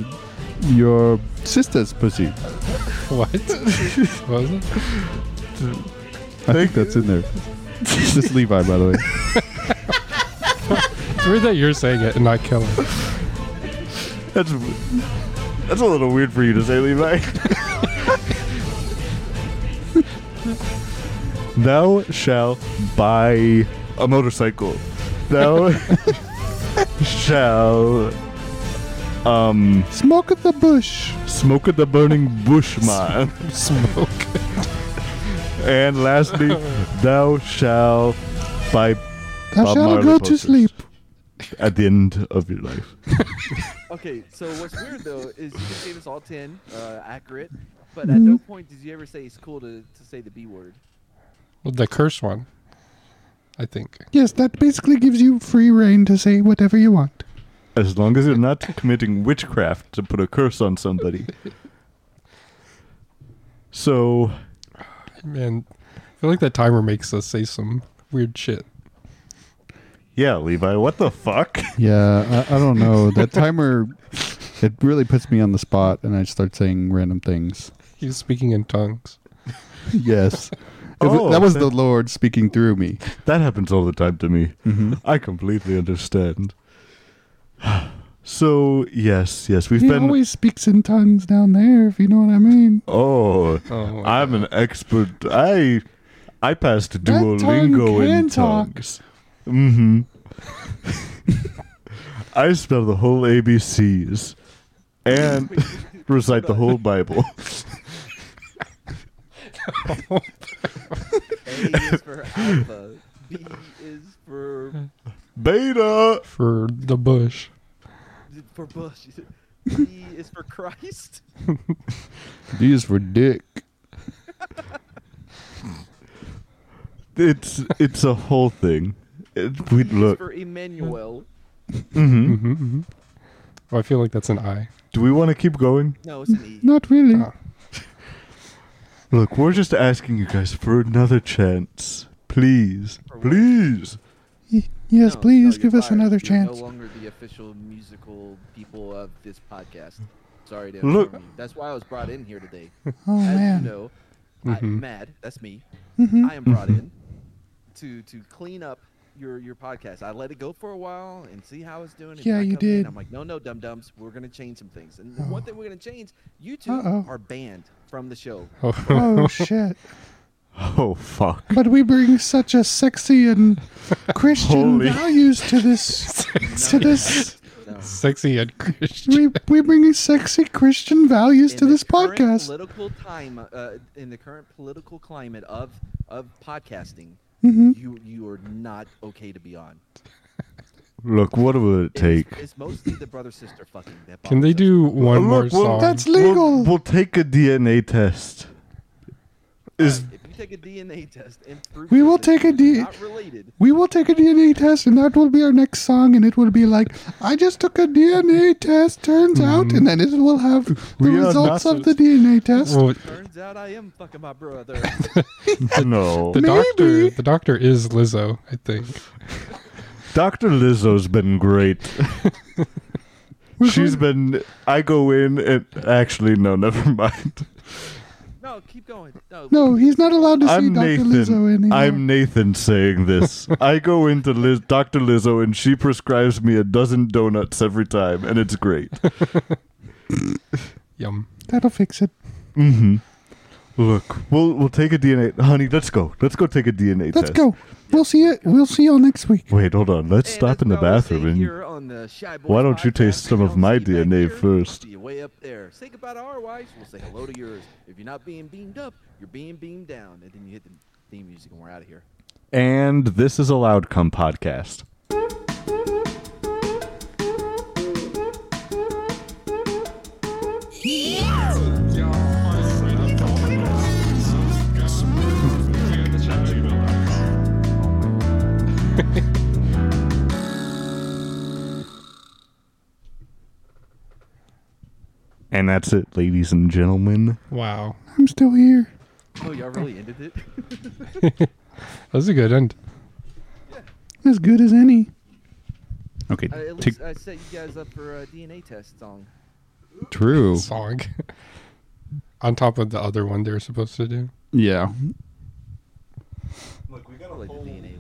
your sister's pussy. [laughs] what? what was it? I think that's in there. this is Levi, by the way. It's weird that you're saying it and not Kelly. [laughs] That's that's a little weird for you to say, Levi. Thou shalt buy a motorcycle. [laughs] Thou shall um Smoke at the bush. smoke at the burning bush man. Smoke. And lastly, thou shalt buy Thou Bob shalt Marley go to posters. sleep. at the end of your life. Okay, so what's weird though is you just gave us all ten uh, accurate, but at no point did you ever say it's cool to, to say the B word. The curse one, I think. Yes, that basically gives you free reign to say whatever you want. As long as you're not committing witchcraft to put a curse on somebody. So, Man, I feel like that timer makes us say some weird shit. yeah, Levi, what the fuck? Yeah, I, I don't know. That timer, it really puts me on the spot, and I start saying random things. He was speaking in tongues. yes. It w- Oh, that was that- the Lord speaking through me. That happens all the time to me. Mm-hmm. I completely understand. [sighs] So, yes, yes, we've he been. always speaks in tongues down there, if you know what I mean. oh, Oh, I'm an expert. I I passed tongue Duolingo in can talk. tongues. Mm-hmm. [laughs] I spell the whole ABCs and [laughs] recite the whole Bible. [laughs] A is for alpha. B is for Beta. for the bush. for Bush. D is for Christ. These were dick. It's it's a whole thing. It, we E is look. for Emmanuel. hmm Mm-hmm. hmm Oh, I feel like that's an I. Do we want to keep going? No, it's an E. Not really. Ah. Look, we're just asking you guys for another chance. Please, please. Y- yes, No, please no, give you're us another fired. You're chance. No longer the official musical people of this podcast. Sorry to Look- inform you. That's why I was brought in here today. oh As man. you know, I'm Mhm. mad. That's me. Mhm. I am brought in to to clean up your your podcast. I let it go for a while and see how it's doing. and Yeah, then I you come in, did. Oh. I'm like, no, no, dum dums. We're gonna change some things. And the one thing we're gonna change, you 2 Uh-oh. are banned from the show. oh shit. Oh fuck. But we bring such a [laughs] sexy and Christian Holy. values [laughs] to this. to this, No. Sexy and [laughs] Christian. we we bring sexy Christian values In to the this current podcast. Political time uh, in the current political climate of of podcasting, Mhm. you you are not okay to be on. Look, what will it It's- take? It's, mostly the brother sister fucking. That Can they bothers us. do one more Look, well, song? That's We'll, legal. we'll take a DNA test. [laughs] Is If you take a DNA test and prove We that will this take a is D- not related. We will take a DNA test, and that will be our next song. And it will be like, I just took a DNA test. Turns Mm-hmm. out, and then it will have the We are results of the Nazis. DNA test. Well, Turns out I am fucking my brother. [laughs] no. the Maybe. doctor. The doctor is Lizzo, I think. Dr. Lizzo's been great. She's been. I go in and actually no, never [laughs] mind. No, keep going. No, No, he's not allowed to see I'm Dr. Nathan. Lizzo anymore. I'm Nathan saying this. I go into Liz, Dr. Lizzo and she prescribes me a dozen donuts every time, and it's [laughs] great. Yum. That'll fix it. Mm-hmm. Look, we'll we'll take a DNA, honey. Let's go. Let's go take a DNA Let's test. go. We'll see it. We'll see y'all next week. Wait, hold on. Let's Hey, stop that's in the what we say bathroom and here on the Shy Boys Why don't you podcast. taste some We of don't my see you back DNA here. first? See you way up there. Say goodbye to our wives. We'll say hello to yours. If you're not being beamed up, you're being beamed down. And then you hit the theme music and we're out of here. And this is a Loud Come podcast. [laughs] And that's it, ladies and gentlemen. Wow. I'm still here. Oh, y'all really ended it? That was a good end. As good as any. Okay. I, at tick- least I set you guys up for a DNA test song. true. Song. [laughs] on top of the other one they were supposed to do. Yeah. Like the DNA